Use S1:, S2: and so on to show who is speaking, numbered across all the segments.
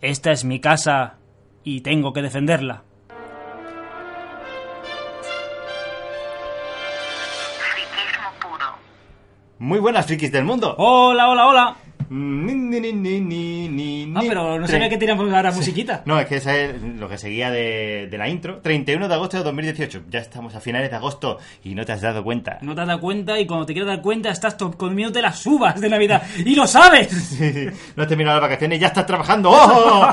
S1: Esta es mi casa y tengo que defenderla.
S2: Friquismo puro.
S3: Muy buenas, frikis del mundo.
S4: Oh.
S1: Hola, hola, hola.
S3: Ni, ni, ni, ni, ni, ni,
S4: Ah,
S3: ni.
S4: pero no
S3: Tre-
S4: sabía que teníamos ahora musiquita.
S3: No, es que esa es lo que seguía de, de la intro. 31 de agosto de 2018. Ya estamos a finales de agosto y no te has dado cuenta.
S1: No te has dado cuenta y cuando te quieras dar cuenta estás to- comiéndote las uvas de Navidad. ¡Y lo sabes!
S3: no has terminado las vacaciones y ya estás trabajando. ¡Oh!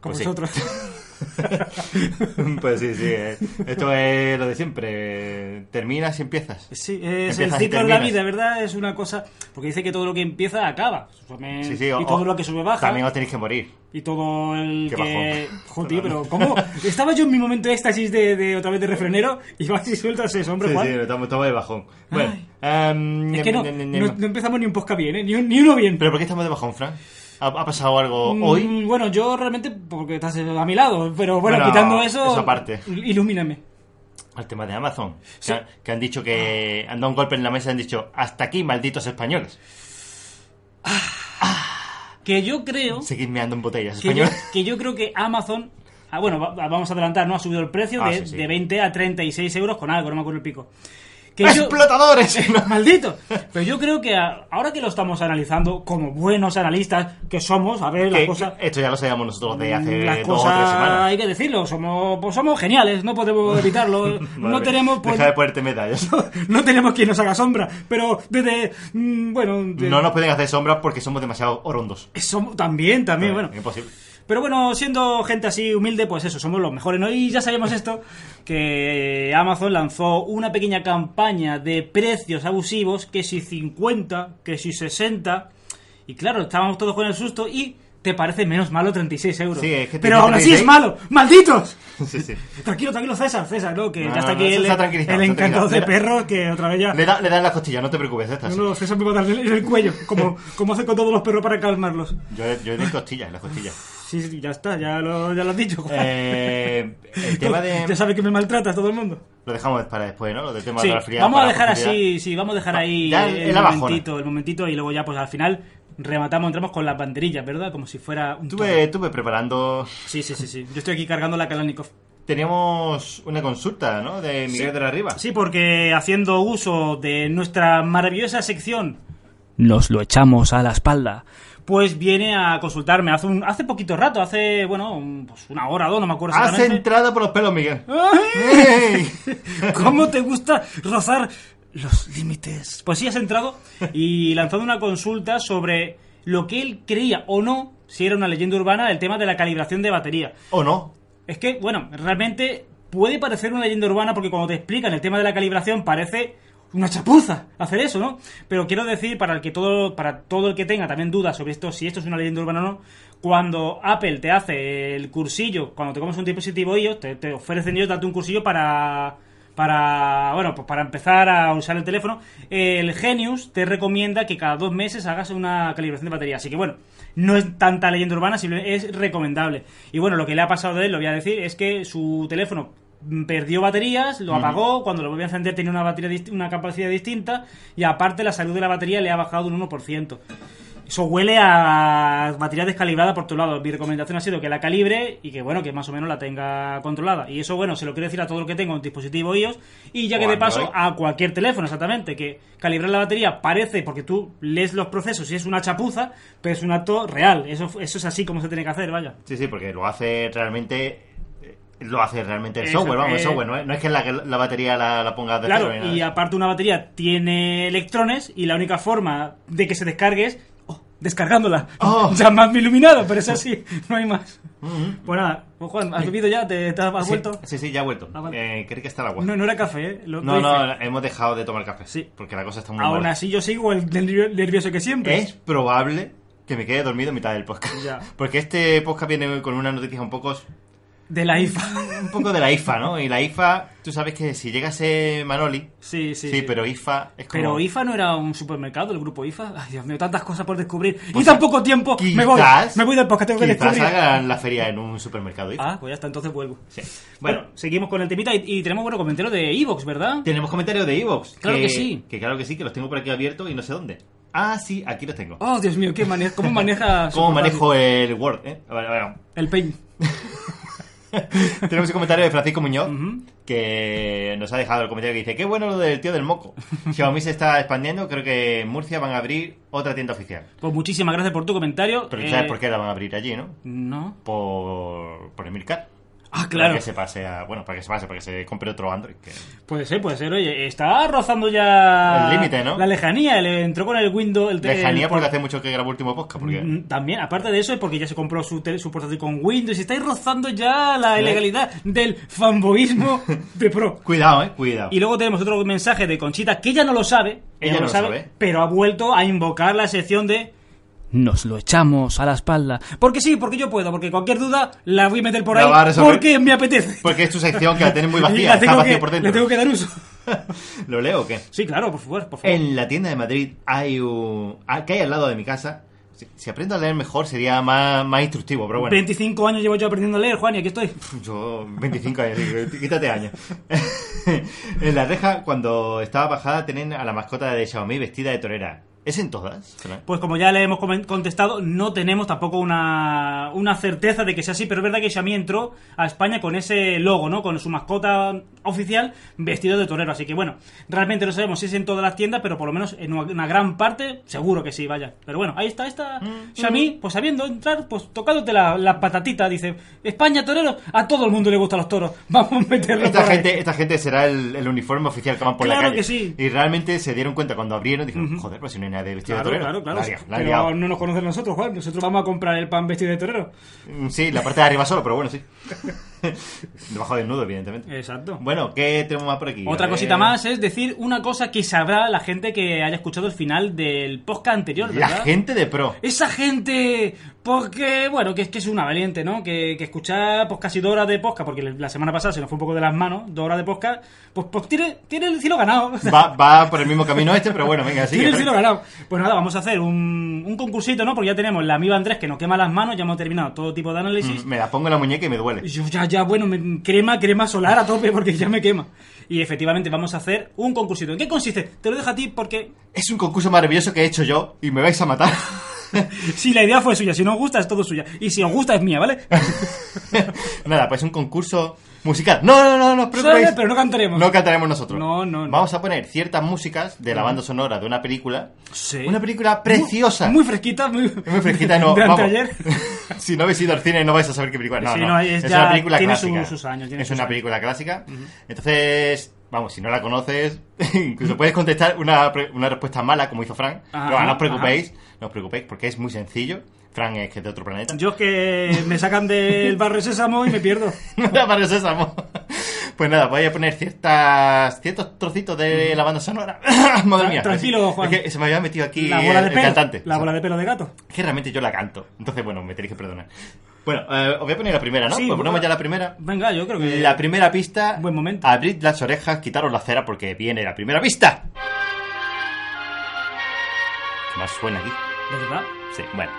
S4: Con
S3: Pues sí.
S4: vosotros.
S3: pues sí, sí. eh. Esto es lo de siempre. Terminas y empiezas.
S4: Sí, es el
S3: Empiezas y
S4: ciclo de la
S3: terminas.
S4: vida, ¿verdad? Es una cosa. Porque dice que todo lo que empieza acaba. Sube-
S3: Sí, sí,
S4: y
S3: o-
S4: todo lo que sube baja.
S3: También os tenéis que morir.
S4: Y todo el
S3: Qué
S4: que.
S3: bajón.
S4: Joder, pero ¿cómo? Estaba yo en mi momento de éxtasis de, de otra vez de refrenero y vas y sueltas eso, hombre,
S3: Sí,
S4: Juan.
S3: sí, estamos, estamos de bajón. Bueno, em,
S4: Es que no,
S3: em, em,
S4: no,
S3: em.
S4: no empezamos ni un podcast bien, ¿eh? ni, un- ni uno bien.
S3: ¿Pero por qué estamos de bajón, Fran? ¿Ha, ha pasado algo
S4: Mm,
S3: hoy?
S4: Bueno, yo realmente, porque estás eh, a mi lado, pero bueno,
S3: Bueno,
S4: quitando eso.
S3: eso aparte.
S4: Ilumíname.
S3: Al tema de Amazon.
S4: Sí.
S3: Que, han- que han dicho que han dado un golpe en la mesa y han dicho, hasta aquí, malditos españoles.
S4: Que yo creo.
S3: Seguid meando en botellas,
S4: que yo,
S3: españoles.
S4: que yo creo que Amazon. ah, bueno, va- vamos a adelantar, ¿no? Ha subido el precio
S3: Ah,
S4: de,
S3: sí, sí.
S4: de 20 a 36 euros con algo, no me acuerdo el pico. Que yo-
S3: ¡Explotadores! No.
S4: ¡Maldito! Pero yo creo que a- ahora que lo estamos analizando, como buenos analistas que somos, a ver, las
S3: Que-
S4: cosas.
S3: Esto ya lo sabíamos nosotros de
S4: Las
S3: hace dos o tres
S4: cosas
S3: semanas.
S4: hay que decirlo, somos, pues somos geniales, no podemos evitarlo, no
S3: Madre,
S4: tenemos pues,
S3: Deja de ponerte medallas.
S4: no tenemos quien nos haga sombra, pero desde mm, bueno, de-
S3: No nos pueden hacer sombras porque somos demasiado orondos. Eh,
S4: somos- también, también, bueno,
S3: Imposible.
S4: Pero bueno, siendo gente así humilde, pues eso, somos los mejores, ¿no? Y ya sabemos esto, que Amazon lanzó una pequeña campaña de precios abusivos, que si 50, que si 60, y claro, estábamos todos con el susto y te parece menos malo 36 euros.
S3: Sí, es que
S4: Pero
S3: 36
S4: aún así es malo, malditos.
S3: Sí, sí.
S4: Tranquilo, tranquilo, César, César, ¿no? Que
S3: No,
S4: ya está
S3: no,
S4: aquí
S3: no,
S4: el,
S3: está tranquilizado,
S4: el
S3: está
S4: encantado de
S3: tranquilizado.
S4: perros que otra vez ya...
S3: Le, da, le dan las costillas, no te preocupes, estas.
S4: No, no, César me va a dar en el cuello, como, como hace con todos los perros para calmarlos.
S3: Yo, yo doy costillas, las costillas.
S4: Sí, sí, ya está, ya lo, ya lo has dicho. Juan.
S3: Eh, el tema
S4: Ya
S3: de.
S4: sabe que me maltratas todo el mundo.
S3: Lo dejamos para después, ¿no? Lo del tema
S4: Sí,
S3: de la fría.
S4: vamos a
S3: para
S4: dejar
S3: profundidad.
S4: así, sí, vamos a dejar
S3: Va,
S4: ahí
S3: ya
S4: el,
S3: el abajón.
S4: momentito, el momentito y luego ya pues al final rematamos, entramos con las banderillas, ¿verdad? Como si fuera un
S3: Estuve,
S4: torneo.
S3: estuve preparando.
S4: Sí, sí, sí, sí. Yo estoy aquí cargando la Kalashnikov.
S3: Teníamos una consulta, ¿no? De Miguel de la Riva.
S4: Sí, porque haciendo uso de nuestra maravillosa sección
S1: Nos lo echamos a la espalda.
S4: pues viene a consultarme hace un, hace poquito rato, hace bueno, un- pues una hora o dos, no me acuerdo
S3: Has
S4: exactamente.
S3: entrado por los pelos, Miguel. ¡Ey!
S4: ¿Cómo te gusta rozar los límites? Pues sí, has entrado y lanzado una consulta sobre lo que él creía o no, si era una leyenda urbana, el tema de la calibración de batería.
S3: ¿O no?
S4: Es que, bueno, realmente puede parecer una leyenda urbana porque cuando te explican el tema de la calibración parece una chapuza hacer eso, ¿no? Pero quiero decir, para el que todo, para todo el que tenga también dudas sobre esto, si esto es una leyenda urbana o no, cuando Apple te hace el cursillo, cuando te comes un dispositivo ellos, te, te ofrecen ellos darte un cursillo para. Para, bueno, pues para empezar a usar el teléfono, el Genius te recomienda que cada dos meses hagas una calibración de batería. Así que bueno, no es tanta leyenda urbana, simplemente es recomendable. Y bueno, lo que le ha pasado a él, lo voy a decir, es que su teléfono mm, perdió baterías, lo apagó, cuando lo volvió a encender tenía una batería dist- una capacidad distinta y aparte la salud de la batería le ha bajado un 1%. Eso huele a batería descalibrada por todos lados. Mi recomendación ha sido que la calibre y que, bueno, que más o menos la tenga controlada. Y eso, bueno, se lo quiero decir a todo lo que tenga un dispositivo iOS y ya que
S3: O
S4: de paso
S3: Android.
S4: a cualquier teléfono, exactamente. Que calibrar la batería parece, porque tú lees los procesos y es una chapuza, pero es un acto real. Eso, eso es así como se tiene que hacer, vaya.
S3: Sí, sí, porque lo hace realmente. eh, Lo hace realmente el
S4: Eso,
S3: software, vamos, el
S4: eh,
S3: software. No es, no es que la, la batería la, la ponga de cero ni
S4: Claro,
S3: nada.
S4: y aparte una batería tiene electrones y la única forma de que se descargue es oh, descargándola.
S3: Oh.
S4: Ya más iluminado, pero es así, no hay más. Pues nada, pues Juan, ¿has bebido ya? ¿Te, te has has
S3: Sí,
S4: vuelto?
S3: Sí, sí, ya ha vuelto.
S4: Ah, vale.
S3: eh, creí que está el agua.
S4: No, no era café, ¿eh? Lo- lo
S3: No, no,
S4: hice.
S3: hemos dejado de tomar café.
S4: Sí.
S3: Porque la cosa está muy ¿Eh?
S4: Aún
S3: mala.
S4: así yo sigo el nervio- nervioso que siempre.
S3: Es probable que me quede dormido en mitad del podcast.
S4: Ya.
S3: Porque este podcast viene con una noticia un poco,
S4: De la IFA.
S3: un poco de la IFA, ¿no? Y la IFA, tú sabes que si llegase Manoli.
S4: Sí, sí.
S3: Sí, pero IFA es como.
S4: Pero IFA no era un supermercado, el grupo IFA. Ay, Dios mío, tantas cosas por descubrir. y
S3: Pues
S4: tan poco tiempo. me voy.
S3: quizás-
S4: Me voy del podcast, tengo que
S3: Quizás
S4: descubrir.
S3: hagan la feria en un supermercado IFA.
S4: Ah, pues ya está, entonces vuelvo.
S3: Sí.
S4: Bueno,
S3: Bueno,
S4: seguimos con el temita y, y tenemos bueno comentario de Evox, ¿verdad?
S3: tenemos comentarios de Evox.
S4: Claro que sí.
S3: Que claro que sí, que los tengo por aquí abiertos y no sé dónde. Ah, sí, aquí los tengo.
S4: Oh, Dios mío, ¿qué mane- ¿cómo manejas?
S3: ¿Cómo manejo el Word? eh? Bueno, bueno.
S4: El paint.
S3: Tenemos un comentario de Francisco Muñoz que nos ha dejado el comentario que dice: Qué bueno lo del tío del moco. Xiaomi se está expandiendo. Creo que en Murcia van a abrir otra tienda oficial.
S4: Pues muchísimas gracias por tu comentario.
S3: Pero
S4: Eh,
S3: ¿sabes por qué la van a abrir allí, no?
S4: No.
S3: Por, por Emilcar.
S4: Ah,
S3: Para
S4: claro.
S3: que se pase a- Bueno, para que se pase, para que se compre otro Android. que-
S4: Puede ser, puede ser. Oye, está rozando ya.
S3: El límite, ¿no?
S4: La lejanía. Le entró con el Windows. El
S3: Lejanía
S4: el-
S3: porque hace mucho que grabó el último podcast. Porque...
S4: Mm, También, aparte de eso, es porque ya se compró su, tele- su portátil con Windows. Estáis rozando ya la
S3: Sí.
S4: ilegalidad del fanboyismo de pro.
S3: Cuidado, eh, cuidado.
S4: Y luego tenemos otro mensaje de Conchita que ella no lo sabe.
S3: Ella no lo sabe.
S4: Pero ha vuelto a invocar la sección de. Nos lo echamos a la espalda. Porque sí, porque yo puedo, porque cualquier duda la voy a meter por
S3: La
S4: ahí.
S3: va a resolver.
S4: Porque me apetece.
S3: Porque es tu sección que la tienes muy
S4: Y
S3: vacía.
S4: la
S3: Está
S4: tengo
S3: vacía
S4: que-
S3: por dentro.
S4: le tengo que dar uso.
S3: ¿Lo leo o qué?
S4: Sí, claro, por favor, por favor.
S3: En la tienda de Madrid hay un. ah, que hay al lado de mi casa. Si, si aprendo a leer mejor sería más, más instructivo, pero bueno.
S4: 25 años llevo yo aprendiendo a leer, Juan, y aquí estoy.
S3: Yo, 25 años, digo, quítate años. en la reja, cuando estaba bajada, tienen a la mascota de Xiaomi vestida de torera. ¿Es en todas? Fran?
S4: Pues como ya le hemos comen- contestado, no tenemos tampoco una, una certeza de que sea así, pero es verdad que Xiaomi entró a España con ese logo, ¿no? Con su mascota oficial vestido de torero. Así que bueno, realmente no sabemos si es en todas las tiendas, pero por lo menos en una- una gran parte seguro que sí, vaya. Pero bueno, ahí está, ahí está Xiaomi, pues sabiendo entrar, pues tocándote la, la patatita, dice, España torero, a todo el mundo le gustan los toros, vamos a meterlo
S3: Esta
S4: por ahí".
S3: gente, esta gente será el, el uniforme oficial que van por la
S4: Claro
S3: calle.
S4: que sí.
S3: Y realmente se dieron cuenta cuando abrieron, dijeron, joder, pues si no hay nadie vestido
S4: Claro,
S3: de torero.
S4: claro, claro.
S3: La ha liado, la ha
S4: Pero
S3: liado.
S4: no nos conocen nosotros, Juan. Nosotros vamos a comprar el pan vestido de torero.
S3: Mm, Sí, la parte de arriba solo, pero bueno, sí. Debajo desnudo, evidentemente.
S4: Exacto.
S3: Bueno, ¿qué tenemos más por aquí? A
S4: Otra
S3: ver.
S4: cosita más es decir una cosa que sabrá la gente que haya escuchado el final del podcast anterior,
S3: La
S4: ¿verdad?
S3: gente de pro.
S4: Esa gente, porque, bueno, que es que es una valiente, ¿no? Que, que escuchar pues casi dos horas de podcast, porque la semana pasada se nos fue un poco de las manos, dos horas de podcast, pues, pues tiene, tiene el cielo ganado.
S3: Va, va por el mismo camino este, pero bueno, venga,
S4: Tiene
S3: sigue.
S4: el cielo ganado. Pues nada, vamos a hacer un, un concursito, ¿no? Porque ya tenemos la amiga Andrés que nos quema las manos, ya hemos terminado todo tipo de análisis.
S3: Mm, Me la pongo en la muñeca y me duele.
S4: Yo ya, ya, bueno, me- crema, crema solar a tope porque ya me quema. Y efectivamente vamos a hacer un concursito. ¿En qué consiste? Te lo dejo a ti porque
S3: Es un concurso maravilloso que he hecho yo y me vais a matar.
S4: si la idea fue suya, si no os gusta es todo suya. Y si os gusta es mía, ¿vale?
S3: Nada, pues un concurso musical. No, no, no, no, os preocupéis.
S4: Sale, pero no cantaremos.
S3: No cantaremos nosotros.
S4: No, no, no.
S3: Vamos a poner ciertas músicas de la banda sonora de una película.
S4: Sí.
S3: Una película preciosa.
S4: Muy fresquita, muy,
S3: Es muy fresquita, no.
S4: De
S3: vamos.
S4: anteayer.
S3: si no habéis ido al cine no vais a saber qué película. No,
S4: Sí,
S3: no,
S4: no,
S3: es,
S4: es
S3: una
S4: ya-
S3: película
S4: tiene
S3: clásica.
S4: sus- sus años, tiene
S3: es
S4: sus
S3: una
S4: años.
S3: película clásica. Entonces, vamos, si no la conoces, incluso puedes contestar una, pre- una respuesta mala, como hizo Frank.
S4: Ajá,
S3: Pero no os
S4: ajá.
S3: preocupéis, no os preocupéis, porque es muy sencillo. Frank es que es de otro planeta.
S4: Yo es que me sacan del barrio Sésamo y me pierdo.
S3: no la parece Sésamo. Pues nada, voy a poner ciertas, ciertos trocitos de la banda sonora. Madre mía.
S4: Tranquilo, Juan.
S3: Es que se me había metido aquí
S4: La bola
S3: el,
S4: de
S3: el
S4: pelo.
S3: cantante.
S4: La
S3: O sea,
S4: bola de pelo de gato.
S3: es que realmente yo la canto. Entonces, bueno, me tenéis que perdonar. Bueno, eh, os voy a poner la primera, ¿no?
S4: Sí,
S3: pues ponemos
S4: bueno.
S3: ya la primera.
S4: Venga, yo creo que.
S3: La primera pista.
S4: Buen momento.
S3: Abrid las orejas, quitaros la cera porque viene la primera pista. ¿Qué más suena aquí?
S4: ¿De verdad?
S3: Sí, bueno.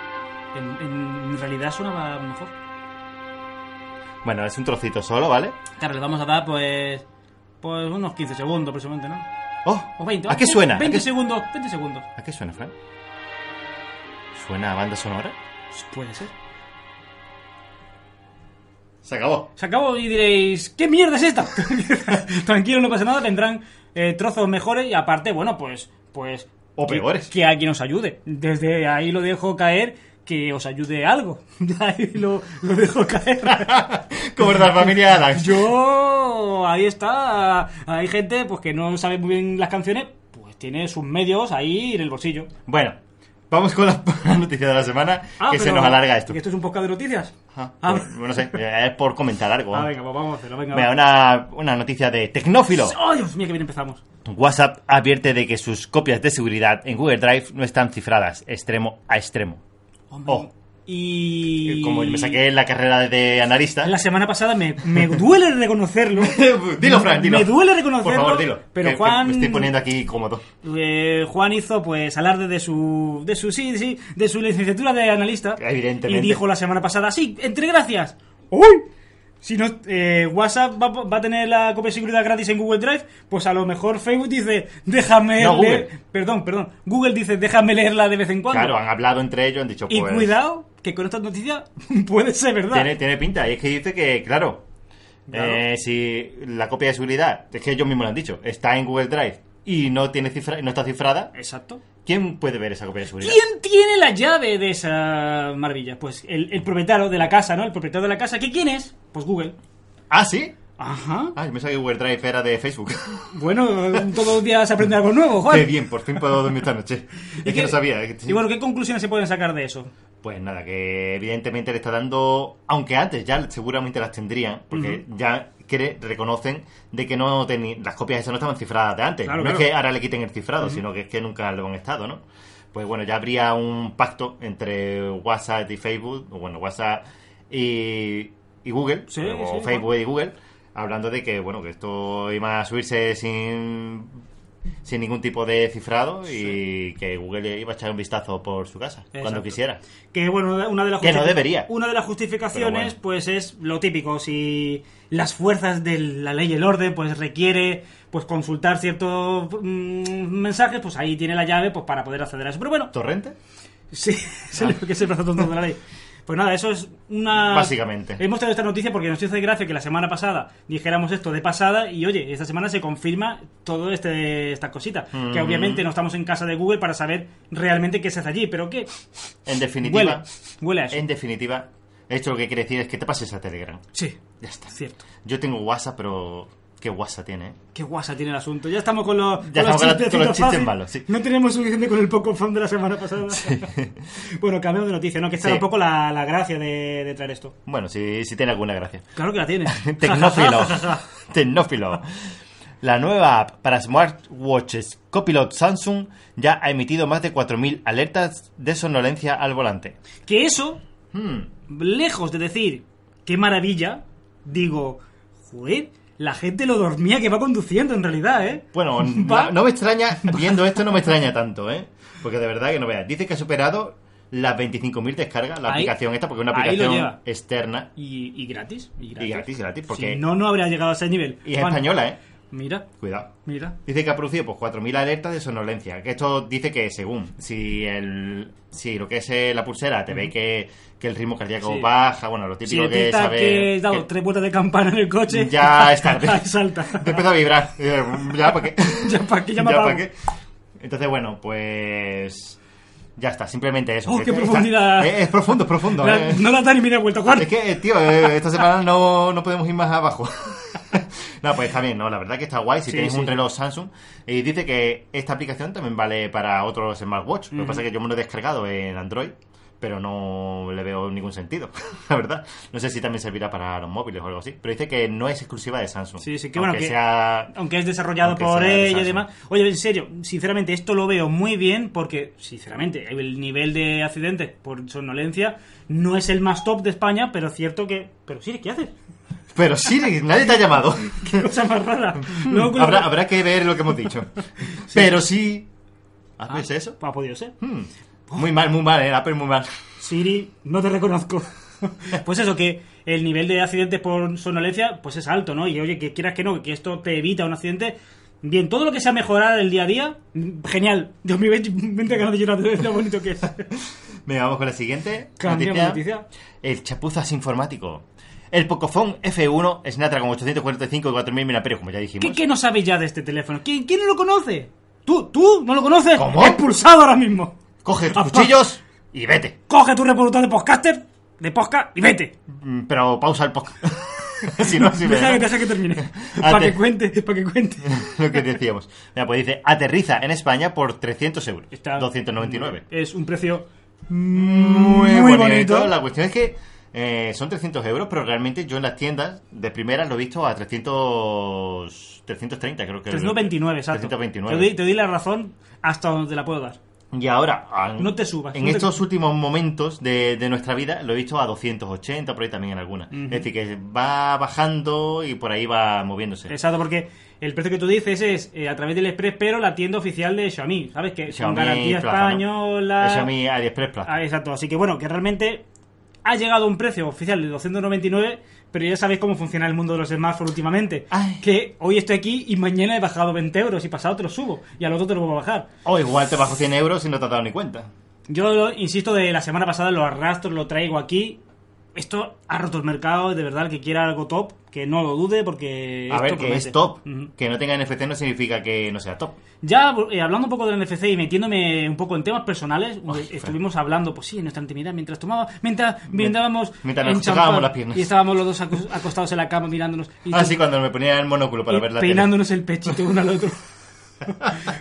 S4: En, en realidad sonaba mejor.
S3: Bueno, es un trocito solo, ¿vale?
S4: Claro, le vamos a dar pues. Pues unos 15 segundos aproximadamente, ¿no?
S3: Oh,
S4: O 20.
S3: ¿A qué suena? ¿A
S4: 20
S3: qué,
S4: segundos, 20 segundos.
S3: a qué suena, Fran? ¿Suena a banda sonora?
S4: Puede ser.
S3: Se acabó.
S4: Se acabó y diréis, ¿qué mierda es esta? Tranquilo, no pasa nada, tendrán eh, trozos mejores y aparte, bueno, pues... pues
S3: O
S4: que-
S3: peores.
S4: Que, alguien os ayude. Desde ahí lo dejo caer, que os ayude algo. De ahí lo, lo dejo caer.
S3: Como la familia Adams.
S4: Yo... Ahí está. Hay gente pues que no sabe muy bien las canciones, pues tiene sus medios ahí en el bolsillo.
S3: Bueno, vamos con la, la noticia de la semana, que se
S4: Ah, pero-
S3: nos alarga esto.
S4: ¿que ¿Esto es un podcast de noticias?
S3: Ajá,
S4: Ah,
S3: por- no sé, eh, es por comentar algo.
S4: ah, venga, pues vamos a hacerlo, venga.
S3: Venga,
S4: va.
S3: una, una noticia de Tecnófilo.
S4: ¡Ay, Dios mío, que bien empezamos!
S3: WhatsApp advierte de que sus copias de seguridad en Google Drive no están cifradas extremo a extremo.
S4: Hombre,
S3: Oh.
S4: Y...
S3: Como me saqué la carrera de analista,
S4: La semana pasada me, me duele reconocerlo.
S3: Dilo, Fran, dilo.
S4: Me duele reconocerlo.
S3: por favor, dilo.
S4: Pero
S3: que- que
S4: Juan.
S3: me estoy poniendo aquí cómodo.
S4: eh, Juan hizo, pues, alarde de su. De su. Sí, sí. De su licenciatura de analista.
S3: Evidentemente.
S4: Y dijo la semana pasada: Sí, entre gracias. ¡Uy! Si no, eh, WhatsApp va, va a tener la copia de seguridad gratis en Google Drive, pues a lo mejor Facebook dice, déjame
S3: No,
S4: leer.
S3: Google.
S4: Perdón, perdón. Google dice, déjame leerla de vez en cuando.
S3: Claro, han hablado entre ellos, han dicho,
S4: y
S3: pues...
S4: cuidado, que con esta noticia puede ser verdad.
S3: Tiene, tiene pinta. Y es que dice que, claro,
S4: Claro.
S3: eh, si la copia de seguridad, es que ellos mismos lo han dicho, está en Google Drive y no tiene cifra, no está cifrada,
S4: Exacto.
S3: ¿quién puede ver esa copia de seguridad?
S4: ¿Quién tiene la llave de esa maravilla? Pues el, el propietario de la casa, ¿no? El propietario de la casa. ¿Que quién es? Pues Google.
S3: ¿Ah, sí?
S4: Ajá.
S3: Ay, me pensaba que Google Drive era de Facebook.
S4: Bueno, todos los días se aprende algo nuevo, Juan.
S3: Qué bien, por fin puedo dormir esta noche. Es que
S4: qué-
S3: no sabía. es que-
S4: Y bueno, ¿qué conclusiones se pueden sacar de eso?
S3: Pues nada, que evidentemente le está dando, aunque antes ya seguramente las tendrían, porque ya cre- reconocen de que no teni- las copias esas no estaban cifradas de antes.
S4: Claro,
S3: no es
S4: claro.
S3: que ahora le quiten el cifrado, sino que es que nunca lo han estado, ¿no? Pues bueno, ya habría un pacto entre WhatsApp y Facebook, o bueno, WhatsApp y, y Google,
S4: Sí,
S3: o
S4: sí,
S3: Facebook y Google, hablando de que, bueno, que esto iba a subirse sin, sin ningún tipo de cifrado y que Google iba a echar un vistazo por su casa, cuando
S4: Exacto.
S3: quisiera.
S4: Que bueno, una de las
S3: Que no
S4: justifi-
S3: debería.
S4: Una de las justificaciones,
S3: Pero bueno.
S4: pues es lo típico. Si las fuerzas de la ley y el orden, pues requiere pues consultar ciertos mm, mensajes, pues ahí tiene la llave pues para poder acceder a eso. Pero bueno,
S3: ¿Torrente?
S4: sí, es
S3: Ah.
S4: lo que es el brazo tonto de la ley. Pues nada, eso es una...
S3: Básicamente.
S4: Hemos traído esta noticia porque nos hizo gracia que la semana pasada dijéramos esto de pasada y oye, esta semana se confirma todo este esta cosita. Que
S3: Mm.
S4: obviamente no estamos en casa de Google para saber realmente qué se hace allí, pero que
S3: En definitiva,
S4: huele, huele a eso.
S3: en definitiva, esto lo que quiere decir es que te pases a Telegram.
S4: Sí,
S3: Ya está.
S4: cierto.
S3: Yo tengo WhatsApp, pero qué WhatsApp tiene. eh?
S4: Qué guasa tiene el asunto. Ya estamos con los,
S3: Ya
S4: con
S3: estamos con la- con los
S4: chistecitos
S3: chistes
S4: fácil.
S3: malos, sí.
S4: No tenemos suficiente con el poco fan de la semana pasada. bueno, cambiamos de noticia, ¿no? Que esta
S3: Sí.
S4: era un poco la, la gracia de, de traer esto.
S3: Bueno, si, si tiene alguna gracia.
S4: Claro que la tiene.
S3: Tecnófilo. Tecnófilo. La nueva app para smartwatches Copilot Samsung ya ha emitido más de 4.000 alertas de somnolencia al volante.
S4: que eso,
S3: Hmm.
S4: lejos de decir qué maravilla, digo, joder, la gente lo dormía que va conduciendo en realidad, ¿eh?
S3: Bueno,
S4: Va-
S3: no, no me extraña, viendo esto no me extraña tanto, ¿eh? Porque de verdad que no veas. Dice que ha superado las 25.000 descargas, la
S4: Ahí-
S3: aplicación esta, porque es una
S4: ahí lo
S3: aplicación
S4: lleva.
S3: externa
S4: Y, y gratis. Y gratis,
S3: y gratis, gratis, porque...
S4: Si no, no habría llegado a ese nivel.
S3: Y es
S4: Juan,
S3: española, ¿eh?
S4: Mira,
S3: Cuidado.
S4: mira.
S3: Dice que ha producido pues 4.000 alertas de sonolencia. Que esto dice que según, si el si lo que es eh, la pulsera te ve que, que el ritmo cardíaco
S4: Sí.
S3: baja, bueno, lo
S4: Si
S3: típico que
S4: detecta
S3: sabe...
S4: que he dado
S3: que
S4: tres vueltas de campana en el coche,
S3: Ya es tarde.
S4: salta.
S3: Te empieza a vibrar. Eh, Ya, ¿para qué?
S4: Ya, ¿pa' qué? Ya me
S3: Ya, ¿pa'
S4: apago.
S3: qué? Entonces, bueno, pues... Ya está, simplemente eso.
S4: Oh,
S3: Que-
S4: qué
S3: que está-
S4: profundidad.
S3: Es, es profundo, es profundo.
S4: La-
S3: eh.
S4: no la da ni media vuelta, Juan.
S3: Es que, eh, tío, eh, esta semana no, no podemos ir más abajo. no, pues está bien, no, la verdad que está guay. Si
S4: Sí,
S3: tienes
S4: sí.
S3: un reloj Samsung, y dice que esta aplicación también vale para otros smartwatch. Lo que pasa es que yo me lo he descargado en Android, pero no le veo ningún sentido, la verdad. No sé si también servirá para los móviles o algo así. Pero dice que no es exclusiva de Samsung.
S4: Sí, sí, que bueno,
S3: Aunque
S4: que-
S3: sea-
S4: Aunque es desarrollado
S3: Aunque
S4: por
S3: sea de
S4: ella y
S3: Samsung.
S4: demás. Oye, en serio, sinceramente, esto lo veo muy bien porque, sinceramente, el nivel de accidentes por somnolencia no es el más top de España, pero cierto que. Pero sí, ¿qué haces?
S3: Pero sí, nadie te ha llamado.
S4: Qué cosa más rara. Luego con lo-
S3: habrá, habrá que ver lo que hemos dicho. Pero sí...
S4: Ah,
S3: ¿Haces eso?
S4: Ha podido ser.
S3: Hmm. Muy mal, muy mal, eh, Apple muy mal.
S4: Siri, no te reconozco. Pues eso, que el nivel de accidentes por somnolencia pues es alto, ¿no? Y oye, que quieras que no, que esto te evita un accidente. Bien, todo lo que sea mejorar el día a día, mm, genial. 2020 ganas de llorar de ver lo bonito que es.
S3: Venga, vamos con la siguiente.
S4: Cambiamos de noticia.
S3: El chapuzas informático. El Pocophone F1 Snapdragon 845 y 4000 mAh, como ya dijimos.
S4: ¿Qué, qué no sabes ya de este teléfono? ¿Quién, quién no lo conoce? ¿Tú? ¿Tú? ¿No lo conoces?
S3: ¿Cómo?
S4: Expulsado ahora mismo. Ah, pues,
S3: Coge tus cuchillos y vete.
S4: Coge tu reproductor de podcaster, de podcast y vete.
S3: Mm, Pero pausa el podcast. si no, si me-
S4: Deja, deja que termine. Para que
S3: Ate-
S4: cuente, para que cuente.
S3: Lo que decíamos. Mira, pues dice, aterriza en España por 300 euros.
S4: Está-
S3: 299.
S4: Es un precio
S3: Muy,
S4: bonito.
S3: La cuestión es que eh, son 300 euros, pero realmente yo en las tiendas de primeras lo he visto a 300... 330, creo que.
S4: 329, exacto.
S3: 329.
S4: Te doy, te doy la razón hasta donde la puedo dar.
S3: Y ahora, al-
S4: No te subas,
S3: En
S4: no te-
S3: estos últimos momentos de, de nuestra vida lo he visto a 280, por ahí también en algunas. Es decir, que va bajando y por ahí va moviéndose.
S4: Exacto, porque el precio que tú dices es eh, a través del Express, pero la tienda oficial de Xiaomi, ¿sabes? Que con
S3: Xiaomi
S4: garantía
S3: Plaza, ¿no?
S4: española.
S3: Es Xiaomi AliExpress Plaza.
S4: Ah, exacto, así que bueno, que realmente ha llegado a un precio oficial de 299, pero ya sabéis cómo funciona el mundo de los smartphones últimamente.
S3: Ay.
S4: Que hoy estoy aquí y mañana he bajado 20 euros y pasado te lo subo y al otro te lo vuelvo a bajar.
S3: O Oh, igual te bajo 100 euros y no te has dado ni cuenta.
S4: Yo, lo- insisto, de la semana pasada lo arrastro, lo traigo aquí. Esto ha roto el mercado, de verdad, el que quiera algo top, que no lo dude porque...
S3: A
S4: esto
S3: ver, que
S4: promete.
S3: es top.
S4: Ujú.
S3: Que no tenga NFC no significa que no sea top.
S4: Ya eh, hablando un poco del NFC y metiéndome un poco en temas personales, eh, estuvimos hablando, pues sí, en nuestra intimidad, mientras tomábamos, mientras brindábamos,
S3: mientras nos
S4: en champán
S3: tocábamos las piernas.
S4: y estábamos los dos acos- acostados en la cama mirándonos y,
S3: Así cuando me ponía el monóculo para
S4: y
S3: ver la tele.
S4: peinándonos el pechito uno al otro.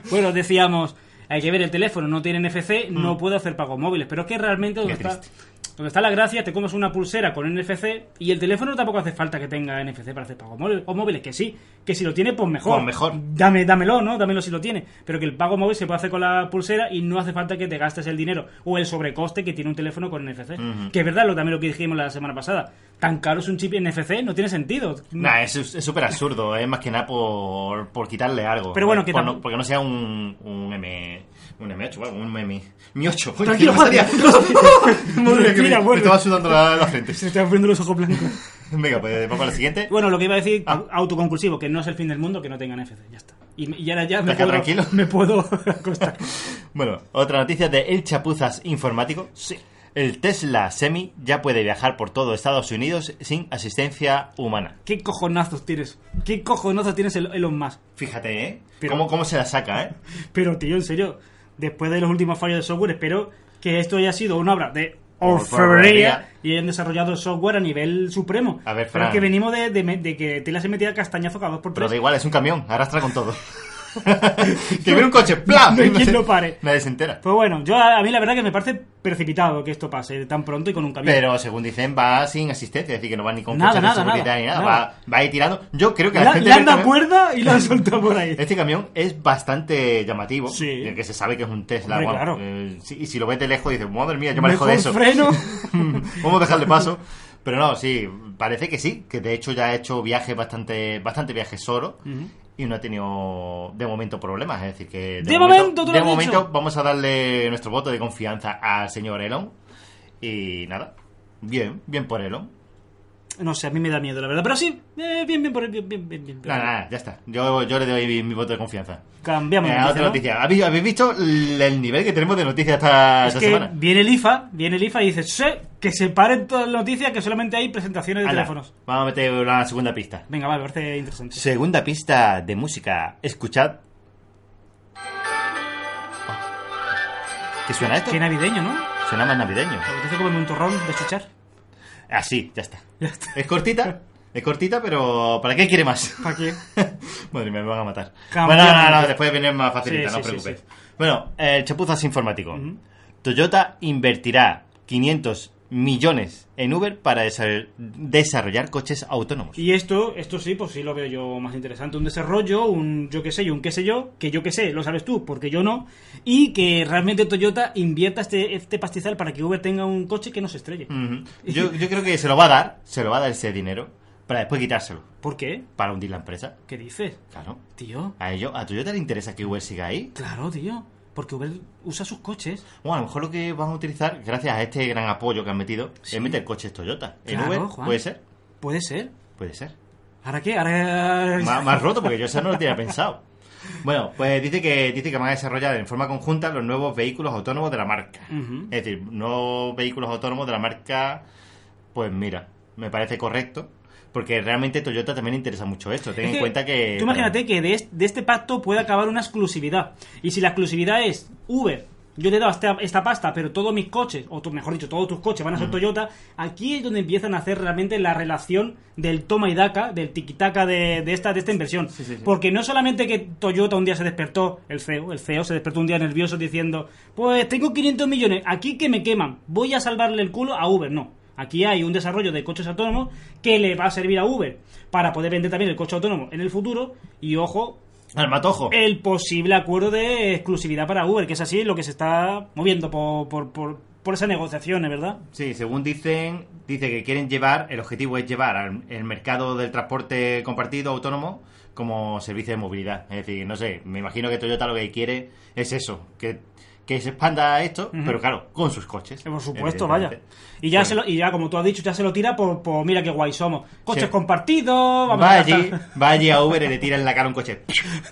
S4: bueno, decíamos, hay que ver el teléfono, no tiene NFC, no puedo hacer pagos móviles, pero es que realmente donde
S3: Mm. Qué
S4: está,
S3: triste.
S4: donde está la gracia, te comes una pulsera con NFC y el teléfono tampoco hace falta que tenga NFC para hacer pagos móviles, o móviles, que sí, que si lo tiene, pues mejor.
S3: Pues mejor.
S4: Dame, dámelo, ¿no? Dámelo si lo tiene. Pero que el pago móvil se puede hacer con la pulsera y no hace falta que te gastes el dinero o el sobrecoste que tiene un teléfono con NFC.
S3: Ujú.
S4: Que es verdad, lo, también lo que dijimos la semana pasada. Tan caro es un chip NFC, no tiene sentido.
S3: Nah, es es súper absurdo. Es más que nada por, por quitarle algo. Eh,
S4: Pero bueno, que
S3: Por
S4: tam-
S3: no- Porque no sea un, un M... Un M8, bueno, un M... Mi 8.
S4: Tranquilo,
S3: Madre que me,
S4: Respira,
S3: me
S4: vuelve.
S3: estaba sudando la, la frente.
S4: Se te están poniendo los ojos blancos.
S3: Venga, pues vamos a la siguiente.
S4: Bueno, lo que iba a decir,
S3: Ah.
S4: autoconclusivo, que no es el fin del mundo que no tengan NFC, ya está. Y, me- y ahora ya me
S3: Te quedas
S4: puedo,
S3: tranquilo.
S4: me puedo acostar.
S3: Bueno, otra noticia de El Chapuzas Informático. Sí. El Tesla Semi ya puede viajar por todo Estados Unidos sin asistencia humana.
S4: ¿Qué cojonazos tienes? ¿Qué cojonazos tienes el- Elon Musk?
S3: Fíjate, ¿eh?
S4: Pero-
S3: ¿Cómo, ¿Cómo se la saca, eh?
S4: Pero tío, en serio, después de los últimos fallos de software, espero que esto haya sido una obra de
S3: Orfebrería.
S4: orfebrería y hayan desarrollado el software a nivel supremo.
S3: A ver,
S4: Pero
S3: Fran.
S4: es que venimos de, de me- de que Tela se metía castañazo cada dos por
S3: Pero
S4: tres.
S3: da igual, es un camión, arrastra con todo. que viene un coche, ¡plaf!
S4: No hay quien lo pare.
S3: Nadie se entera.
S4: Pues bueno, yo a, a mí la verdad que me parece precipitado que esto pase tan pronto y con un camión.
S3: Pero según dicen, va sin asistencia, es decir, que no va ni con
S4: Nada,
S3: coche de
S4: nada,
S3: seguridad
S4: nada,
S3: ni nada,
S4: nada.
S3: Va, va ahí tirando. Yo creo que la,
S4: La-
S3: gente
S4: le
S3: del
S4: han dado
S3: camión-
S4: cuerda y la han soltado por ahí.
S3: Este camión es bastante llamativo,
S4: Sí.
S3: ya que se sabe que es un Tesla.
S4: Hombre,
S3: bueno,
S4: claro.
S3: eh, sí, y si lo ves de lejos dices, madre mía, yo me alejo de
S4: Mejor
S3: eso.
S4: freno.
S3: Vamos a dejarle paso. Pero no, sí, parece que sí, que de hecho ya ha hecho viajes bastante, bastante viajes solo y no ha tenido de momento problemas. Es decir, que
S4: De momento, tú lo
S3: de
S4: has
S3: momento
S4: dicho.
S3: vamos a darle nuestro voto de confianza al señor Elon. Y nada, bien, bien por Elon.
S4: No sé, a mí me da miedo, la verdad. Pero sí, eh, bien, bien, por bien, bien, bien, bien.
S3: Nada, nada, ya está. Yo, yo le doy mi, mi voto de confianza.
S4: Cambiamos.
S3: Eh,
S4: noticia,
S3: otra
S4: ¿no?
S3: noticia. ¿Habéis, habéis visto l- el nivel que tenemos de noticias esta,
S4: Es
S3: esta
S4: que
S3: semana?
S4: viene el IFA, viene el IFA y dice, "Sé que se paren todas las noticias, que solamente hay presentaciones de
S3: Ala,
S4: teléfonos.
S3: Vamos a meter una segunda pista.
S4: Venga, vale, me parece interesante.
S3: Segunda pista de música. Escuchad. ¿Qué suena esto?
S4: Qué navideño, ¿no?
S3: Suena más navideño.
S4: Me apetece comerme un torrón de chuchar.
S3: Así, ya está.
S4: Ya está.
S3: Es cortita, es cortita, pero ¿para qué quiere más?
S4: ¿Para qué?
S3: Madre mía, me van a matar.
S4: Campeón.
S3: Bueno, no, no, no, después viene más facilita,
S4: Sí,
S3: no
S4: sí,
S3: os preocupéis.
S4: sí,
S3: Bueno, el chapuzas informático. Toyota invertirá 500 millones en Uber para desa- desarrollar coches autónomos.
S4: Y esto, esto sí, pues sí lo veo yo más interesante. Un desarrollo, un yo qué sé, y un qué sé yo, que yo qué sé, lo sabes tú, porque yo no. Y que realmente Toyota invierta este, este pastizal para que Uber tenga un coche que no se estrelle.
S3: Ujú. yo, yo creo que se lo va a dar, se lo va a dar ese dinero para después quitárselo,
S4: ¿Por qué?
S3: para hundir la empresa.
S4: ¿Qué dices?
S3: Claro.
S4: Tío,
S3: A ello, a Toyota le interesa que Uber siga ahí.
S4: claro, tío. Porque Uber usa sus coches.
S3: Bueno, a lo mejor lo que van a utilizar, gracias a este gran apoyo que han metido,
S4: Sí.
S3: es meter coches Toyota. En
S4: Claro,
S3: Uber,
S4: Juan.
S3: puede ser,
S4: Puede ser.
S3: puede ser.
S4: ¿Ahora qué? Ahora...
S3: más, más roto, porque yo eso no lo tenía pensado. Bueno, pues dice que, dice que van a desarrollar en forma conjunta los nuevos vehículos autónomos de la marca.
S4: Ujú.
S3: Es decir, nuevos vehículos autónomos de la marca, pues mira, me parece correcto, porque realmente Toyota también le interesa mucho esto. Ten
S4: Es
S3: en
S4: que
S3: cuenta que...
S4: Tú imagínate que de, es- de este pacto puede acabar una exclusividad. Y si la exclusividad es Uber, yo te he dado esta, esta pasta, pero todos mis coches, o tu- mejor dicho, todos tus coches van a ser Toyota, aquí es donde empiezan a hacer realmente la relación del toma y daca, del tiquitaca de, de, esta, de esta inversión. Porque no solamente que Toyota un día se despertó, el CEO, el CEO se despertó un día nervioso diciendo, pues tengo 500 millones, aquí que me queman, voy a salvarle el culo a Uber, no. Aquí hay un desarrollo de coches autónomos que le va a servir a Uber para poder vender también el coche autónomo en el futuro. Y ojo,
S3: Al matojo.
S4: el posible acuerdo de exclusividad para Uber, que es así lo que se está moviendo por, por, por, por esas negociaciones, ¿verdad?
S3: Sí, según dicen, dice que quieren llevar, el objetivo es llevar al el mercado del transporte compartido autónomo como servicio de movilidad. Es decir, no sé, me imagino que Toyota lo que quiere es eso, que, que se expanda esto, pero claro, con sus coches.
S4: Eh, Por supuesto, vaya.
S3: evidentemente.
S4: Y ya,
S3: Bueno,
S4: se lo- y ya, como tú has dicho, ya se lo tira por, por mira qué guay somos. Coches
S3: Sí.
S4: compartidos, vamos
S3: Va
S4: a
S3: allí,
S4: gastar.
S3: va allí a Uber y le tira en la cara un coche.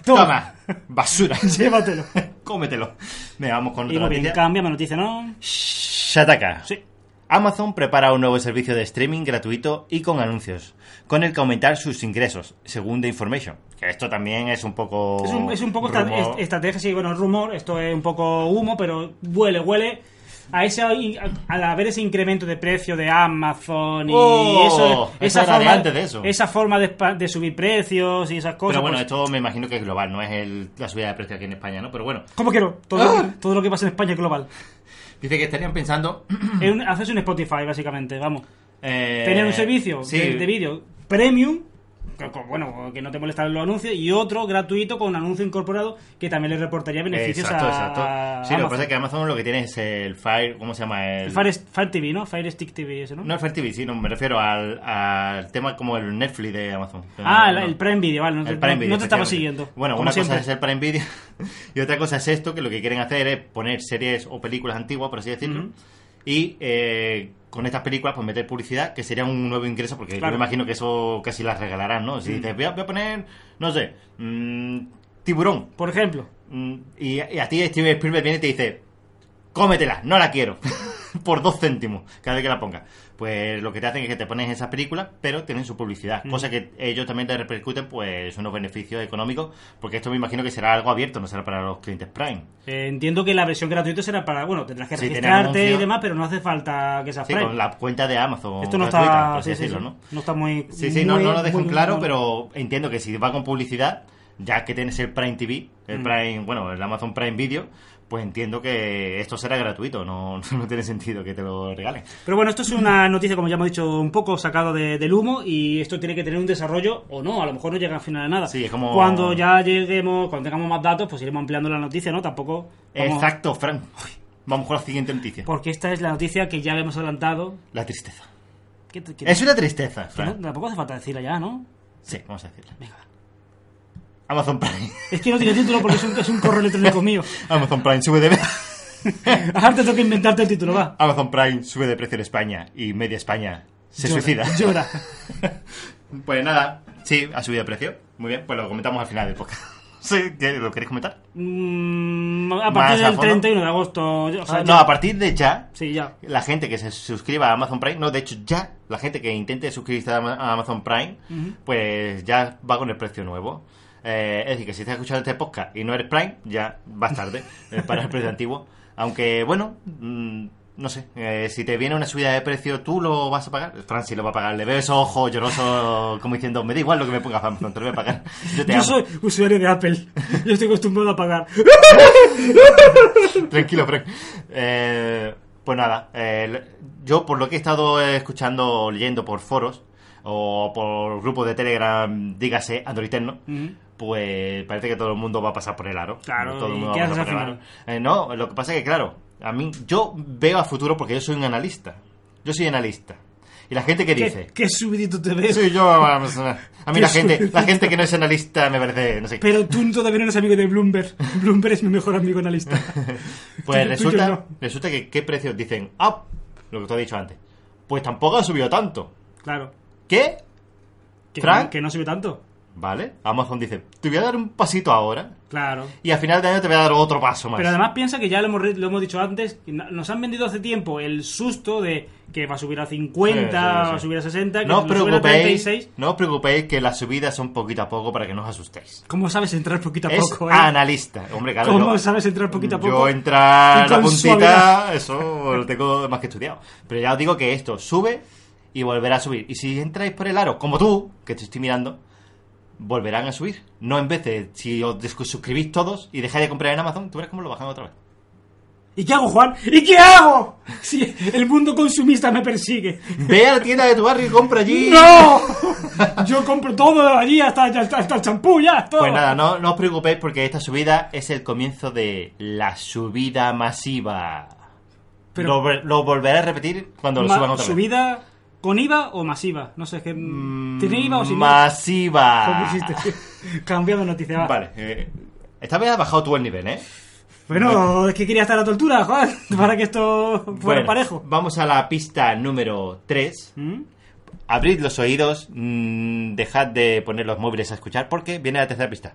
S4: Toma.
S3: Toma, basura.
S4: Llévatelo.
S3: Cómetelo. Venga, vamos con
S4: Y
S3: otra
S4: muy bien,
S3: noticia.
S4: cambia, me noticia, ¿no?
S3: Shataka.
S4: Sí.
S3: Amazon prepara un nuevo servicio de streaming gratuito y con anuncios, con el que aumentar sus ingresos, según The Information. Que esto también es un poco...
S4: Es un, es un poco
S3: rumor.
S4: estra- est- estrategia, sí, bueno, es rumor, esto es un poco humo, pero huele, huele. A ese, al haber ese incremento de precio de Amazon y
S3: Oh,
S4: eso,
S3: eso era de antes de eso.
S4: esa forma de, espa- de subir precios y esas cosas.
S3: Pero bueno,
S4: pues,
S3: esto me imagino que es global, no es el- la subida de precios aquí en España, ¿no? Pero bueno,
S4: ¿Cómo quiero? Todo,
S3: Ah.
S4: todo lo que pasa en España es global.
S3: dice que estarían pensando...
S4: Es un- haces un Spotify, básicamente, vamos.
S3: eh,
S4: Tener un servicio
S3: sí,
S4: de, de vídeo premium, que- con- bueno, que no te molestan los anuncios, y otro gratuito con anuncio incorporado que también le reportaría beneficios
S3: Exacto,
S4: a. a
S3: exacto. Sí, lo que
S4: Amazon.
S3: pasa es que Amazon lo que tiene es el Fire... ¿Cómo se llama? El,
S4: Fire, Fire TV, ¿no? Fire Stick TV, ese, ¿no?
S3: No el Fire TV, sino me refiero al, al tema como el Netflix de Amazon.
S4: ah,
S3: No.
S4: el, el Prime Video, vale. No, te-
S3: El Prime
S4: no-
S3: Video,
S4: no te estaba
S3: efectivamente.
S4: siguiendo.
S3: Bueno,
S4: como
S3: una
S4: siempre.
S3: cosa es el Prime Video y otra cosa es esto, que lo que quieren hacer es poner series o películas antiguas, por así decirlo, y eh, con estas películas pues meter publicidad, que sería un nuevo ingreso, porque
S4: Claro.
S3: yo me imagino que eso casi las regalarán, ¿no? Si dices, voy a, voy a poner, no sé, mm, tiburón,
S4: Por ejemplo,
S3: mm, y, y a ti Steven Spielberg viene y te dice, cómetela, no la quiero. Por dos céntimos cada vez que la pongas. Pues lo que te hacen es que te pones esas películas, pero tienen su publicidad.
S4: Mm.
S3: Cosa que ellos también te repercuten, pues, unos beneficios económicos. Porque esto me imagino que será algo abierto, no será para los clientes Prime.
S4: eh, entiendo que la versión gratuita será para. Bueno, tendrás que
S3: Sí, tiene
S4: registrarte y
S3: anuncio.
S4: demás, pero no hace falta que sea
S3: Sí,
S4: Prime.
S3: con la cuenta de Amazon.
S4: Esto no
S3: gratuita,
S4: está.
S3: por así
S4: sí, sí,
S3: decirlo,
S4: sí.
S3: ¿no?
S4: No está muy.
S3: Sí, sí, no,
S4: muy-
S3: no lo dejan
S4: muy-
S3: claro,
S4: muy-
S3: pero entiendo que si va con publicidad, ya que tienes el Prime TV,
S4: Mm.
S3: el Prime, bueno, el Amazon Prime Video, pues entiendo que esto será gratuito, no, no tiene sentido que te lo regalen.
S4: Pero bueno, esto es una noticia, como ya hemos dicho, un poco sacada de- del humo y esto tiene que tener un desarrollo o no, a lo mejor no llega al final de nada.
S3: Sí, es como-
S4: Cuando ya lleguemos, cuando tengamos más datos, pues iremos ampliando la noticia, ¿no? Tampoco... vamos-
S3: Exacto, Frank. Uy, Vamos con la siguiente noticia.
S4: Porque esta es la noticia que ya habíamos adelantado.
S3: La tristeza.
S4: Que- que-
S3: Es una tristeza,
S4: que no-
S3: Frank.
S4: tampoco hace falta decirla ya, ¿no?
S3: Sí, vamos a decirla.
S4: Venga.
S3: Amazon Prime.
S4: Es que no tiene título porque es un, es un correo electrónico mío.
S3: Amazon Prime sube de
S4: Ahora te tengo que inventarte el título, va.
S3: Amazon Prime sube de precio en España y media España se
S4: Llora,
S3: suicida.
S4: Llora.
S3: Pues nada, sí, ha subido de precio. Muy bien, pues lo comentamos al final del podcast. Sí, ¿qué? ¿Lo queréis comentar?
S4: Mm, a
S3: Más
S4: partir
S3: a
S4: del
S3: fondo. Ah,
S4: 31 de agosto. o sea,
S3: No,
S4: ya-
S3: a partir de ya,
S4: Sí, ya.
S3: la gente que se suscriba a Amazon Prime, no, de hecho ya, la gente que intente suscribirse a Ama- a Amazon Prime, pues ya va con el precio nuevo. Eh, es decir, que si estás escuchando este podcast y no eres Prime, ya vas tarde eh, para el precio antiguo. Aunque, bueno, mm, no sé, eh, si te viene una subida de precio, ¿tú lo vas a pagar? Fran sí lo va a pagar. Le veo esos ojos llorosos como diciendo, me da igual lo que me pongas Amazon, te lo voy a pagar. Yo te
S4: Yo
S3: amo.
S4: soy usuario de Apple. Yo estoy acostumbrado a pagar.
S3: Tranquilo, Frank. Eh, pues nada, eh, yo por lo que he estado escuchando o leyendo por foros o por grupos de Telegram, dígase Android Tecno, pues parece que todo el mundo va a pasar por el aro.
S4: Claro,
S3: todo
S4: ¿y
S3: el mundo
S4: qué
S3: va a pasar
S4: haces
S3: por
S4: al
S3: el aro. Eh, no, lo que pasa es que, claro, a mí yo veo a futuro porque yo soy un analista. Yo soy analista. Y la gente que
S4: ¿Qué,
S3: dice...
S4: qué subidito te ves?
S3: Soy yo, vamos, a a mí la
S4: Qué
S3: gente,
S4: subidito.
S3: la gente que no es analista me parece, no sé,
S4: Pero tú todavía no eres amigo de Bloomberg. Bloomberg es mi mejor amigo analista.
S3: Pues
S4: Tú- tú
S3: resulta,
S4: yo no.
S3: resulta que qué precios dicen, ah, lo que tú has dicho antes. Pues tampoco ha subido tanto.
S4: Claro.
S3: ¿Qué?
S4: Que,
S3: Frank.
S4: que no sube tanto.
S3: Vale, Amazon dice, te voy a dar un pasito ahora
S4: Claro.
S3: y a final de año te voy a dar otro paso más.
S4: Pero además piensa que ya lo hemos, re- lo hemos dicho antes, que na- nos han vendido hace tiempo el susto de que va a subir a 50,
S3: Sí, sí, sí.
S4: va a subir a 60, que
S3: no os
S4: lo suben a
S3: preocupéis,
S4: 36.
S3: no os preocupéis que las subidas son poquito a poco para que no os asustéis.
S4: ¿Cómo sabes entrar poquito a
S3: Es
S4: poco? eh?
S3: analista, hombre, claro.
S4: ¿Cómo
S3: yo-
S4: sabes entrar poquito a poco?
S3: Yo entrar
S4: Y
S3: a
S4: con
S3: puntita,
S4: suavidad.
S3: eso lo tengo más que estudiado. Pero ya os digo que esto sube y volverá a subir. Y si entráis por el aro, como tú, que te estoy mirando, volverán a subir. No en vez de si os des- suscribís todos y dejáis de comprar en Amazon, tú verás cómo lo bajan otra vez.
S4: ¿Y qué hago, Juan? ¿Y qué hago? Si el mundo consumista me persigue.
S3: Ve a la tienda de tu barrio y compra allí.
S4: ¡No! Yo compro todo allí, hasta, hasta, hasta el champú, ya, todo.
S3: Pues nada, no, no os preocupéis porque esta subida es el comienzo de la subida masiva.
S4: Pero-
S3: lo, vol- lo volveré a repetir cuando lo
S4: Ma-
S3: suban otra vez.
S4: ¿Subida con IVA o masiva? No sé, es que... mm,
S3: Mm,
S4: ¿Tiene IVA o sin IVA?
S3: Masiva.
S4: Joder, pusiste. Cambiado de noticia, va.
S3: Vale. eh, esta vez has bajado tú el nivel, ¿eh?
S4: Bueno, es que quería estar a tu altura, Juan, para que esto fuera
S3: Bueno,
S4: parejo.
S3: Vamos a la pista número 3.
S4: ¿Mm?
S3: Abrid los oídos, mm, dejad de poner los móviles a escuchar porque viene la tercera pista.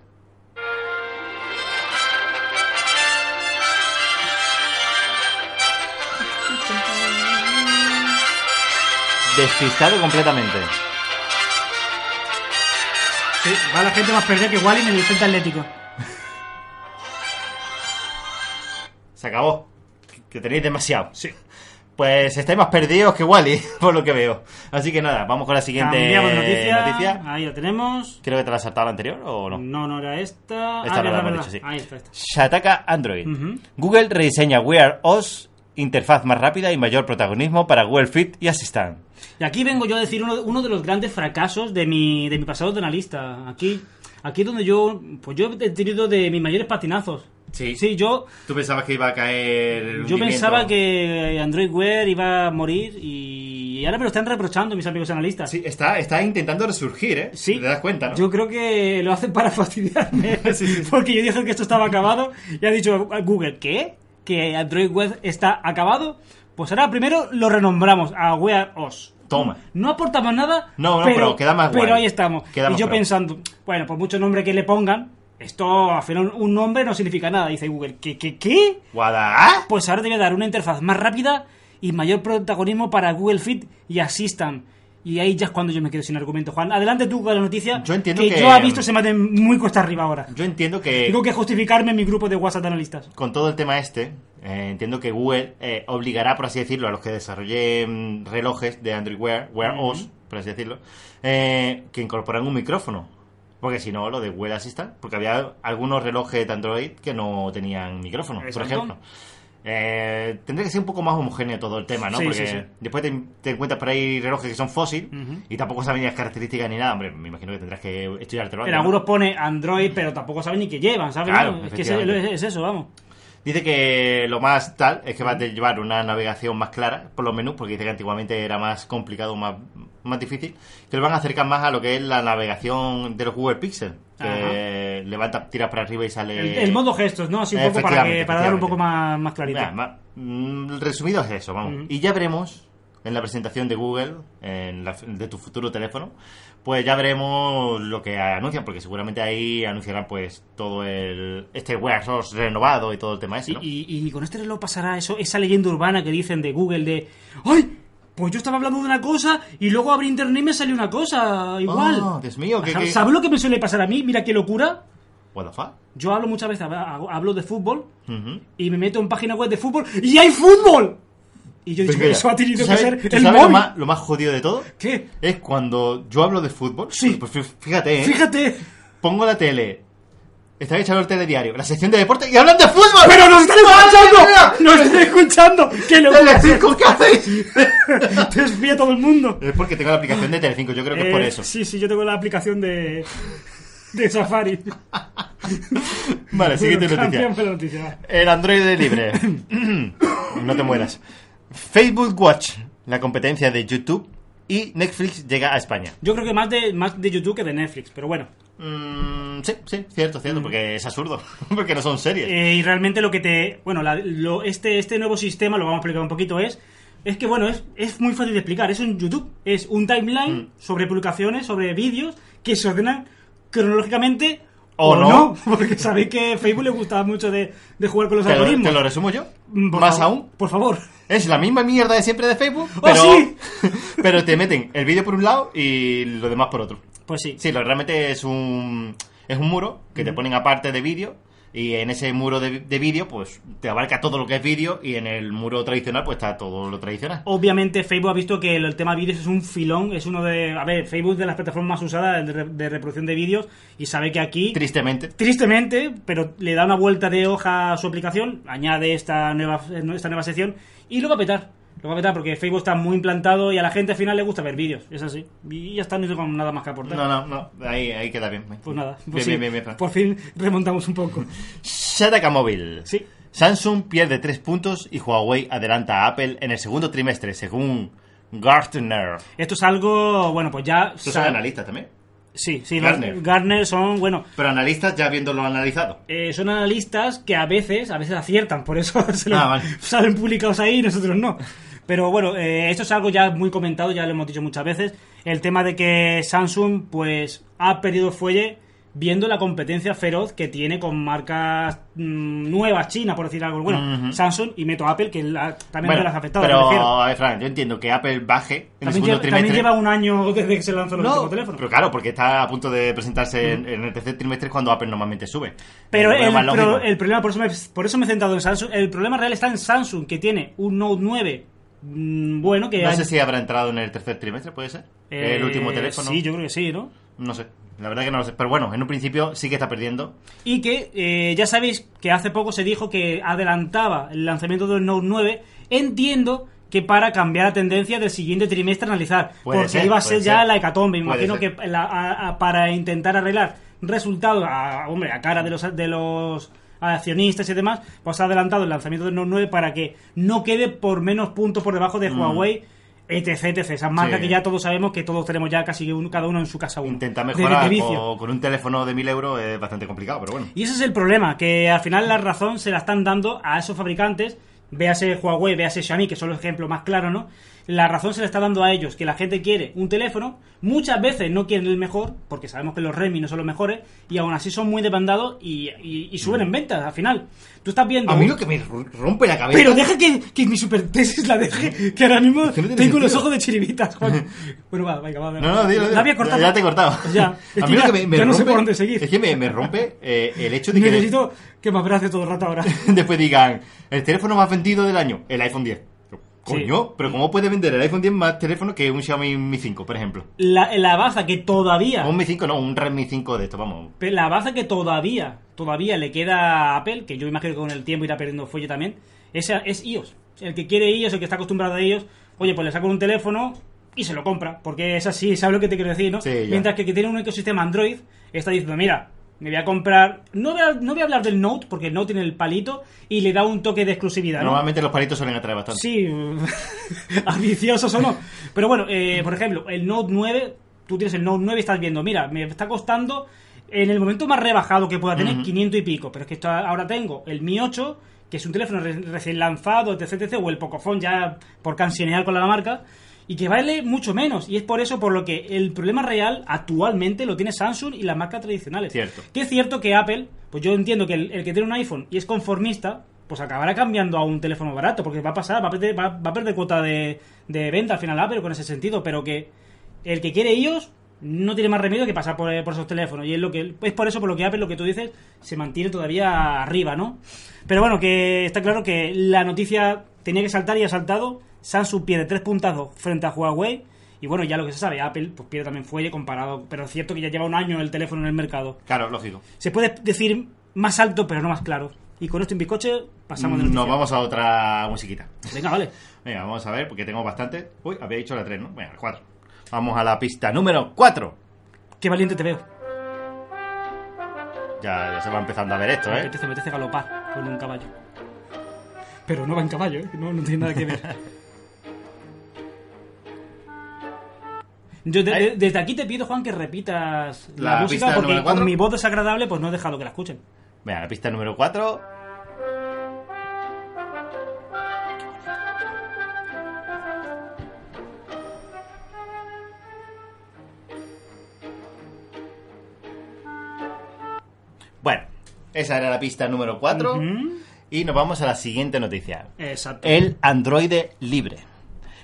S3: Despistado completamente.
S4: Sí, va la gente más perdida que Wally en el centro atlético.
S3: Se acabó. Que tenéis demasiado. Sí. Pues estáis más perdidos que Wally, por lo que veo. Así que nada, vamos con la siguiente
S4: Cambiamos de noticia.
S3: noticia.
S4: Ahí la tenemos.
S3: Creo que te la has saltado la anterior o no.
S4: No, no era esta.
S3: Esta
S4: ah,
S3: no la
S4: verdad,
S3: hemos
S4: verdad.
S3: dicho, sí.
S4: Ahí está, esta.
S3: Shataka Android.
S4: Ujú.
S3: Google rediseña Wear OS, interfaz más rápida y mayor protagonismo para Google Fit y Assistant.
S4: Y aquí vengo yo a decir uno, uno de los grandes fracasos de mi, de mi pasado de analista. Aquí, aquí es donde yo, pues yo he tenido de mis mayores patinazos.
S3: Sí.
S4: Sí, yo,
S3: Tú pensabas que iba a caer. el
S4: yo
S3: hundimiento.
S4: pensaba que Android Wear iba a morir y ahora me lo están reprochando mis amigos analistas.
S3: Sí, está, está intentando resurgir, ¿eh?
S4: Sí.
S3: Te das cuenta, ¿no?
S4: Yo creo que lo hacen para fastidiarme.
S3: Sí, sí.
S4: Porque yo dije que esto estaba acabado y ha dicho Google, ¿qué? ¿Que Android Web está acabado? Pues ahora primero lo renombramos a Wear OS.
S3: Toma.
S4: No aportamos nada.
S3: No, no, pero queda más
S4: Pero
S3: guay.
S4: ahí estamos.
S3: Queda
S4: y
S3: más
S4: yo
S3: pro.
S4: pensando, bueno, por mucho nombre que le pongan, esto al final un nombre no significa nada. Dice Google, ¿qué? ¿Qué? ¿Qué?
S3: Guada.
S4: Pues ahora te voy a dar una interfaz más rápida y mayor protagonismo para Google Fit y Assistant. Y ahí ya es cuando yo me quedo sin argumento, Juan. Adelante tú con la noticia.
S3: Yo entiendo que- Eh,
S4: yo ha visto se mate muy cuesta arriba ahora.
S3: Yo entiendo que.
S4: Tengo que justificarme en mi grupo de WhatsApp de analistas.
S3: con todo el tema este, eh, entiendo que Google eh, obligará, por así decirlo, a los que desarrollen relojes de Android Wear, Wear OS, por así decirlo, eh, que incorporan un micrófono. Porque si no, lo de Google Assistant, porque había algunos relojes de Android que no tenían micrófono, por
S4: Exacto.
S3: ejemplo. Eh, tendría que ser un poco más homogéneo todo el tema, ¿no?
S4: Sí,
S3: Porque
S4: sí, sí.
S3: después te, te encuentras por ahí relojes que son fósil
S4: Ujú.
S3: y tampoco saben ni las características ni nada. Hombre, me imagino que tendrás que estudiártelo.
S4: En
S3: antes, ¿no?
S4: algunos pone Android, pero tampoco saben ni qué llevan, ¿sabes?
S3: Claro,
S4: No, es que ese- es,
S3: efectivamente.
S4: es eso, vamos.
S3: Dice que lo más tal es que va a llevar una navegación más clara por los menús, porque dice que antiguamente era más complicado, más, más difícil, que lo van a acercar más a lo que es la navegación de los Google Pixel, que levanta, tiras para arriba y sale...
S4: El, el modo gestos, ¿no? Así un poco para, que,
S3: Efectivamente,
S4: para dar un poco
S3: Eh, efectivamente.
S4: más, más claridad.
S3: Mira, ma- mm, resumido es eso, vamos.
S4: Ujú.
S3: Y ya veremos en la presentación de Google, en la- de tu futuro teléfono, pues ya veremos lo que anuncian, porque seguramente ahí anunciarán pues todo el... este Wear OS renovado y todo el tema ese,
S4: Y,
S3: ¿no?
S4: y- y con este reloj pasará eso, esa leyenda urbana que dicen de Google de ¡Ay! Pues yo estaba hablando de una cosa y luego abrí internet y me salió una cosa igual.
S3: Oh, Dios mío, ¿qué- qué-
S4: ¿Sabes lo que me suele pasar a mí? Mira qué locura.
S3: What the fuck?
S4: Yo hablo muchas veces, hab- hablo de fútbol
S3: Ujú.
S4: y me meto en página web de fútbol y hay fútbol. Y yo digo,
S3: Venga,
S4: eso ha
S3: Pues ¿tú
S4: tenido que
S3: sabes-
S4: ser
S3: tú
S4: el
S3: sabes lo
S4: móvil.
S3: más, lo más jodido de todo?
S4: ¿Qué?
S3: Es cuando yo hablo de fútbol.
S4: Sí.
S3: Pues fí- fíjate, ¿eh?
S4: Fíjate.
S3: Pongo la tele. Está echando el telediario. La sección de deporte y hablan de fútbol.
S4: ¡Pero nos están
S3: ¡Madre
S4: escuchando! ¡Nos están escuchando! ¡Qué
S3: mía!
S4: locura!
S3: ¡Telecinco, ¿qué hacéis?
S4: Te espía todo el mundo.
S3: es porque tengo la aplicación de Telecinco. Yo creo que es por
S4: Eh,
S3: eso.
S4: Sí, sí, yo tengo la aplicación de, de Safari.
S3: Vale, siguiente
S4: Bueno,
S3: noticia.
S4: cámbiame la noticia, va.
S3: El androide libre. no te mueras. Facebook Watch, la competencia de YouTube y Netflix llega a España.
S4: Yo creo que más de, más de YouTube que de Netflix, pero bueno.
S3: Mm, sí, sí, cierto, cierto, porque es absurdo. porque no son series.
S4: Mm. Eh, y realmente lo que te. Bueno, la- lo- este, este nuevo sistema, lo vamos a explicar un poquito, es. Es que bueno, es, es muy fácil de explicar. Es un YouTube. Es un timeline
S3: Mm.
S4: sobre publicaciones, sobre vídeos que se ordenan cronológicamente.
S3: O no.
S4: porque sabéis que Facebook le gustaba mucho de, de jugar con los
S3: ¿Te lo,
S4: algoritmos.
S3: te lo resumo yo?
S4: Mm, por
S3: Más
S4: favor,
S3: aún,
S4: Por favor.
S3: es la misma mierda de siempre de Facebook,
S4: ¡Oh,
S3: pero,
S4: sí!
S3: pero te meten el vídeo por un lado y lo demás por otro.
S4: Pues sí.
S3: Sí, lo, realmente es un, es un muro que
S4: Mm.
S3: te ponen aparte de vídeo y en ese muro de, de vídeo pues te abarca todo lo que es vídeo y en el muro tradicional pues está todo lo tradicional.
S4: Obviamente Facebook ha visto que el, el tema vídeos es un filón, es uno de... A ver, Facebook es de las plataformas más usadas de, re- de reproducción de vídeos y sabe que aquí...
S3: Tristemente.
S4: Tristemente, pero le da una vuelta de hoja a su aplicación, añade esta nueva, esta nueva sección y lo va a petar. Lo va a petar porque Facebook está muy implantado y a la gente al final le gusta ver vídeos. Es así. Y ya está, no tengo nada más que aportar.
S3: No, no, no, ahí, ahí queda bien.
S4: Pues nada, pues
S3: Bien,
S4: sí,
S3: bien, bien, bien, Fran.
S4: por fin remontamos un poco.
S3: Shataka Móvil.
S4: Sí.
S3: Samsung pierde 3 puntos y Huawei adelanta a Apple en el segundo trimestre, según Gartner.
S4: Esto es algo, bueno, pues ya...
S3: ¿Tú
S4: sa-
S3: eres analista también?
S4: Sí, sí,
S3: Gartner.
S4: los Gartner son, bueno,
S3: Pero analistas ya habiéndolo analizado.
S4: eh, son analistas que a veces, a veces aciertan, por eso se lo-
S3: Ah, vale.
S4: salen publicados ahí y nosotros no. Pero bueno, eh, esto es algo ya muy comentado, ya lo hemos dicho muchas veces, el tema de que Samsung pues ha perdido fuelle viendo la competencia feroz que tiene con marcas mm, nuevas, China, por decir algo. Bueno,
S3: Ujú.
S4: Samsung y meto Apple, que la- también
S3: Bueno,
S4: no las ha afectado. me
S3: pero,
S4: refiero.
S3: a ver, Fran, yo entiendo que Apple baje en el
S4: También,
S3: segundo
S4: lleva, también
S3: trimestre.
S4: lleva un año desde que se lanzó el
S3: No,
S4: último teléfono. Mm.
S3: pero claro, porque está a punto de presentarse en, en el tercer trimestre cuando Apple normalmente sube.
S4: Pero
S3: Lo veo
S4: el,
S3: más
S4: pro-
S3: lógico.
S4: el problema, por eso, me, por eso me he centrado en Samsung. El problema real está en Samsung, que tiene un Note 9. mm, Bueno, que.
S3: No
S4: hay-
S3: sé si habrá entrado en el tercer trimestre, ¿puede ser?
S4: eh,
S3: el último teléfono.
S4: Sí, yo creo que sí, ¿no?
S3: No sé. La verdad que no lo sé. Pero bueno, en un principio sí que está perdiendo.
S4: Y que eh, ya sabéis que hace poco se dijo que adelantaba el lanzamiento del Note 9. Entiendo que para cambiar la tendencia del siguiente trimestre analizar.
S3: Puede
S4: porque
S3: ser,
S4: iba a
S3: puede
S4: ser ya
S3: ser.
S4: la hecatombe.
S3: Puede
S4: Imagino
S3: ser.
S4: que la- a- a- para intentar arreglar resultados, a, hombre, a cara de los, de los accionistas y demás, pues ha adelantado el lanzamiento del Note 9 para que no quede por menos puntos por debajo de Huawei. Etc, etc. Esas marcas
S3: Mm. Sí.
S4: que ya todos sabemos que todos tenemos ya casi uno, cada uno en su casa uno.
S3: Intentar
S4: De- de
S3: mejorar
S4: vicio.
S3: con, con un teléfono de 1000 euros es bastante complicado, pero bueno.
S4: Y ese es el problema, que al final la razón se la están dando a esos fabricantes, véase Huawei, véase Xiaomi, que son los ejemplos más claros, ¿no? La razón se la está dando a ellos, que la gente quiere un teléfono, muchas veces no quieren el mejor, porque sabemos que los Redmi no son los mejores, y aún así son muy demandados y, y- y suben en ventas al final. Tú estás viendo...
S3: Mm. A mí lo que me r- rompe la cabeza.
S4: Pero deja que, que mi super tesis la deje, que ahora mismo
S3: Que no tiene
S4: tengo los
S3: sentido.
S4: ojos de chiribitas, Juan. Bueno, va, venga, va. venga.
S3: No, no, dilo, dilo.
S4: La había cortado.
S3: Ya, ya te he cortado.
S4: Ya.
S3: A mí
S4: Ya-
S3: lo que me, me
S4: ya no sé
S3: rompe-
S4: por dónde seguir.
S3: Es que me, me rompe eh, el hecho de que
S4: Necesito que me abrace todo el rato ahora.
S3: después digan el teléfono más vendido del año, el iPhone 10. Coño, pero ¿cómo puede vender el iPhone 10 más teléfono que un Xiaomi Mi 5, por ejemplo?
S4: la, la baza que todavía
S3: O Un Mi 5, no, un Redmi 5 de estos, vamos.
S4: pe- la baza que todavía todavía le queda a Apple que yo imagino que con el tiempo irá perdiendo fuelle también esa es iOS el que quiere iOS el que está acostumbrado a iOS oye pues le saco un teléfono y se lo compra porque es así sabes lo que te quiero decir no
S3: Sí, ya.
S4: mientras que el que tiene un ecosistema Android está diciendo mira me voy a comprar no voy a, no voy a hablar del Note porque el Note tiene el palito y le da un toque de exclusividad ¿no?
S3: Normalmente los palitos suelen atraer bastante.
S4: Sí, ambiciosos o no. Pero bueno, eh, por ejemplo, el Note 9, tú tienes el Note 9 y estás viendo, mira, me está costando en el momento más rebajado que pueda tener
S3: Ujú.
S4: 500 y pico, pero es que esto ahora tengo el Mi 8, que es un teléfono re- recién lanzado, etc, etc, o el Pocophone ya por cansinear con la marca. Y que vale mucho menos. Y es por eso por lo que el problema real actualmente lo tiene Samsung y las marcas tradicionales.
S3: Cierto.
S4: Que es cierto que Apple, pues yo entiendo que el, el que tiene un iPhone y es conformista, pues acabará cambiando a un teléfono barato, porque va a pasar, va a perder, va, va a perder cuota de, de venta al final Apple con ese sentido, pero que el que quiere ellos no tiene más remedio que pasar por, eh, por esos teléfonos. Y es lo que es por eso por lo que Apple, lo que tú dices, se mantiene todavía arriba, ¿no? Pero bueno, que está claro que la noticia tenía que saltar y ha saltado. Samsung pierde tres puntazos frente a Huawei. Y bueno, ya lo que se sabe, Apple pues pierde también fuelle comparado, pero es cierto que ya lleva un año el teléfono en el mercado.
S3: Claro, lógico.
S4: Se puede decir más alto, pero no más claro. Y con esto en bizcoche pasamos de
S3: Nos
S4: noticia.
S3: vamos a otra musiquita.
S4: Venga, vale.
S3: Venga, vamos a ver, porque tengo bastante. Uy, había dicho la 3, ¿no? Venga, la 4. Vamos a la pista número 4.
S4: Qué valiente te veo.
S3: Ya, ya se va empezando a ver esto,
S4: Me
S3: ¿eh?
S4: apetece, me apetece galopar con un caballo. Pero no va en caballo, ¿eh? No, no tiene nada que ver. Yo de- de- desde aquí te pido, Juan, que repitas la,
S3: La
S4: música
S3: pista
S4: porque
S3: número cuatro.
S4: con mi voz desagradable pues no he dejado que la escuchen.
S3: Venga, la pista número 4. Bueno, esa era la pista número 4.
S4: Ujú.
S3: Y nos vamos a la siguiente noticia.
S4: Exacto.
S3: El Android libre.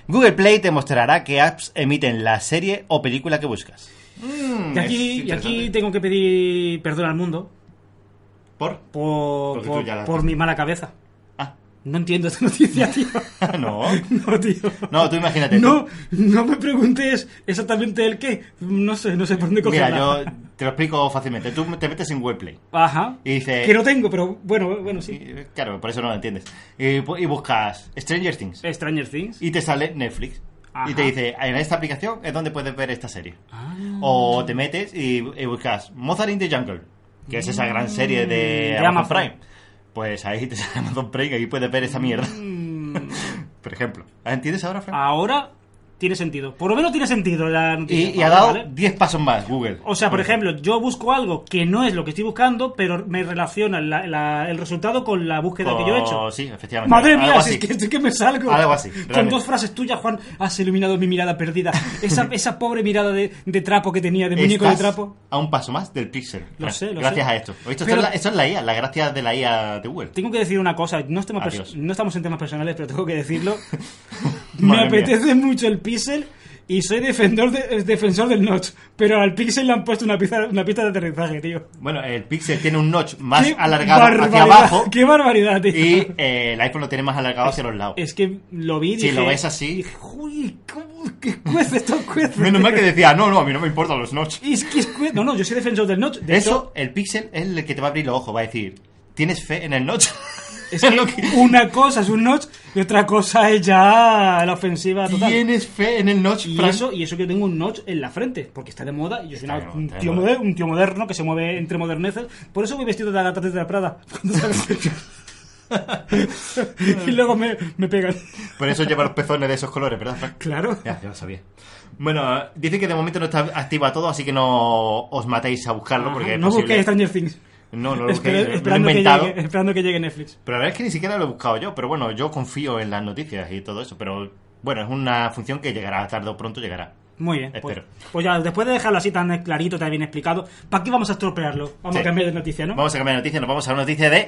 S3: Google Play te mostrará qué apps emiten la serie o película que buscas.
S4: y, aquí, y aquí tengo que pedir perdón al mundo
S3: ¿Por?
S4: por,
S3: Porque tú
S4: por,
S3: ya la
S4: por
S3: has
S4: mi mala cabeza.
S3: Ah,
S4: No entiendo esta noticia, tío.
S3: no.
S4: No, tío.
S3: No, tú imagínate.
S4: No, no me preguntes exactamente el qué. No sé, no sé por dónde cogerla.
S3: Mira, yo te lo explico fácilmente. Tú te metes en Wordplay.
S4: Ajá.
S3: Y eh, dice-
S4: Que no tengo, pero bueno, bueno, sí.
S3: Y, Claro, por eso no lo entiendes. Y, bu- y buscas Stranger Things.
S4: Stranger Things.
S3: Y te sale Netflix.
S4: Ajá. Ah.
S3: Y te dice, en esta aplicación es donde puedes ver esta serie. O te metes y, y buscas Mozart in the Jungle, que es esa gran serie
S4: Mm,
S3: de
S4: de
S3: Amazon,
S4: Amazon.
S3: Prime. Pues ahí te sale
S4: Mm. Ah,
S3: Amazon Prime, ahí puedes ver esa mierda. Por ejemplo. ¿Entiendes ahora, Frank?
S4: Ahora tiene sentido. Por lo menos tiene sentido la noticia.
S3: Y, y ha
S4: ¿vale?
S3: dado
S4: ¿vale?
S3: 10 pasos más Google.
S4: O sea, por ejemplo, yo busco algo que no es lo que estoy buscando, pero me relaciona la- la- el resultado con la búsqueda que yo he hecho.
S3: Con- Sí, efectivamente.
S4: Madre
S3: Algo
S4: mía, si es
S3: así.
S4: que, es que me salgo.
S3: Algo así,
S4: Con
S3: realmente.
S4: dos frases tuyas, Juan, has iluminado mi mirada perdida. Esa, esa pobre mirada de, de trapo que tenía, de muñeco de
S3: Estás
S4: trapo.
S3: A un paso más del Pixel.
S4: Lo
S3: Gra-
S4: sé, lo
S3: Gracias
S4: sé.
S3: a esto. Esto,
S4: Pero-
S3: es la, esto es la IA, la gracia de la IA de Google.
S4: Tengo que decir una cosa, no, es tema perso-
S3: Adiós.
S4: no estamos en temas personales, pero tengo que decirlo. me
S3: Madre mía.
S4: apetece mucho el pixel y soy defensor, de- eh, defensor del notch, pero al pixel le han puesto una pista, una pista de aterrizaje, tío.
S3: Bueno, el Pixel tiene un notch más
S4: ¡Qué
S3: alargado hacia
S4: barbaridad!
S3: abajo
S4: ¡Qué barbaridad, tío!
S3: y eh, el iPhone lo tiene más alargado hacia los lados.
S4: Es que lo vi y
S3: Si
S4: dije,
S3: lo ves así-
S4: dije, uy, ¿cómo? ¿Qué cuece esto? Cuece.
S3: Menos mal que decía, no, no, a mí no me importan los notch.
S4: Es que es cue- No, no, yo soy defensor del notch. De hecho,
S3: Eso, el Pixel es el que te va a abrir los ojos, va a decir, ¿tienes fe en el notch?
S4: es que
S3: lo que-
S4: una cosa es un notch y otra cosa es ya la ofensiva Ah, total.
S3: ¿Tienes fe en el notch,
S4: Y
S3: Fran?
S4: eso, y eso que tengo un notch en la frente, porque está de moda y yo soy
S3: Está
S4: una-
S3: de moda,
S4: un,
S3: está de
S4: tío
S3: moda.
S4: moder- un tío moderno que se mueve entre moderneces. Por eso voy vestido de Agatha de la Prada. y luego me, me pegan.
S3: Por eso lleva los pezones de esos colores, ¿verdad, Fran?
S4: Claro.
S3: Ya, ya lo sabía. Bueno, dice que de momento no está activa todo, así que no os matéis a buscarlo porque
S4: Ajá,
S3: es
S4: Ah, no
S3: posible.
S4: busqué Stranger Things.
S3: No, no lo busquéis,
S4: Espera-
S3: lo he
S4: esperando, que
S3: inventado.
S4: llegue, esperando que llegue Netflix.
S3: Pero la verdad es que ni siquiera lo he buscado yo, pero bueno, yo confío en las noticias y todo eso, pero bueno, es una función que llegará tarde o pronto llegará.
S4: Muy bien. Pues,
S3: Espero.
S4: pues ya, después de dejarlo así tan clarito, tan bien explicado, ¿para qué vamos a estropearlo? Vamos
S3: Sí.
S4: a cambiar de noticia, ¿no?
S3: Vamos a cambiar de noticia, nos vamos a la noticia de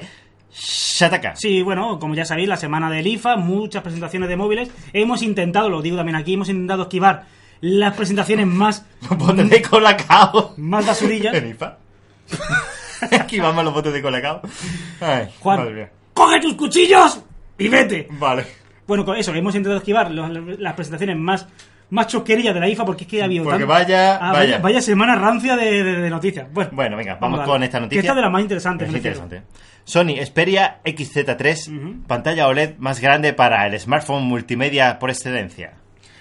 S3: Shataka.
S4: Sí, bueno, como ya sabéis, la semana del IFA, muchas presentaciones de móviles. Hemos intentado, lo digo también aquí, hemos intentado esquivar las presentaciones más,
S3: Los botes de colacao.
S4: más basurillas.
S3: En IFA. Esquivamos los botes de colacao. Ay, madre
S4: Juan,
S3: mía.
S4: coge tus cuchillos y vete.
S3: Vale.
S4: Bueno, con eso, hemos intentado esquivar los- las presentaciones más, más chosquerías de la IFA porque es que ha habido...
S3: Porque
S4: tan-
S3: vaya,
S4: Ah,
S3: vaya.
S4: semana rancia de, de- de noticias. Bueno,
S3: Bueno, venga,
S4: vamos
S3: vamos,
S4: a darle.
S3: con esta noticia.
S4: Que esta es de la más interesante,
S3: Es
S4: me refiero.
S3: interesante. Sony Xperia XZ3, pantalla OLED más grande para el smartphone multimedia por excelencia.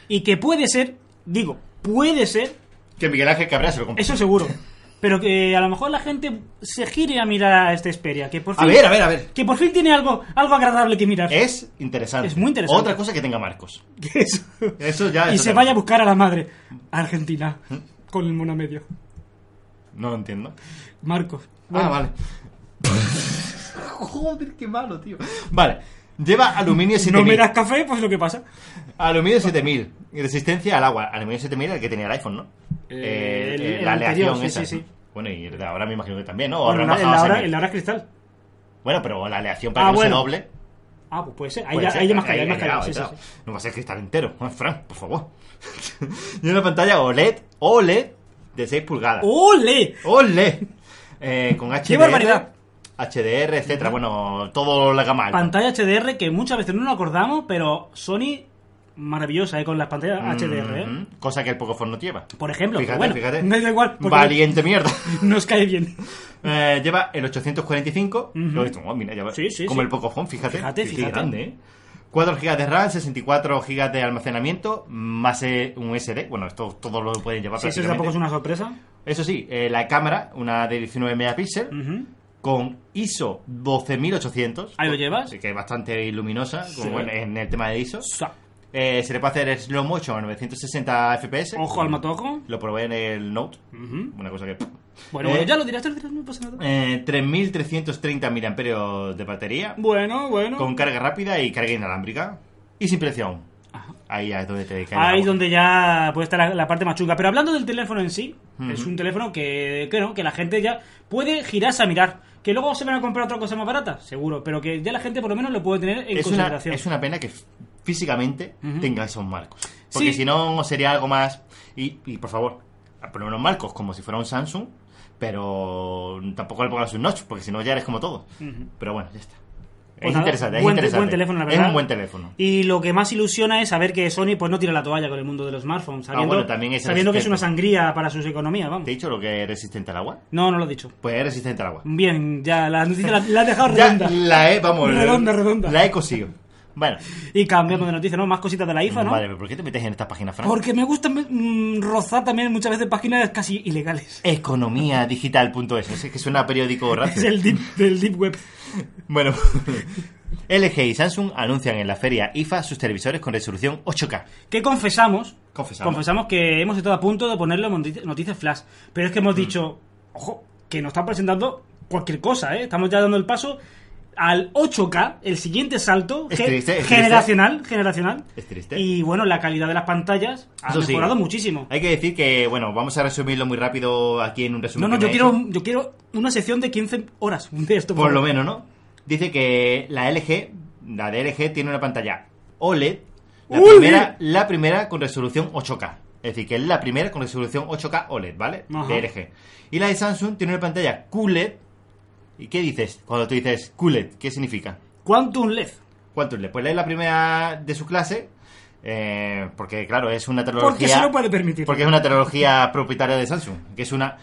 S4: y que puede ser, digo, puede ser
S3: Que Miguel Ángel Cabrera se lo compró.
S4: Eso seguro. Pero que a lo mejor la gente se gire a mirar a este Xperia. Que por
S3: A
S4: fin,
S3: ver, ¿Eh? a ver, a ver.
S4: Que por fin tiene algo, algo agradable que mirar.
S3: Es interesante.
S4: Es muy interesante.
S3: Otra cosa que tenga Marcos.
S4: Que eso.
S3: Eso ya
S4: y
S3: Ah, eso
S4: se
S3: ya-
S4: vaya a buscar a la madre. A Argentina. Con el mono medio.
S3: No lo entiendo.
S4: Marcos.
S3: Ah, vale. Joder, qué malo, tío. Vale. Lleva aluminio
S4: Si no
S3: 7000.
S4: me das café, pues lo que pasa.
S3: Aluminio 7000. Y resistencia al agua. Aluminio 7000 era el que tenía el iPhone, ¿no?
S4: Eh, el- el
S3: la
S4: anterior,
S3: aleación
S4: sí,
S3: esa.
S4: sí, sí.
S3: Bueno, y el de ahora me imagino que también, Oh, ¿no?
S4: Bueno,
S3: Ahora
S4: la,
S3: han bajado
S4: la
S3: a
S4: hora,
S3: 6.000.
S4: la hora es cristal.
S3: Bueno, pero la aleación para
S4: Ah,
S3: que
S4: bueno.
S3: no se doble.
S4: Ah, pues puede ser. Ahí
S3: puede
S4: ya,
S3: ser,
S4: ahí ya me has
S3: ahí-
S4: callado,
S3: ahí
S4: me has
S3: llegaba,
S4: callado, sí,
S3: ahí
S4: sí,
S3: llegaba.
S4: sí.
S3: No va a ser cristal entero. Bueno, Frank, por favor. y una pantalla OLED, OLED de 6 pulgadas.
S4: ¡Ole!
S3: ¡Ole! Eh, con HDR.
S4: barbaridad!
S3: HDR, etcétera. Bueno, todo la gama alta.
S4: Pantalla HDR que muchas veces no nos acordamos, pero Sony maravillosa, ¿eh? Con las pantallas HDR, ¿eh?
S3: Mhm. Cosa que el Pocophone no lleva.
S4: Por ejemplo,
S3: Fíjate,
S4: bueno,
S3: fíjate.
S4: me da igual, porque-
S3: Valiente mierda.
S4: Nos cae bien.
S3: Eh, lleva el 845. Lo he visto, oh, mira, lleva-
S4: Sí, sí,
S3: como
S4: sí.
S3: el Pocophone, fíjate.
S4: Fíjate,
S3: Sí, sí,
S4: fíjate.
S3: grande, ¿eh? 4 GB de RAM, 64 GB de almacenamiento, más eh, un SD. Bueno, esto todo lo pueden llevar
S4: Sí, eso
S3: prácticamente.
S4: tampoco es una sorpresa.
S3: Eso sí, eh, la cámara, una de 19 megapíxeles, con ISO 12800.
S4: Ahí lo llevas.
S3: Así que es bastante luminosa, como
S4: Sí.
S3: bueno, en el tema de ISO.
S4: O sea,
S3: Eh, se le puede hacer slow motion a 960 FPS.
S4: Ojo al matojo.
S3: Lo probé en el Note. Una cosa que.
S4: Bueno,
S3: Eh,
S4: bueno, ya lo dirás, ya lo dirás, no pasa nada.
S3: eh, 3330 miliamperios de batería.
S4: Bueno, bueno.
S3: Con carga rápida y carga inalámbrica. Y sin presión. Ahí es donde te cae. la
S4: Ahí
S3: boca.
S4: donde ya puede estar la, la parte más chunga. Pero hablando del teléfono en sí,
S3: Ujú.
S4: es un teléfono que, que no, que la gente ya puede girarse a mirar. Que luego se van a comprar otra cosa más barata, seguro. Pero que ya la gente por lo menos lo puede tener en
S3: es una,
S4: consideración.
S3: es una pena que f- físicamente tenga esos marcos. Porque
S4: Sí.
S3: si no, sería algo más. Y, y, por favor, poner unos marcos como si fuera un Samsung, pero tampoco le pongas un notch, porque si no, ya eres como todo. Pero bueno, ya está.
S4: Pues
S3: es
S4: nada,
S3: interesante, es
S4: buen,
S3: interesante.
S4: buen teléfono, la verdad.
S3: Es un buen teléfono.
S4: Y lo que más ilusiona es saber que Sony pues no tira la toalla con el mundo de los smartphones. Sabiendo,
S3: Ah, bueno, también es
S4: sabiendo que es una
S3: resistente.
S4: sangría para sus economías,
S3: ¿Te he
S4: vamos.
S3: dicho lo que es resistente al agua?
S4: No, no lo he dicho.
S3: Pues es resistente al agua.
S4: Bien, ya la noticia la, la has dejado
S3: Ya
S4: redonda.
S3: la he, vamos.
S4: Redonda, redonda.
S3: La he cosido. Bueno,
S4: Y cambiamos de noticia, ¿no? Más cositas de la IFA, ¿no?
S3: vale, pero ¿por qué te metes en esta página, Fran?
S4: Porque me gusta mm, rozar también muchas veces páginas casi ilegales.
S3: Economía digital.es. Es que suena a periódico rápido.
S4: Es el deep, del deep web.
S3: Bueno, LG y Samsung anuncian en la feria IFA sus televisores con resolución 8K.
S4: Que confesamos,
S3: Confesamos.
S4: que hemos estado a punto de ponerlo en noti- noticias flash. Pero es que
S3: Mm.
S4: hemos dicho, ojo, que nos están presentando cualquier cosa, ¿eh? Estamos ya dando el paso al 8K, el siguiente salto
S3: Es
S4: que-
S3: triste, es
S4: generacional, generacional.
S3: Es triste.
S4: Y bueno, la calidad de las pantallas ha
S3: Eso sí.
S4: mejorado muchísimo.
S3: Hay que decir que, bueno, vamos a resumirlo muy rápido aquí en un resumen.
S4: No, no,
S3: que
S4: yo
S3: me he
S4: quiero,
S3: hecho.
S4: yo quiero una sección de 15 horas de esto.
S3: Por lo
S4: favor.
S3: menos, ¿no? Dice que la LG, la de LG tiene una pantalla OLED, la
S4: ¡Ole!
S3: primera, la primera con resolución 8K. Es decir, que es la primera con resolución 8K OLED, E ¿vale?
S4: Ajá.
S3: De LG. Y la de Samsung tiene una pantalla QLED. ¿Y qué dices cuando tú dices QLED? ¿Qué significa?
S4: Quantum LED.
S3: ¿Cuántos le? Pues es la primera de su clase. eh, porque, claro, es una tecnología.
S4: Porque se lo puede permitir.
S3: Porque es una tecnología propietaria de Samsung. Que es una.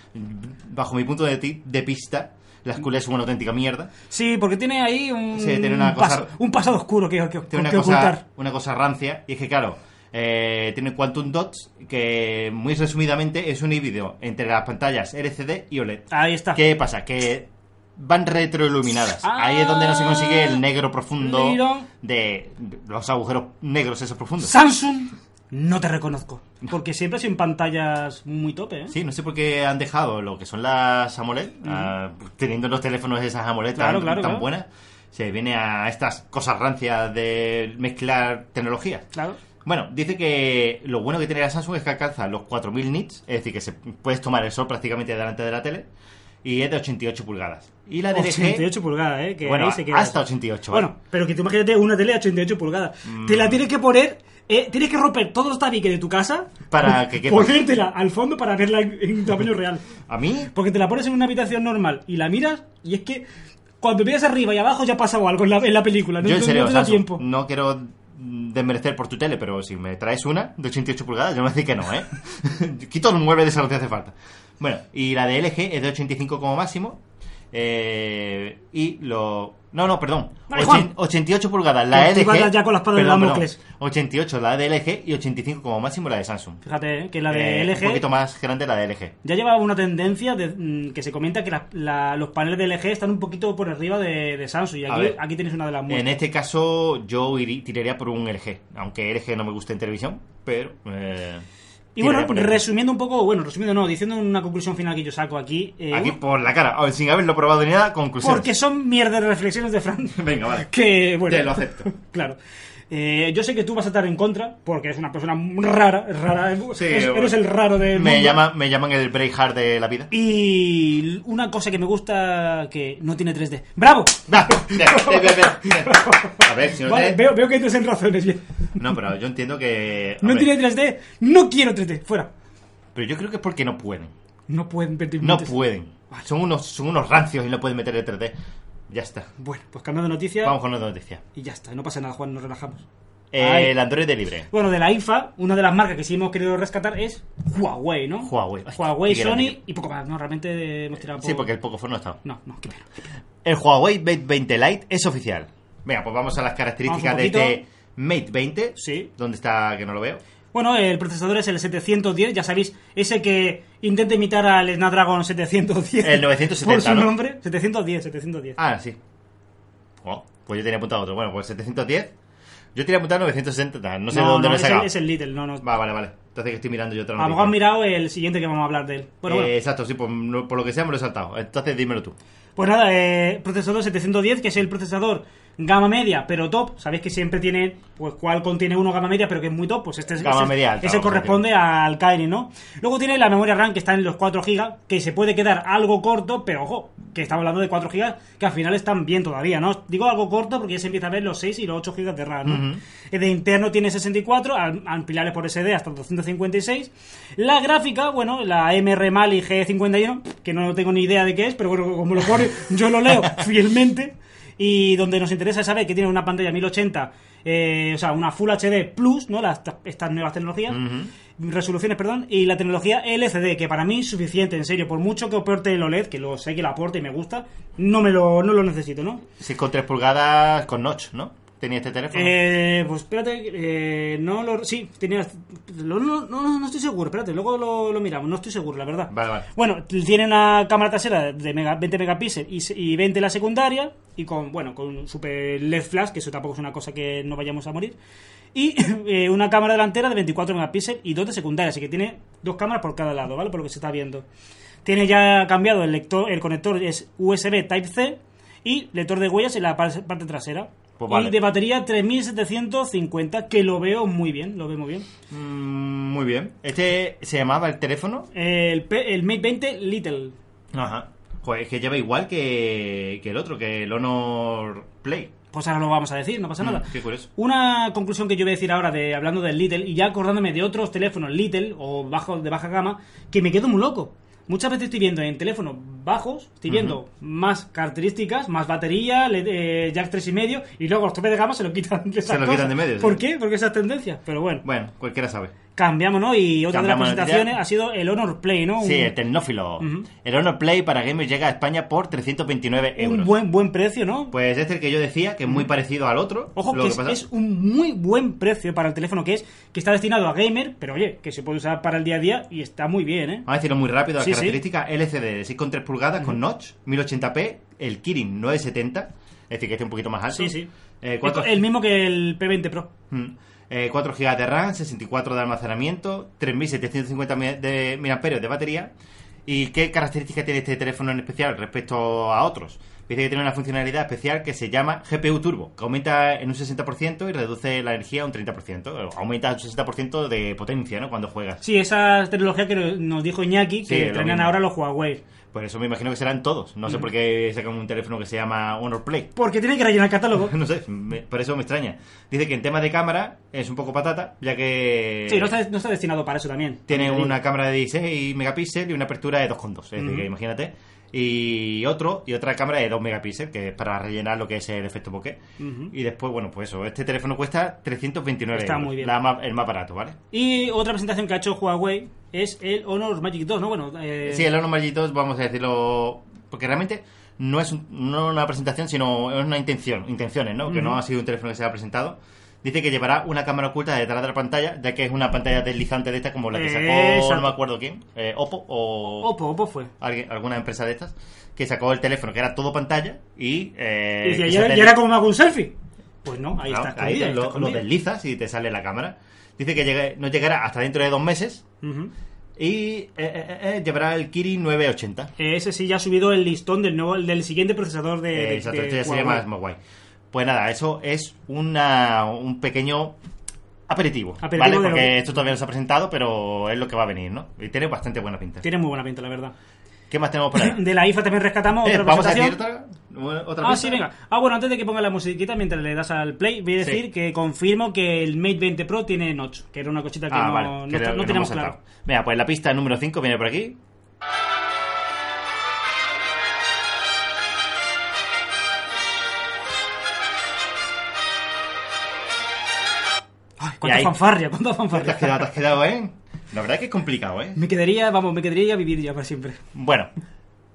S3: Bajo mi punto de, ti- de pista, las QLED son una auténtica mierda.
S4: Sí, porque tiene ahí un,
S3: Sí, tiene una cosa-
S4: paso- un pasado oscuro que, que-
S3: Tiene una
S4: que
S3: cosa,
S4: ocultar.
S3: una cosa rancia. Y es que, claro. eh, tiene Quantum Dots, que muy resumidamente es un híbrido entre las pantallas LCD y OLED.
S4: Ahí está.
S3: ¿Qué pasa? Que van retroiluminadas.
S4: Ah.
S3: Ahí es donde no se consigue el negro profundo
S4: Lirón.
S3: de de los agujeros negros esos profundos.
S4: Samsung, no te reconozco. Porque siempre ha sido en pantallas muy tope, ¿eh?
S3: Sí, no sé por qué han dejado lo que son las AMOLED, ah, teniendo los teléfonos de esas AMOLED tan-
S4: Claro,
S3: tan,
S4: claro, claro.
S3: buenas, se viene a estas cosas rancias de mezclar tecnologías.
S4: Claro.
S3: Bueno, dice que lo bueno que tiene la Samsung es que alcanza los 4000 nits, es decir, que se puedes tomar el sol prácticamente delante de la tele, y es de 88 pulgadas. Y la de LG,
S4: 88 pulgadas, ¿eh? Que
S3: bueno,
S4: ahí se queda.
S3: hasta 88. ¿vale? Mm.
S4: Bueno, pero que tú imagínate una tele de 88 pulgadas. Te la tienes que poner. eh, tienes que romper todos los tabiques de tu casa.
S3: Para que quepa.
S4: Ponértela al fondo para verla en, en tamaño real.
S3: A mí,
S4: Porque te la pones en una habitación normal y la miras. Y es que cuando miras arriba y abajo ya ha pasado algo en la, en la película. No,
S3: yo en
S4: no-
S3: serio,
S4: no te da
S3: Samsung,
S4: tiempo.
S3: no quiero desmerecer por tu tele, pero si me traes una de 88 pulgadas, yo me decir que no, ¿eh? Quito un mueble de esa no te hace falta. Bueno, y la de LG es de 85 como máximo. eh, y lo... No, no, perdón.
S4: Vale, Juan.
S3: Ochen- 88 pulgadas la
S4: Pues tú
S3: LG.
S4: vas ya con la espada de
S3: perdón,
S4: Damocles.
S3: perdón. 88 la de LG y 85 como máximo la de Samsung.
S4: Fíjate, ¿eh? que la de
S3: Eh,
S4: LG.
S3: Un poquito más grande la de LG.
S4: Ya llevaba una tendencia de, mm, que se comenta que la- la- los paneles de LG están un poquito por arriba de, de Samsung. Y
S3: A
S4: aquí,
S3: ver.
S4: aquí tienes una de las
S3: En
S4: muestras.
S3: este caso yo irí- tiraría por un LG, aunque LG no me gusta en televisión, pero... eh,
S4: Y bueno,
S3: tiraría por LG.
S4: resumiendo un poco, bueno, resumiendo no, diciendo una conclusión final que yo saco aquí. eh,
S3: Aquí
S4: bueno,
S3: por la cara, a ver, sin haberlo probado ni nada, conclusión.
S4: porque son mierdas de reflexiones de Fran.
S3: Venga, vale.
S4: Que, bueno.
S3: Te lo acepto.
S4: claro. Eh, yo sé que tú vas a estar en contra, porque eres una persona rara, rara.
S3: Sí,
S4: eres,
S3: bueno.
S4: eres el raro del
S3: Me,
S4: mundo.
S3: llama, me llaman el Braveheart de la vida.
S4: Y una cosa que me gusta que no tiene 3D. ¡Bravo!
S3: Va, ve, ve, ve, ve. A ver, si no
S4: Vale,
S3: te-
S4: veo, veo que entras en razones bien.
S3: No, pero yo entiendo que... a
S4: No
S3: ver,
S4: tiene 3D, no quiero 3D, fuera.
S3: Pero yo creo que es porque no pueden.
S4: No pueden perder
S3: No
S4: minutos.
S3: pueden. Son unos, son unos rancios y no pueden meter el 3D. Ya está.
S4: Bueno, pues cambiando de noticia
S3: Vamos con otra noticia.
S4: y ya está, no pasa nada, Juan, nos relajamos. Ay.
S3: Eh, el Android de libre.
S4: Bueno, de la IFA, una de las marcas que sí hemos querido rescatar es Huawei, ¿no?
S3: Huawei. Ay,
S4: Huawei,
S3: qué grande.
S4: Sony y poco más, ¿no? Realmente hemos tirado
S3: Sí,
S4: por-
S3: porque el poco no ha estado.
S4: No, no, qué pena.
S3: El Huawei Mate 20 Lite es oficial. Venga, pues vamos a las características de
S4: Vamos un
S3: este
S4: poquito.
S3: Mate 20.
S4: Sí.
S3: ¿Dónde está que no lo veo?
S4: Bueno, el procesador es el 710, ya sabéis, ese que intenta imitar al Snapdragon 710.
S3: El 970,
S4: Por su
S3: ¿no?
S4: nombre, 710, 710.
S3: Ah, sí. Oh, pues yo tenía apuntado otro. Bueno, pues 710. Yo tenía apuntado 960. No sé de dónde lo he
S4: es el-
S3: sacado.
S4: Es el Little, no, no.
S3: Va, vale, vale. Entonces que estoy mirando yo otra
S4: A lo mejor
S3: noticia.
S4: has mirado el siguiente que vamos a hablar de él. Bueno,
S3: Eh,
S4: bueno.
S3: Exacto, sí, por, no- por lo que sea me lo he saltado. Entonces dímelo tú.
S4: Pues nada, eh, procesador 710, que es el procesador gama media, pero top. Sabéis que siempre tiene, pues cuál contiene uno gama media, pero que es muy top. Pues este es,
S3: Gama
S4: ese-
S3: media alta,
S4: ese
S3: vamos a
S4: corresponde al Kairi, ¿no? Luego tiene la memoria RAM, que está en los 4 GB, que se puede quedar algo corto, pero ojo, que estamos hablando de 4 GB, que al final están bien todavía, ¿no? Digo algo corto porque ya se empieza a ver los 6 y los 8 GB de RAM, ¿no?
S3: Ujú.
S4: Eh, De interno tiene 64, am- ampliables por SD hasta 256. La gráfica, bueno, la MR Mali G51, que no tengo ni idea de qué es, pero bueno, como lo pone, yo lo leo fielmente. Y donde nos interesa es saber que tiene una pantalla 1080, eh, o sea, una Full HD Plus, ¿no? Las- estas nuevas tecnologías, resoluciones, perdón, y la tecnología LCD, que para mí es suficiente, en serio, por mucho que aporte el OLED, que lo sé que lo aporte y me gusta, no me lo, no lo necesito, ¿no?
S3: 6,3 pulgadas con notch, ¿no? tenía este teléfono?
S4: Eh, pues espérate, eh, no lo. Sí, tenía. lo- no, no, no estoy seguro, espérate, luego lo, lo miramos, no estoy seguro, la verdad.
S3: Vale, vale.
S4: Bueno, tiene una cámara trasera de mega- 20 megapíxeles y, se- y 20 la secundaria, y con, bueno, con super LED flash, que eso tampoco es una cosa que no vayamos a morir. Y eh, una cámara delantera de 24 megapíxeles y dos de secundaria, así que tiene dos cámaras por cada lado, ¿vale? Por lo que se está viendo. Tiene ya cambiado el lector, el conector es USB Type-C y lector de huellas en la par- parte trasera.
S3: Pues vale.
S4: Y de batería 3750, que lo veo muy bien, lo veo muy bien.
S3: Mm, muy bien. ¿Este se llamaba el teléfono?
S4: El, P- el Mate 20 Little.
S3: Ajá. Pues es que lleva igual que, que el otro, que el Honor Play.
S4: Pues ahora lo vamos a decir, no pasa nada.
S3: Mm, qué curioso.
S4: Una conclusión que yo voy a decir ahora de hablando del Little y ya acordándome de otros teléfonos Little o bajo, de baja gama, que me quedo muy loco. Muchas veces estoy viendo en teléfonos bajos, estoy viendo más características, más batería, le- eh, jack 3,5 y luego los topes de gama se lo quitan de esas
S3: lo
S4: cosas.
S3: quitan de medio, sí.
S4: ¿Por qué? Porque esas tendencias. Pero bueno,
S3: Bueno, cualquiera sabe.
S4: cambiamos, ¿no? Y otra
S3: Cambiamos
S4: de las
S3: la
S4: presentaciones
S3: noticia.
S4: ha sido el Honor Play, ¿no?
S3: Sí, este,
S4: Un-
S3: el tecnófilo.
S4: Uh. Ujú.
S3: El Honor Play para gamers llega a España por 329 euros.
S4: un buen, buen precio, ¿no?
S3: Pues este es el que yo decía, que es muy parecido al otro.
S4: Ojo,
S3: Lo
S4: que, es,
S3: pasa-
S4: es un muy buen precio para el teléfono que es, que está destinado a gamer, pero oye, que se puede usar para el día a día y está muy bien, ¿eh?
S3: Vamos a decirlo muy rápido, las
S4: Sí, sí.
S3: características LCD de 6,3 pulgadas con notch, 1080p, el Kirin 970, es decir, que este es un poquito más alto.
S4: Sí, sí.
S3: Eh, cuatro-
S4: El mismo que el P20 Pro.
S3: Mm. Eh, 4 GB de RAM, 64 de almacenamiento, 3750 mAh de, miliamperios de batería. ¿Y qué características tiene este teléfono en especial respecto a otros? Dice que tiene una funcionalidad especial que se llama GPU Turbo, que aumenta en un 60% y reduce la energía un 30%. Aumenta un 60% de potencia ¿no? cuando juegas.
S4: Sí, esa tecnología que nos dijo Iñaki,
S3: Sí,
S4: que
S3: lo
S4: entrenan
S3: mismo.
S4: ahora los Huawei.
S3: Por eso me imagino que serán todos. No sé por qué sacan un teléfono que se llama Honor Play.
S4: Porque tiene que rellenar el catálogo.
S3: No sé, me- por eso me extraña. Dice que en tema de cámara es un poco patata, ya que...
S4: Sí, no está, no está destinado para eso también.
S3: Tiene
S4: Te digo.
S3: una cámara de 16 megapíxeles y una apertura de 2,2, es decir,
S4: Ujú.
S3: que imagínate. Y otro, y otra cámara de 2 megapíxeles, que es para rellenar lo que es el efecto bokeh.
S4: Ujú.
S3: Y después, bueno, pues eso, este teléfono cuesta 329
S4: Está
S3: euros,
S4: muy bien.
S3: la ma- el más barato, ¿vale?
S4: Y otra presentación que ha hecho Huawei es el Honor Magic 2, ¿no? Bueno, eh,
S3: Sí, el Honor Magic 2, vamos a decirlo, porque realmente no es un- no una presentación, sino es una intención, intenciones, ¿no? Que no ha sido un teléfono que se ha presentado. Dice que llevará una cámara oculta detrás de la pantalla, ya que es una pantalla deslizante de esta, como la que sacó,
S4: Exacto.
S3: no me acuerdo quién, eh, Oppo o...
S4: Oppo, Oppo fue.
S3: alguien- alguna empresa de estas que sacó el teléfono que era todo pantalla y eh,
S4: y decía,
S3: que
S4: ¿y
S3: se
S4: ahora-
S3: te-
S4: ¿y ahora cómo me hago un selfie? Pues no, ahí
S3: Claro,
S4: está escondida, ahí
S3: lo,
S4: está
S3: lo
S4: escondida.
S3: deslizas y te sale la cámara dice que llegue- no llegará hasta dentro de dos meses
S4: Ujú.
S3: y eh, eh, eh, llevará el Kirin 980
S4: Eh, Ese sí ya ha subido el listón del nuevo, del siguiente procesador de.
S3: Eh,
S4: de-
S3: exacto,
S4: de
S3: esto ya se
S4: Huawei.
S3: llama Smart Guy. pues nada eso es una, un pequeño aperitivo,
S4: Aperitivo
S3: ¿vale?
S4: de lo
S3: porque
S4: que-
S3: esto todavía no se ha presentado pero es lo que va a venir ¿no? y tiene bastante buena pinta
S4: Tiene muy buena pinta, la verdad.
S3: ¿qué más tenemos por ahí?
S4: De la IFA también rescatamos
S3: Eh,
S4: otra
S3: vamos a decir
S4: presentación.
S3: otra, otra
S4: Ah,
S3: pista.
S4: sí, venga. Ah, bueno, antes de que ponga la musiquita mientras le das al play, voy a
S3: Sí.
S4: decir que confirmo que el Mate 20 Pro tiene notch, que era una cosita que
S3: Ah,
S4: no,
S3: vale,
S4: no- no
S3: que que
S4: teníamos
S3: hemos saltado.
S4: claro.
S3: Mira, pues la pista número 5 viene por aquí.
S4: Ay,
S3: Y
S4: cuánta
S3: ahí-
S4: fanfarria, cuánta
S3: Te has
S4: fanfarria.
S3: quedado, te has quedado, ¿eh? La verdad es que es complicado, ¿eh?
S4: Me quedaría, vamos, me quedaría vivir ya para siempre.
S3: Bueno,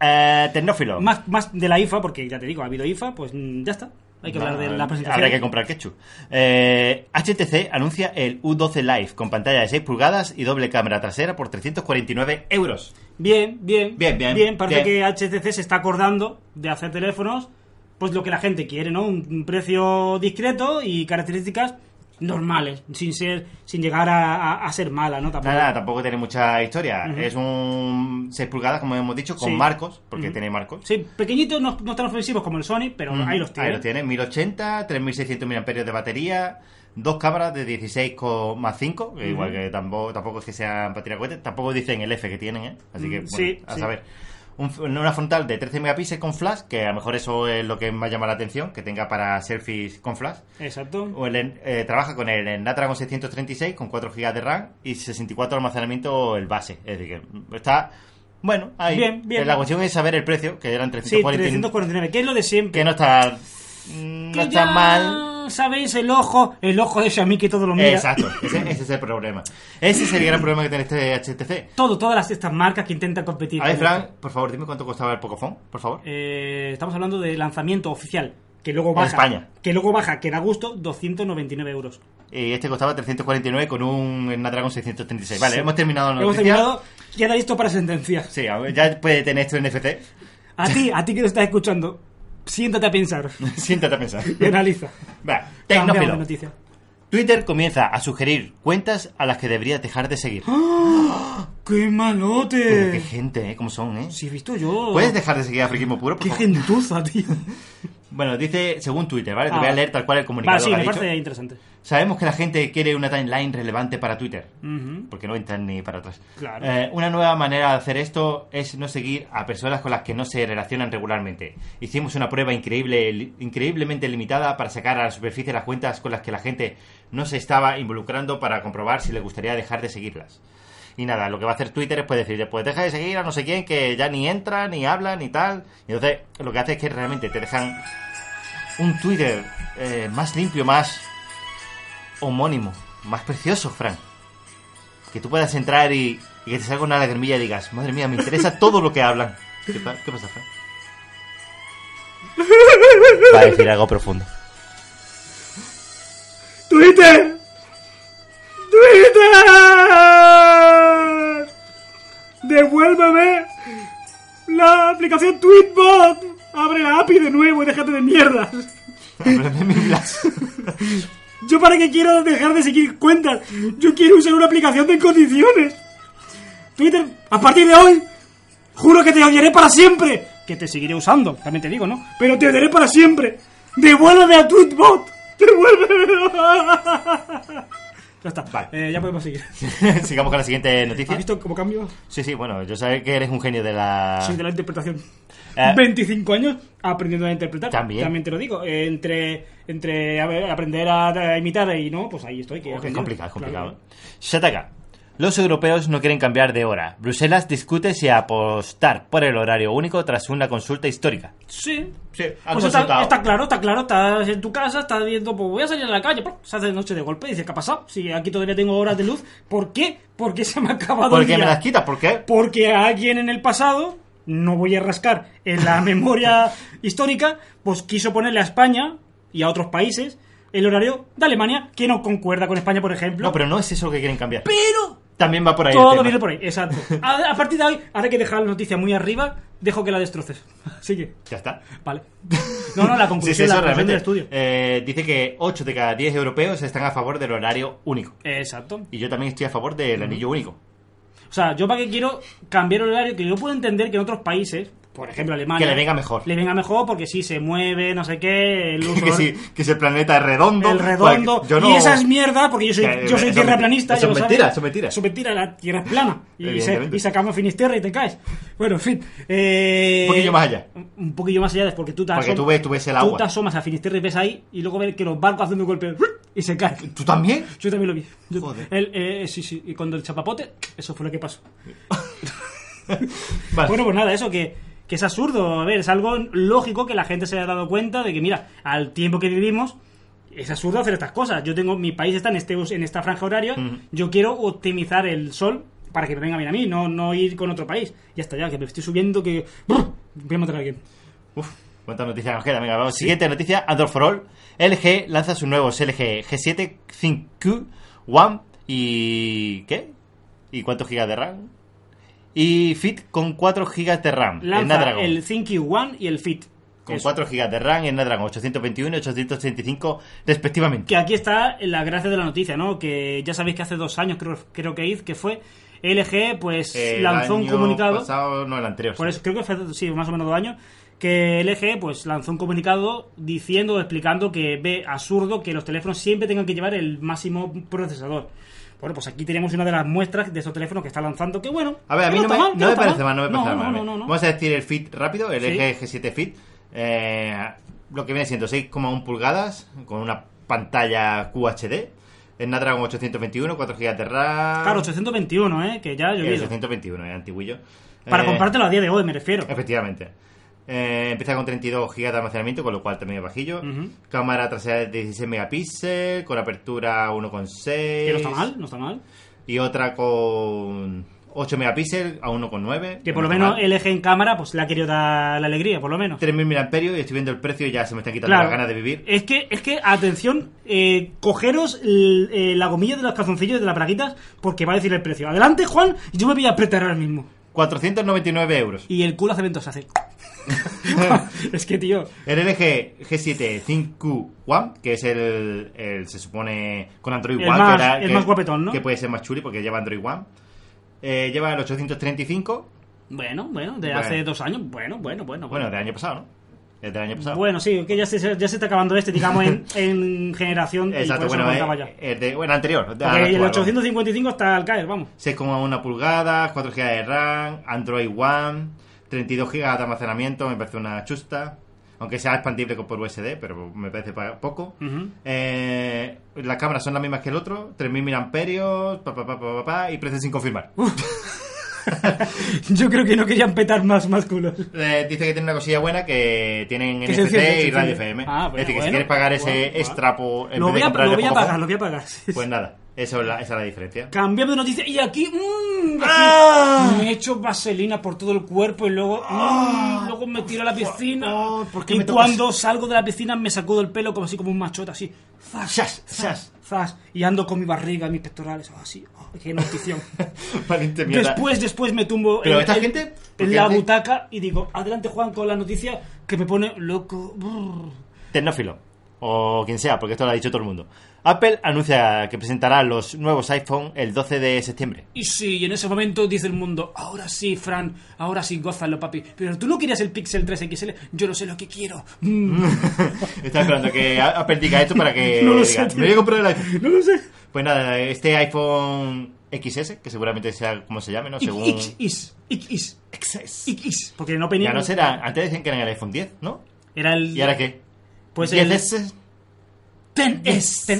S3: eh, tecnófilo.
S4: Más, más de la IFA, porque ya te digo, ha habido IFA, pues mm, ya está. Hay que hablar de la presentación.
S3: Habrá que comprar ketchup. Eh, HTC anuncia el U12 Live con pantalla de 6 pulgadas y doble cámara trasera por 349 euros.
S4: Bien, bien.
S3: Bien, bien,
S4: parece
S3: bien.
S4: que HTC se está acordando de hacer teléfonos, pues lo que la gente quiere, ¿no? Un, un precio discreto y características normales, sin ser sin llegar a, a- a ser mala, ¿no? Tampoco.
S3: Nada, nada, tampoco tiene mucha historia.
S4: Ujú.
S3: Es un 6 pulgadas, como hemos dicho, con
S4: Sí.
S3: marcos, porque
S4: Ujú.
S3: tiene marcos.
S4: Sí, pequeñitos, no, no tan ofensivos como el Sony, pero
S3: Ujú,
S4: ahí los tiene.
S3: Mm, Ahí los tiene, 1080, 3600 miliamperios de batería, dos cámaras de 16,5, que
S4: Ujú.
S3: igual que tampoco, tampoco es que sean para tirar cohetes, tampoco dicen el F que tienen, ¿eh? así que
S4: Mm,
S3: bueno,
S4: sí,
S3: a
S4: sí.
S3: saber. Un f- una frontal de 13 megapíxeles con flash, que a lo mejor eso es lo que más llama la atención, que tenga para selfies con flash.
S4: Exacto.
S3: O el en- eh, trabaja con el Snapdragon 636 con 4 GB de RAM y 64 de almacenamiento el base. Es decir, que está... Bueno, ahí.
S4: Bien, bien.
S3: La cuestión es saber el precio, que eran
S4: Sí,
S3: 349
S4: 349, que es lo de siempre.
S3: que no está
S4: Que
S3: no
S4: ya
S3: está mal
S4: Sabéis, el ojo, el ojo de Xiaomi que todo lo mira.
S3: exacto ese, ese es el problema ese es el gran problema que tiene este HTC
S4: Todo, todas las- estas marcas que intentan competir.
S3: a ver
S4: con
S3: Frank por favor dime cuánto costaba el Pocophone por favor
S4: Eh, estamos hablando de lanzamiento oficial. que luego
S3: En
S4: baja.
S3: España.
S4: Que luego baja, que da gusto, 299 euros.
S3: Y este costaba 349 con un Snapdragon 636. Vale, hemos terminado la
S4: Hemos
S3: noticia.
S4: terminado, queda listo para sentencia.
S3: Sí, a ver, ya puede tener esto en NFT.
S4: A ti, a ti que lo estás escuchando, siéntate a pensar
S3: Siéntate a pensar.
S4: y analiza.
S3: Vale,
S4: Cambiamos de
S3: Tecnófilo.
S4: noticia.
S3: Twitter comienza a sugerir cuentas a las que deberías dejar de seguir.
S4: ¡Ah! ¡Qué
S3: Pero qué
S4: malote!
S3: gente, ¿eh? ¿Cómo son, eh?
S4: Si he visto yo.
S3: ¿Puedes dejar de seguir a Friquismo Puro, por
S4: ¡Qué
S3: favor?
S4: gentuza, tío!
S3: Bueno, dice según Twitter, ¿vale? Te
S4: Ah.
S3: voy a leer tal cual el
S4: Va,
S3: comunicado.
S4: sí,
S3: lo ha
S4: me
S3: dicho.
S4: parece interesante.
S3: Sabemos que la gente quiere una timeline relevante para Twitter.
S4: Ujú.
S3: Porque no entran ni para atrás.
S4: Claro.
S3: Eh, una nueva manera de hacer esto es no seguir a personas con las que no se relacionan regularmente. Hicimos una prueba increíble, li- increíblemente limitada para sacar a la superficie las cuentas con las que la gente no se estaba involucrando para comprobar si le gustaría dejar de seguirlas. Y nada, lo que va a hacer Twitter es pues decirle, pues deja de seguir a no sé quién que ya ni entra, ni habla, ni tal. Y entonces lo que hace es que realmente te dejan un Twitter eh, más limpio, más homónimo, más precioso, Frank. Que tú puedas entrar y, y que te salga una lagrimilla y digas, madre mía, me interesa todo lo que hablan. ¿Qué, pa- qué pasa, Frank? Va a decir algo profundo.
S4: ¡Twitter! ¡Twitter! ¡Devuélveme la aplicación Tweetbot! ¡Abre la API de nuevo y déjate de mierdas!
S3: Háblame mi Blas.
S4: ¿Yo para qué quiero dejar de seguir cuentas? Yo quiero usar una aplicación de condiciones. Twitter, a partir de hoy, juro que te odiaré para siempre. Que te seguiré usando, también te digo, ¿no? Pero te odiaré para siempre. Devuélveme a Tweetbot. Devuélveme. ya está.
S3: Vale.
S4: Eh, ya podemos seguir.
S3: Sigamos con la siguiente
S4: ¿Has
S3: noticia.
S4: visto cómo cambio?
S3: Sí, sí, bueno, yo sé que eres un genio de la...
S4: Soy de la interpretación.
S3: Ah. Eh.
S4: 25 años aprendiendo a interpretar.
S3: También.
S4: te lo digo. Eh, entre entre a ver, aprender a, a imitar y no, pues ahí estoy. Que he
S3: Oh, es
S4: aprendido.
S3: complicado, es complicado.
S4: Claro.
S3: ¿eh? Shataka. Los europeos no quieren cambiar de hora. Bruselas discute si apostar por el horario único tras una consulta histórica.
S4: Sí.
S3: Sí, han
S4: Pues está,
S3: consultado.
S4: está claro, está claro, estás en tu casa, estás viendo, pues voy a salir a la calle, ¡pum! se hace de noche de golpe, dices, ¿qué ha pasado? Si aquí todavía tengo horas de luz, ¿por qué? ¿Por qué se me ha acabado
S3: ¿Por
S4: el
S3: qué
S4: día?
S3: me las quitas? ¿Por qué?
S4: Porque alguien en el pasado, no voy a rascar en la memoria histórica, pues quiso ponerle a España y a otros países el horario de Alemania, que no concuerda con España, por ejemplo.
S3: No, pero no es eso lo que quieren cambiar.
S4: pero
S3: También va por ahí. el
S4: todo
S3: tema.
S4: viene por ahí, exacto. A, a partir de ahí, ahora que dejar la noticia muy arriba, dejo que la destroces. Sigue.
S3: Ya está.
S4: Vale. No, no, la
S3: Sí,
S4: conclusión,
S3: sí,
S4: la conclusión
S3: eso realmente.
S4: del estudio.
S3: Eh, dice que 8 de cada 10 europeos están a favor del horario único.
S4: Exacto.
S3: Y yo también estoy a favor del anillo único.
S4: O sea, yo para qué quiero cambiar el horario, que yo puedo entender que en otros países, por ejemplo Alemania,
S3: Que le venga mejor.
S4: le venga mejor porque sí se mueve, no sé qué, el uso
S3: que, si, que si el planeta es redondo.
S4: el redondo
S3: pues, yo no-
S4: y esas mierdas, porque yo soy,
S3: Que-
S4: yo soy
S3: eso-
S4: tierraplanista.
S3: eso
S4: ya
S3: es
S4: lo sabes.
S3: mentira, eso es mentira.
S4: Eso es mentira, la tierra es plana. Y, se,
S3: Evidentemente.
S4: y sacamos Finisterre y te caes. Bueno, en fin. eh,
S3: Un poquillo más allá.
S4: Un un poquillo más allá, es porque tú te,
S3: Porque
S4: asom-
S3: tú ves- tú ves el agua.
S4: te asomas a Finisterre y ves ahí y luego ves que los barcos hacen un golpe y se caen.
S3: ¿Tú también?
S4: Yo también lo vi. Yo-
S3: Joder.
S4: el, eh, sí, sí, y cuando el chapapote, eso fue lo que pasó.
S3: Vale.
S4: Bueno, pues nada, eso que, que es absurdo. A ver, es algo lógico que la gente se haya dado cuenta de que, mira, al tiempo que vivimos, es absurdo hacer estas cosas. Yo tengo, mi país está en, este, en esta franja horaria,
S3: Ujú.
S4: yo quiero optimizar el sol para que me venga bien a mí, no, no ir con otro país. Ya está, ya, que me estoy subiendo, que... ¡Brr! Voy a matar a alguien.
S3: Uf, cuántas noticias nos quedan. Venga, vamos. Siguiente noticia: Android for All. LG lanza sus nuevos LG G7, 5Q, One y. ¿Qué? ¿Y cuántos gigas de RAM? Y Fit con 4 gigas de RAM. en
S4: Lanza
S3: Snapdragon.
S4: el ThinQ One y el Fit.
S3: Con
S4: Eso.
S3: 4 GB de RAM en Snapdragon 821 y 835 respectivamente.
S4: Que aquí está la gracia de la noticia, ¿no? Que ya sabéis que hace dos años, creo, creo que Iz, que fue, LG pues
S3: El
S4: lanzó un
S3: año
S4: comunicado...
S3: pasado, no el anterior.
S4: Por
S3: sí.
S4: eso creo que fue sí, más o menos dos años que LG pues lanzó un comunicado diciendo o explicando que ve absurdo que los teléfonos siempre tengan que llevar el máximo procesador. Bueno, pues aquí tenemos una de las muestras de estos teléfonos que está lanzando, que bueno.
S3: A ver, a
S4: que
S3: mí no, me,
S4: está mal, que
S3: no me
S4: está
S3: parece mal, no me parece
S4: No,
S3: mal.
S4: no, no, no.
S3: Vamos a decir el Fit rápido, el
S4: Sí.
S3: LG G7 Fit. eh, lo que viene siendo 6,1 pulgadas con una pantalla QHD. En Snapdragon 821, 4 GB de RAM.
S4: Claro, 821, ¿eh? Que ya ha
S3: El
S4: llovido.
S3: 821, es eh, antiguillo.
S4: Para
S3: Eh,
S4: comprártelo a día de hoy, me refiero.
S3: Efectivamente. Eh, empieza con 32 GB de almacenamiento, con lo cual también es bajillo.
S4: Ujú.
S3: Cámara trasera de 16 megapíxeles, con apertura 1,6.
S4: Que no está mal, no está mal.
S3: Y otra con 8 megapíxeles a 1,9.
S4: Que por lo
S3: no está
S4: menos
S3: mal.
S4: el eje en cámara, pues le ha querido dar la alegría, por lo menos.
S3: 3.000 miliamperios y estoy viendo el precio y ya se me están quitando las ganas de vivir.
S4: Es que, es que atención, eh, cogeros el- eh, la gomilla de los calzoncillos de las braguitas porque va a decir el precio. Adelante, Juan, y yo me voy a apretar ahora mismo.
S3: 499 euros.
S4: Y el culo hace ventos, hace. es que, tío.
S3: El LG G7 5Q One, que es el, el- se supone con Android
S4: El
S3: One,
S4: más-
S3: que, ahora-
S4: el
S3: que-
S4: más guapetón, ¿no?
S3: que puede ser más chuli porque lleva Android One. Eh, lleva el 835,
S4: Bueno, bueno, de
S3: Bueno.
S4: hace dos años. Bueno, bueno, bueno.
S3: bueno, del año pasado, ¿no? Es del año pasado.
S4: Bueno, sí, que ya se, ya se está acabando este, digamos, en, en generación. y por
S3: Exacto,
S4: eso lo
S3: bueno,
S4: contaba
S3: eh,
S4: ya.
S3: eh, de- bueno, anterior. de-
S4: Porque el
S3: actual,
S4: 855 está al caer, vamos.
S3: 6,1 pulgadas, 4 GB de RAM, Android One, 32 GB de almacenamiento, me parece una chusta. Aunque sea expandible con- por USB, pero me parece pa- poco.
S4: Ujú.
S3: Eh, las cámaras son las mismas que el otro, 3000 miliamperios, pa, pa, pa, pa, pa, pa, y precio sin confirmar.
S4: Yo creo que no querían petar más, más culos.
S3: Eh, dice que tiene una cosilla buena que tienen
S4: Que se
S3: NFC
S4: enciende, se
S3: y radio
S4: enciende.
S3: FM.
S4: Ah, bueno,
S3: es decir, que si
S4: bueno,
S3: quieres pagar ese
S4: bueno, va.
S3: extra por, en
S4: Lo
S3: vez
S4: voy,
S3: de
S4: a,
S3: comprar
S4: lo
S3: de
S4: voy a
S3: Pocophone,
S4: pagar, lo voy a pagar.
S3: pues nada, eso es la, esa es la diferencia.
S4: Cambiando de noticia. Y aquí, mmm, aquí
S3: ¡Ah!
S4: me echo vaselina por todo el cuerpo y luego, mm, luego me tiro a la piscina.
S3: favor, Ah. ¿por qué
S4: y
S3: me tocas?
S4: cuando salgo de la piscina me sacudo el pelo como así como un machota, así. Zas,
S3: Zas, zas.
S4: zas. Y ando con mi barriga, mis pectorales, así. Oh, qué notición.
S3: Valiente mierda.
S4: después, después me tumbo
S3: Pero
S4: en,
S3: esta
S4: en-
S3: gente, ¿por
S4: en
S3: qué
S4: la
S3: hace?
S4: butaca y digo, adelante Juan con la noticia que me pone loco. Brr.
S3: Tecnófilo, o quien sea, porque esto lo ha dicho todo el mundo. Apple anuncia que presentará los nuevos iPhone el 12 de septiembre.
S4: Y sí, y en ese momento dice el mundo, ahora sí, Fran, ahora sí, gózalo, papi. Pero tú no querías el Pixel 3 XL, yo no sé lo que quiero. Mm.
S3: Está esperando que a- Apple diga esto para que
S4: No lo sé,
S3: diga,
S4: tío.
S3: me voy a comprar el iPhone.
S4: no lo sé.
S3: Pues nada, este iPhone XS, que seguramente sea como se llame, ¿no? Según...
S4: X, is, X, is,
S3: XS.
S4: X, is. Porque no
S3: Ya
S4: venía.
S3: no será, antes decían que era el iPhone 10, ¿no?
S4: Era el.
S3: ¿Y ahora qué?
S4: Pues el.
S3: 10S,
S4: 10S.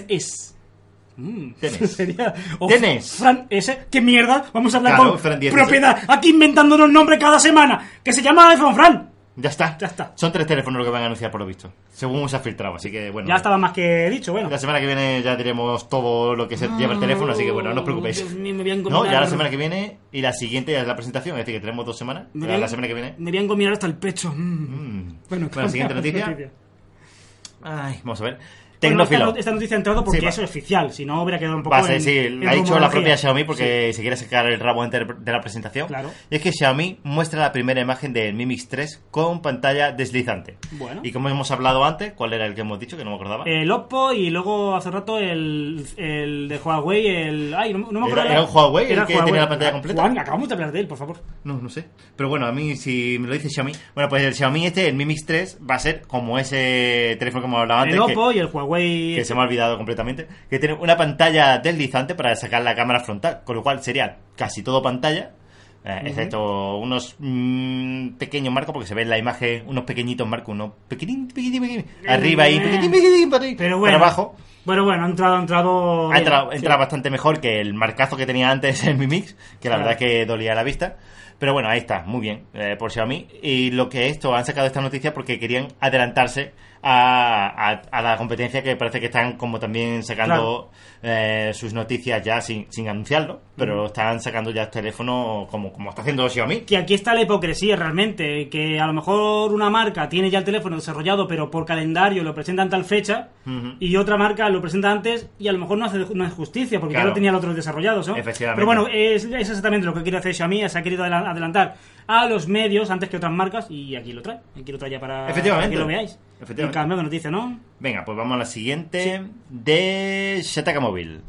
S4: 10S.
S3: tenés.
S4: Sería. o
S3: 10S.
S4: Fran S. ¿Qué mierda? Vamos a hablar
S3: Claro,
S4: con
S3: Fran 10S.
S4: propiedad. Aquí inventándonos nombre cada semana. Que se llama iPhone Fran.
S3: Ya está.
S4: Ya está.
S3: Son tres teléfonos los que van a anunciar por lo visto. Según se ha filtrado, así que bueno.
S4: Ya estaba más que dicho, bueno.
S3: La semana que viene ya diremos todo lo que se lleva el teléfono, así que bueno, no os preocupéis.
S4: Dios mío, me voy a
S3: No,
S4: engominar.
S3: ya la semana que viene y la siguiente ya es la presentación, es decir, que tenemos dos semanas.
S4: Me
S3: La,
S4: voy a-
S3: la semana que viene.
S4: Me voy a engominar hasta el pecho. Mm.
S3: Mm.
S4: Bueno,
S3: Bueno, siguiente noticia.
S4: Bueno,
S3: Ay, vamos a ver.
S4: esta,
S3: Tecnófilo.
S4: Pues no- esta noticia ha entrado porque
S3: Sí, va.
S4: eso es oficial, si no hubiera quedado un poco.
S3: Va a ser,
S4: en-
S3: sí,
S4: en
S3: la ha dicho la
S4: rumorología.
S3: propia Xiaomi porque se quiere sacar el rabo antes de la presentación.
S4: Claro.
S3: Y es que Xiaomi muestra la primera imagen del Mi Mix 3 con pantalla deslizante.
S4: Bueno.
S3: Y como hemos hablado antes, ¿cuál era el que hemos dicho? Que no me acordaba.
S4: El Oppo y luego hace rato el, el de Huawei, el. Ay, no, no me acuerdo.
S3: ¿Era- era un Huawei el que tenía la pantalla completa?
S4: Juan, acabamos de hablar de él, por favor.
S3: No, no sé. Pero bueno, a mí si me lo dice Xiaomi. Bueno, pues el Xiaomi este, el Mi Mix 3, va a ser como ese teléfono que hemos hablado antes.
S4: el
S3: Ah, que-
S4: Oppo y el Huawei.
S3: que se me ha olvidado completamente, que tiene una pantalla deslizante para sacar la cámara frontal, con lo cual sería casi todo pantalla, eh, excepto unos mm, pequeños marcos, porque se ve en la imagen unos pequeñitos marcos, unos pequeñín, pequeñín, pequeñín, arriba y pequeñín, pequeñín, para arriba,
S4: Eh, Pero bueno.
S3: para abajo.
S4: Bueno, bueno, ha entrado. Ha entrado.
S3: Ha
S4: bien,
S3: entrado-
S4: sí.
S3: entra bastante mejor que el marcazo que tenía antes en mi mix, que la
S4: Claro.
S3: verdad es que dolía la vista. Pero bueno, ahí está, muy bien, eh, por Xiaomi. Y lo que esto, han sacado esta noticia porque querían adelantarse a, a- a la competencia que parece que están como también sacando eh, sus noticias ya sin, sin anunciarlo, pero están sacando ya el teléfono como, como está haciendo Xiaomi.
S4: que aquí está la hipocresía realmente, que a lo mejor una marca tiene ya el teléfono desarrollado, pero por calendario lo presentan tal fecha,
S3: Ujú.
S4: y otra marca lo presenta antes y a lo mejor no hace no es justicia, porque ya
S3: Claro.
S4: lo tenía el otro desarrollado, ¿no?
S3: Efectivamente.
S4: Pero bueno, es, es exactamente lo que quiere hacer Xiaomi, se ha querido adela- adelantar a los medios antes que otras marcas, y aquí lo trae, aquí lo trae ya para,
S3: Efectivamente.
S4: para que lo veáis.
S3: Efectivamente.
S4: El cambio de noticia, ¿no?
S3: Venga, pues vamos a la siguiente de Shataka Mobile.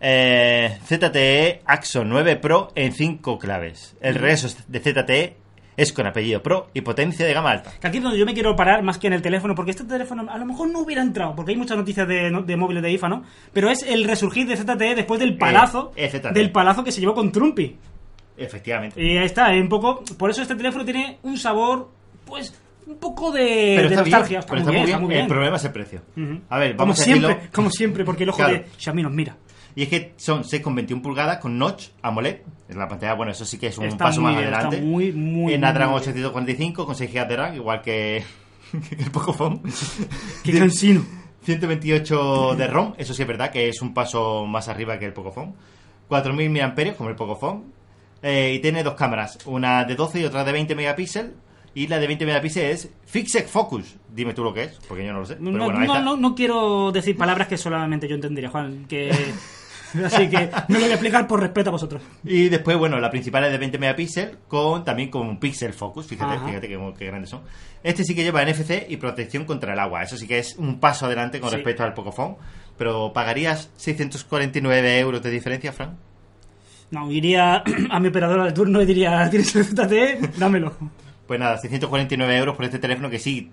S3: Eh, ZTE Axon 9 Pro en 5 claves. El regreso de ZTE es con apellido Pro y potencia de gama alta.
S4: Que aquí es donde yo me quiero parar más que en el teléfono, porque este teléfono a lo mejor no hubiera entrado, porque hay muchas noticias de, no- de móviles de IFA, ¿no? Pero es el resurgir de ZTE después del palazo,
S3: Eh, ZTE.
S4: del palazo que se llevó con Trumpy.
S3: Efectivamente.
S4: Y ahí está, eh, un poco, por eso este teléfono tiene un sabor, pues, un poco de, de
S3: está bien,
S4: nostalgia. Está,
S3: pero
S4: muy bien, está muy bien.
S3: El problema es el precio.
S4: Ujú.
S3: A ver,
S4: como
S3: vamos a
S4: siempre,
S3: decirlo.
S4: como siempre, porque el ojo
S3: Claro.
S4: de Xiaomi nos mira.
S3: Y es que son 6,21 pulgadas con notch AMOLED. En la pantalla, bueno, eso sí que es un
S4: Está
S3: paso
S4: muy
S3: más
S4: bien, está
S3: adelante.
S4: muy, muy,
S3: en
S4: muy
S3: Adran
S4: bien.
S3: 845 con 6 GB de RAM, igual que que el Pocophone.
S4: Qué cansino.
S3: 128 de ROM, eso sí es verdad que es un paso más arriba que el Pocophone. 4000 mAh como el Pocophone. eh, y tiene dos cámaras, una de 12 y otra de 20 megapíxeles. Y la de 20 megapíxeles es Fixed Focus. Dime tú lo que es, porque yo no lo sé. Pero
S4: no,
S3: bueno, ahí
S4: no,
S3: está.
S4: no- no quiero decir palabras que solamente yo entendería, Juan. Que... Así que no lo voy a explicar por respeto a vosotros.
S3: Y después, bueno, la principal es de 20 megapíxeles, con, también con un pixel focus, fíjate,
S4: Ajá.
S3: fíjate qué, qué grandes son. Este sí que lleva NFC y protección contra el agua, eso sí que es un paso adelante con
S4: Sí.
S3: respecto al Pocophone, pero pagarías 649 euros de diferencia, Fran.
S4: No, iría a mi operadora de turno y diría, ¿tienes el ZTE? Dámelo.
S3: Pues nada, 649 euros por este teléfono que sí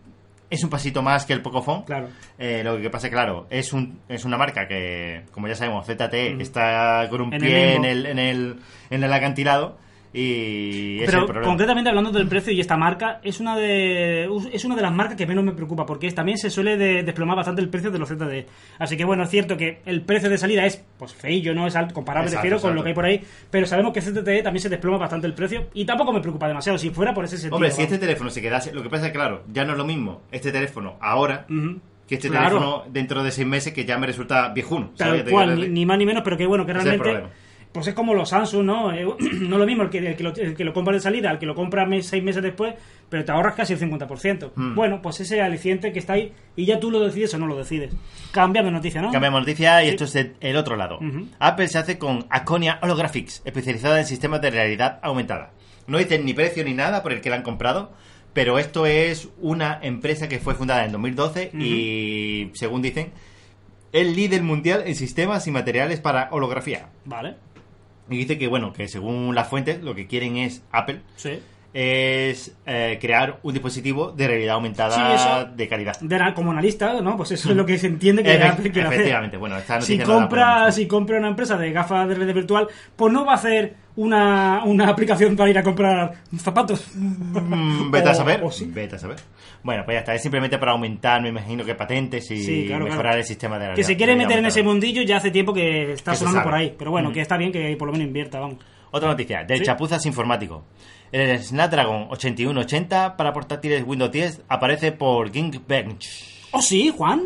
S3: es un pasito más que el Pocophone.
S4: Claro.
S3: Eh, lo que pasa, claro, es un, es una marca que, como ya sabemos, ZTE está con un
S4: Mm. En el
S3: pie en
S4: limbo.
S3: el, en el, en el acantilado y ese es el
S4: Pero
S3: problema.
S4: concretamente hablando del precio y esta marca, es una de es una de las marcas que menos me preocupa porque es- también se suele de- desplomar bastante el precio de los ZTE. Así que bueno, es cierto que el precio de salida es pues feillo, no es alto, comparable
S3: Exacto,
S4: refiero con
S3: exacto.
S4: lo que hay por ahí, pero sabemos que ZTE también se desploma bastante el precio y tampoco me preocupa demasiado si fuera por ese sentido.
S3: Hombre, si
S4: vamos.
S3: este teléfono se quedase, lo que pasa es que, claro, ya no es lo mismo este teléfono ahora
S4: Ujú.
S3: que este
S4: Claro.
S3: teléfono dentro de seis meses que ya me resulta viejuno. ¿sabes?
S4: Tal
S3: Te
S4: cual,
S3: digo,
S4: ni,
S3: te-
S4: ni más ni menos, pero que bueno, que
S3: Ese es el
S4: realmente.
S3: problema.
S4: Pues es como los Samsung, ¿no? Eh, no es lo mismo el que, el que lo, el que lo compra de salida, al que lo compra mes- seis meses después, pero te ahorras casi el 50%.
S3: Mm.
S4: Bueno, pues ese aliciente que está ahí y ya tú lo decides o no lo decides. Cambiando de noticia, ¿no?
S3: Cambiamos noticia y esto es de- el otro lado.
S4: Ujú.
S3: Apple se hace con Aconia Holographics, especializada en sistemas de realidad aumentada. No dicen ni precio ni nada por el que la han comprado, pero esto es una empresa que fue fundada en 2012 y, según dicen, el líder mundial en sistemas y materiales para holografía.
S4: Vale,
S3: Y dice que, bueno, que según las fuentes, lo que quieren es Apple
S4: sí.
S3: es eh, crear un dispositivo de realidad
S4: Sí,
S3: aumentada
S4: eso.
S3: de calidad.
S4: De la- como analista, ¿no? Pues eso es lo que se entiende que
S3: Efe-
S4: Apple quiere hacer.
S3: Hmm. efectivamente, bueno, esta
S4: si
S3: noticia no la
S4: compra,
S3: ponemos.
S4: si compra una empresa de gafas de red virtual, pues no va a hacer una, una aplicación para ir a comprar zapatos.
S3: Mm, Vete a
S4: O-
S3: saber.
S4: o sí.
S3: Vete a saber. Bueno, pues ya está. Es simplemente para aumentar, me imagino que patentes y
S4: Sí, claro,
S3: mejorar
S4: claro.
S3: el sistema de la
S4: Que se quiere
S3: realidad
S4: meter en ese
S3: aumentada.
S4: mundillo ya hace tiempo que está
S3: Que se
S4: sonando
S3: sabe.
S4: por ahí. Pero bueno,
S3: Mm.
S4: que está bien que por lo menos invierta, vamos.
S3: Otra noticia, de
S4: Sí.
S3: chapuzas informáticos. El Snapdragon 8180 para portátiles Windows 10 aparece por Geekbench.
S4: ¿Oh sí, Juan?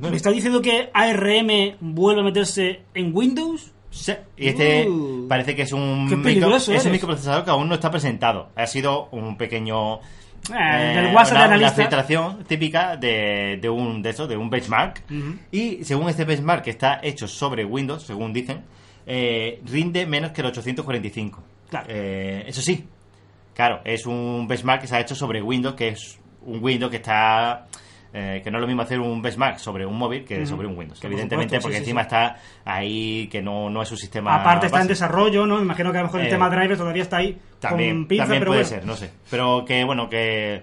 S4: ¿Me está diciendo que ARM vuelve a meterse en Windows?
S3: Sí, Y este
S4: Uh.
S3: parece que es un,
S4: Qué peligroso
S3: es un
S4: eres.
S3: microprocesador que aún no está presentado. Ha sido un pequeño
S4: Eh,
S3: eh,
S4: del WhatsApp
S3: una,
S4: de
S3: una
S4: analista.
S3: filtración típica de, de un de eso, de un benchmark.
S4: Ujú.
S3: Y según este benchmark que está hecho sobre Windows, según dicen, eh, rinde menos que el 845.
S4: Claro.
S3: Eh, eso sí, claro, es un benchmark que se ha hecho sobre Windows, que es un Windows que está eh, que no es lo mismo hacer un benchmark sobre un móvil que sobre un Windows.
S4: Que por
S3: Evidentemente,
S4: supuesto,
S3: porque
S4: sí, sí,
S3: encima está ahí que no, no es un sistema.
S4: Aparte está en
S3: básico.
S4: desarrollo, ¿no? Me imagino que a lo mejor el
S3: Eh,
S4: tema driver todavía está ahí
S3: También,
S4: con pinza,
S3: también
S4: pero
S3: puede
S4: bueno.
S3: ser, no sé. Pero que bueno, que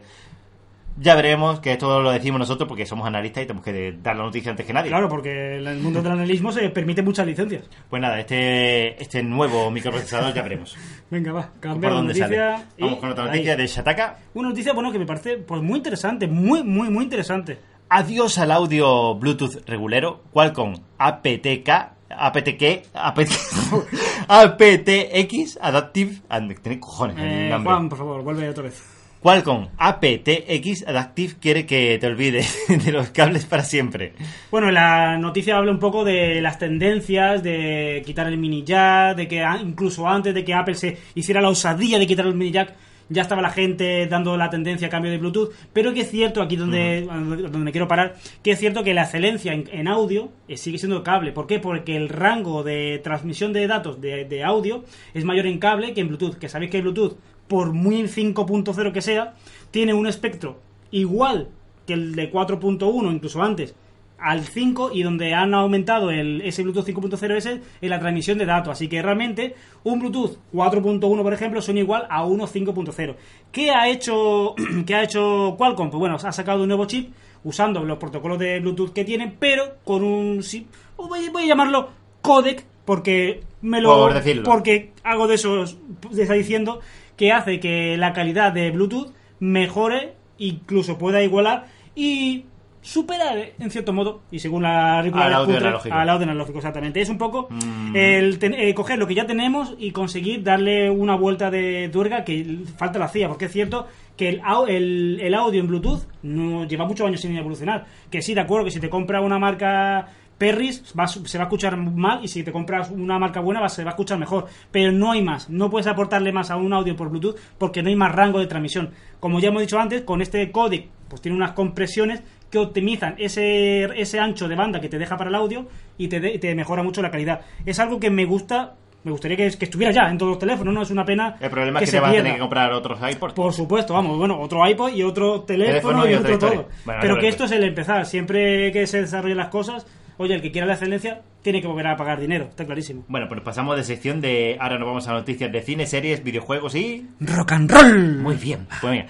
S3: ya veremos, que esto lo decimos nosotros porque somos analistas y tenemos que de- dar la noticia antes que nadie.
S4: Claro, porque en el mundo del analismo se permite muchas licencias.
S3: Pues nada, este, este nuevo microprocesador ya veremos.
S4: Venga, va,
S3: ¿Por
S4: cambiamos
S3: dónde
S4: noticia.
S3: sale?
S4: y-
S3: Vamos con otra noticia
S4: ahí.
S3: de Shataka.
S4: Una noticia, bueno, que me parece pues muy interesante, muy, muy, muy interesante.
S3: Adiós al audio Bluetooth regulero, Qualcomm APTK, APTK, APT, APTX Adaptive... and- Tiene cojones el
S4: Eh,
S3: nombre.
S4: Juan, por favor, vuelve otra vez.
S3: Qualcomm APTX Adaptive quiere que te olvides de los cables para siempre.
S4: Bueno, la noticia habla un poco de las tendencias de quitar el mini jack, de que a- incluso antes de que Apple se hiciera la osadía de quitar el mini jack, ya estaba la gente dando la tendencia a cambio de Bluetooth, pero que es cierto, aquí donde, donde me quiero parar, que es cierto que la excelencia en, en audio eh, sigue siendo el cable. ¿Por qué? Porque el rango de transmisión de datos de, de audio es mayor en cable que en Bluetooth, que sabéis que Bluetooth, por muy 5.0 que sea, tiene un espectro igual que el de 4.1, incluso antes, al 5 y donde han aumentado el, ese Bluetooth 5.0 s en la transmisión de datos. Así que realmente un Bluetooth 4.1, por ejemplo, son igual a uno 5.0. ¿Qué ha hecho qué ha hecho Qualcomm? Pues bueno, ha sacado un nuevo chip usando los protocolos de Bluetooth que tienen, pero con un sí, o voy, voy a llamarlo codec porque me lo
S3: Por decirlo.
S4: porque algo de esos te está diciendo que hace que la calidad de Bluetooth mejore, incluso pueda igualar y superar en cierto modo y según la
S3: Al audio
S4: Putre,
S3: analógico.
S4: al audio analógico, exactamente es un poco
S3: Mm.
S4: el ten- eh, coger lo que ya tenemos y conseguir darle una vuelta de tuerca que falta la hacía porque es cierto que el, au- el, el audio en Bluetooth no lleva muchos años sin evolucionar que sí de acuerdo que si te compra una marca Perris va a su- se va a escuchar mal y si te compras una marca buena va- se va a escuchar mejor. Pero no hay más. No puedes aportarle más a un audio por Bluetooth porque no hay más rango de transmisión. Como ya hemos dicho antes, con este codec pues tiene unas compresiones que optimizan ese, ese ancho de banda que te deja para el audio y te, de- te mejora mucho la calidad. Es algo que me gusta, me gustaría que, que estuviera ya en todos los teléfonos, no es una pena.
S3: El problema es que
S4: se
S3: te vas a tener
S4: pierda.
S3: que comprar otros iPods.
S4: Por supuesto, vamos, bueno, otro iPod y otro teléfono,
S3: Teléfono y
S4: y
S3: otra
S4: otro
S3: historia.
S4: todo.
S3: Bueno,
S4: Pero
S3: no
S4: que
S3: lo
S4: esto
S3: creo.
S4: es el empezar. Siempre que se desarrollen las cosas, oye, el que quiera la excelencia tiene que volver a pagar dinero, está clarísimo.
S3: Bueno, pues pasamos de sección de. Ahora nos vamos a noticias de cine, series, videojuegos y.
S4: Rock and roll.
S3: Muy bien. Pues mira.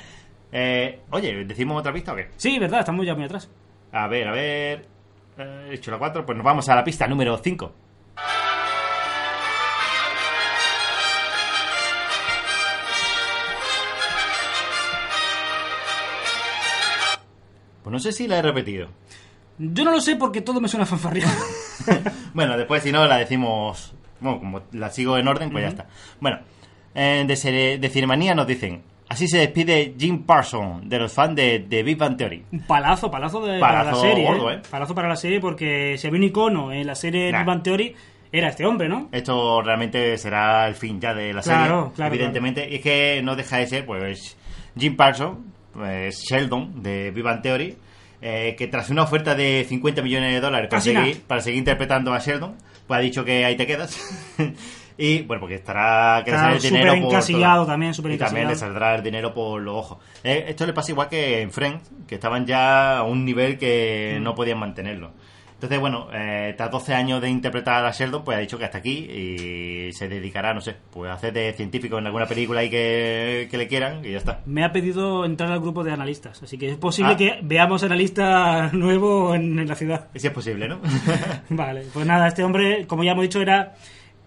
S3: Eh, oye, ¿decimos otra pista o qué?
S4: Sí, verdad, estamos ya muy atrás.
S3: A ver, a ver. Eh, He hecho la 4, pues nos vamos a la pista número 5. Pues no sé si la he repetido.
S4: Yo no lo sé porque todo me suena fanfarria.
S3: Bueno, después si no la decimos... Bueno, como la sigo en orden, pues ya está. Bueno, eh, de, Cere- de Cinemanía nos dicen... Así se despide Jim Parsons, de los fans de, de Big Bang Theory.
S4: Un palazo, palazo de, para la
S3: Palazo
S4: serie.
S3: gordo, ¿eh?
S4: Palazo para la serie porque si había un icono en la serie
S3: Nah.
S4: Big Bang Theory, era este hombre, ¿no?
S3: Esto realmente será el fin ya de la
S4: Claro,
S3: serie,
S4: claro,
S3: evidentemente. Y es que no deja de ser, pues, Jim Parsons, pues, Sheldon, de Big Bang Theory, eh, que tras una oferta de 50 millones de dólares para
S4: Casi nada.
S3: seguir, para seguir interpretando a Sheldon, pues ha dicho que ahí te quedas. y, bueno, porque estará... Que le
S4: Está
S3: sale el
S4: súper
S3: dinero por
S4: encasillado
S3: todo.
S4: también, súper
S3: Y también le
S4: encasillado.
S3: saldrá el dinero por los ojos. Eh, esto le pasa igual que en Friends, que estaban ya a un nivel
S4: Mm.
S3: que no podían mantenerlo. Entonces, bueno, eh, tras 12 años de interpretar a Sheldon, pues ha dicho que hasta aquí y se dedicará, no sé, pues a hacer de científico en alguna película ahí que, que le quieran y ya está.
S4: Me ha pedido entrar al grupo de analistas, así que es posible
S3: Ah.
S4: que veamos analista nuevo en- en la ciudad.
S3: Si es posible, ¿no?
S4: Vale, pues nada, este hombre, como ya hemos dicho, era.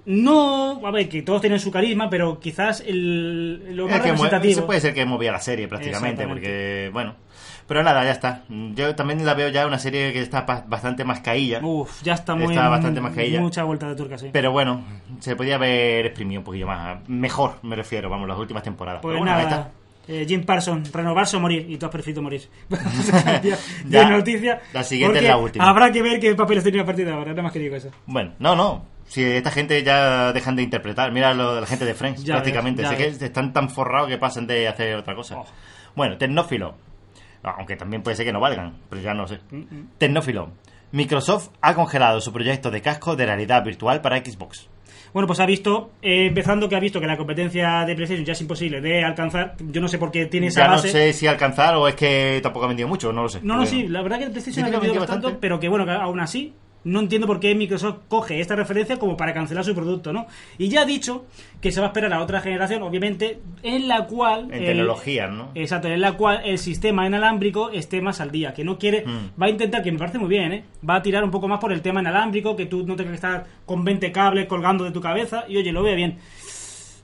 S4: No, a ver, que todos tienen su carisma, pero quizás el, lo más
S3: Es que mue-
S4: representativo.
S3: se puede ser que movía la serie prácticamente,
S4: Exactamente.
S3: porque, bueno. Pero nada, ya está. Yo también la veo ya una serie que está pa- bastante más caída.
S4: Uf, ya está muy.
S3: Está bastante más que ella.
S4: Mucha vuelta de turca, sí.
S3: Pero bueno, se podía haber exprimido un poquillo más. Mejor, me refiero, vamos, las últimas temporadas.
S4: pues
S3: Pero bueno, ahí
S4: nada, eh, Jim Parsons, renovarse o morir, y tú has preferido morir. Vamos a cambiar de
S3: Ya,
S4: noticia.
S3: la siguiente es
S4: porque
S3: la última.
S4: Habrá que ver qué papeles tenía a partir de ahora, nada más que digo eso.
S3: Bueno, no, no. Si esta gente ya dejan de interpretar, mira lo de la gente de Friends,
S4: Ya
S3: prácticamente.
S4: ves, ya
S3: Sé
S4: ves.
S3: que están tan forrados que pasan de hacer otra cosa.
S4: Oh.
S3: Bueno, tecnófilo. Aunque también puede ser que no valgan, pero ya no sé.
S4: Mm,
S3: Tecnófilo. Microsoft ha congelado su proyecto de casco de realidad virtual para Xbox.
S4: Bueno, pues ha visto, eh, empezando que ha visto que la competencia de PlayStation ya es imposible de alcanzar. Yo no sé por qué tiene esa
S3: Ya no
S4: base.
S3: sé si alcanzar o es que tampoco ha vendido mucho, no lo sé.
S4: No, no,
S3: Bueno.
S4: sí, la verdad que el PlayStation ha
S3: Dice que
S4: vendido
S3: vendió
S4: bastante,
S3: bastante.
S4: pero que bueno, que aún así, no entiendo por qué Microsoft coge esta referencia como para cancelar su producto, ¿no? Y ya ha dicho que se va a esperar a otra generación, obviamente, en la cual.
S3: En
S4: el-
S3: tecnología, ¿no?
S4: Exacto, en la cual el sistema inalámbrico esté más al día, que no quiere,
S3: Mm.
S4: va a intentar, que me parece muy bien, ¿eh? va a tirar un poco más por el tema inalámbrico, que tú no tengas que estar con 20 cables colgando de tu cabeza, y oye, lo veo bien.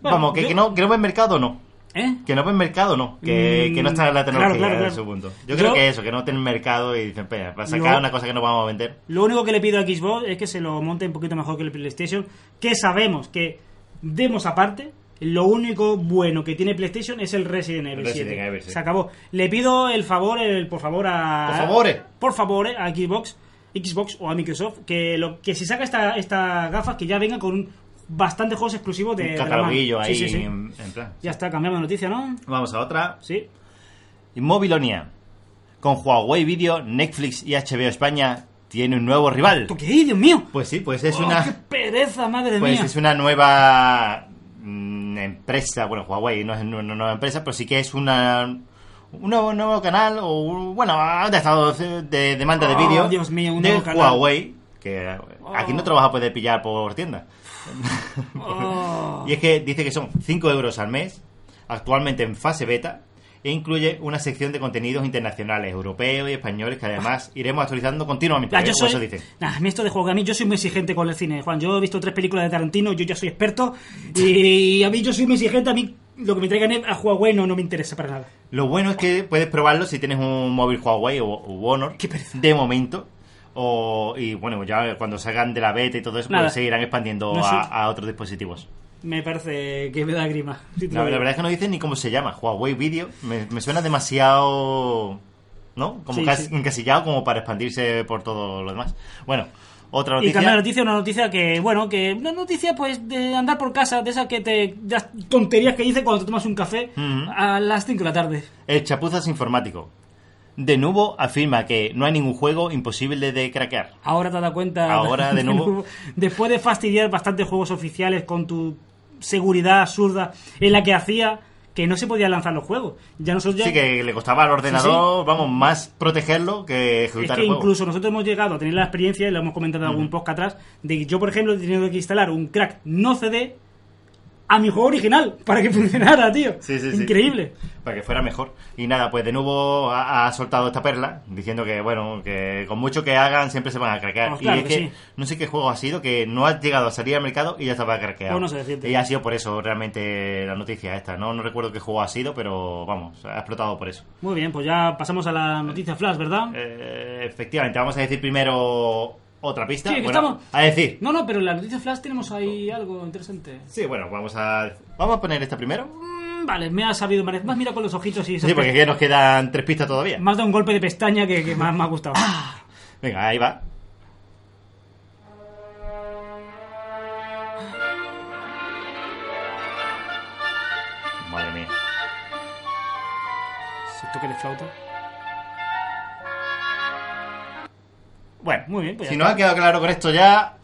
S4: Bueno,
S3: Vamos, que,
S4: yo-
S3: que no, que no ven mercado, no.
S4: ¿Eh?
S3: Que no ven mercado, no. Que,
S4: Mm,
S3: que no está la
S4: claro,
S3: tecnología
S4: claro,
S3: en
S4: claro.
S3: su punto. Yo,
S4: Yo-
S3: creo que eso, que no tienen mercado y dicen, "Espera, para sacar
S4: No.
S3: una cosa que no vamos a vender.
S4: Lo único que le pido a Xbox es que se lo monte un poquito mejor que el PlayStation, que sabemos que demos aparte. Lo único bueno que tiene PlayStation es el Resident Evil 7.
S3: Resident Evil, sí.
S4: Se acabó. Le pido el favor, el por favor a
S3: Por favore.
S4: por favor a Xbox, Xbox o a Microsoft que lo que si saca esta esta gafas que ya venga con bastantes juegos exclusivos de
S3: un
S4: de la mano.
S3: cataloguillo
S4: Sí,
S3: ahí
S4: sí, sí.
S3: En, en plan.
S4: Ya está, cambiamos de noticia, ¿no?
S3: Vamos a otra.
S4: Sí.
S3: Inmobilonia. Con Huawei Video, Netflix y HBO España tiene un nuevo rival.
S4: ¿Por qué? Dios mío.
S3: Pues sí, pues es
S4: Oh,
S3: una
S4: qué pereza, madre
S3: pues
S4: mía.
S3: es una nueva mm, empresa, bueno, Huawei no es una nueva empresa, pero sí que es una un nuevo, nuevo canal o un- bueno, ha estado de demanda de
S4: Oh,
S3: vídeo
S4: Dios mío, un
S3: de
S4: nuevo canal.
S3: Huawei que aquí no te lo vas a poder pillar por tienda.
S4: Oh.
S3: Y es que dice que son 5 euros al mes, actualmente en fase beta, e incluye una sección de contenidos internacionales, europeos y españoles, que además iremos actualizando continuamente.
S4: Ya,
S3: ¿eh?
S4: yo
S3: O
S4: soy,
S3: eso dice.
S4: Nah, a mí esto de juego, a mí yo soy muy exigente con el cine, Juan. Yo he visto tres películas de Tarantino, yo ya soy experto. Y a mí yo soy muy exigente, a mí lo que me traigan es a Huawei no, no me interesa para nada.
S3: Lo bueno es que puedes probarlo si tienes un móvil Huawei o, u Honor
S4: Qué pereza.
S3: de momento. O, y bueno, ya cuando salgan de la beta y todo eso,
S4: Nada.
S3: pues se irán expandiendo
S4: No
S3: a,
S4: sé.
S3: a otros dispositivos.
S4: Me parece que me da grima. si te
S3: La,
S4: lo
S3: la
S4: digo.
S3: verdad es que no dicen ni cómo se llama. Huawei Video me, me suena demasiado. ¿No? Como
S4: Sí,
S3: cas-
S4: sí.
S3: encasillado como para expandirse por todo lo demás. Bueno, Otra
S4: Y
S3: noticia.
S4: cambiar la noticia, una noticia que, bueno, que una noticia pues de andar por casa, de esas que te. de las tonterías que dices cuando te tomas un café
S3: Ujú.
S4: a las 5 de la tarde.
S3: El chapuzas informático. De nuevo afirma que no hay ningún juego imposible de craquear.
S4: Ahora te das cuenta.
S3: Ahora, de nuevo.
S4: Después de fastidiar bastantes juegos oficiales con tu seguridad absurda en la que hacía que no se podían lanzar los juegos. Ya nosotros ya.
S3: Sí, que le costaba al ordenador, vamos, más protegerlo que
S4: Es
S3: ejecutar
S4: que
S3: el juego.
S4: incluso nosotros hemos llegado a tener la experiencia, y lo hemos comentado en algún podcast atrás, de que yo, por ejemplo, he tenido que instalar un crack no CD a mi juego original para que funcionara, tío.
S3: Sí, sí, sí.
S4: Increíble.
S3: Para que fuera mejor. Y nada, pues de nuevo ha, ha soltado esta perla, diciendo que, bueno, que con mucho que hagan siempre se van a craquear.
S4: Pues
S3: y
S4: claro
S3: es
S4: que
S3: que
S4: sí.
S3: no sé qué juego ha sido, que no ha llegado a salir al mercado y ya estaba craqueado.
S4: Pues no sé decirte.
S3: Y ha sido por eso realmente la noticia esta. No, no recuerdo qué juego ha sido, pero vamos, ha explotado por eso.
S4: Muy bien, pues ya pasamos a la noticia flash, ¿verdad?
S3: Eh, efectivamente, vamos a decir primero otra pista.
S4: Sí, que
S3: Bueno,
S4: estamos-
S3: A decir.
S4: No, no, pero en la noticia flash tenemos ahí algo interesante.
S3: Sí, bueno, vamos a, vamos a poner esta primero.
S4: Mm, Vale, me ha sabido, María. Más mira con los ojitos y eso.
S3: Sí, porque ya nos quedan tres pistas todavía.
S4: Me has dado un golpe de pestaña que, que más me ha gustado.
S3: Ah. Venga, ahí va. Madre mía.
S4: Si toque de flauta.
S3: Bueno,
S4: Muy bien, pues ya
S3: si
S4: está.
S3: no ha quedado claro con esto ya,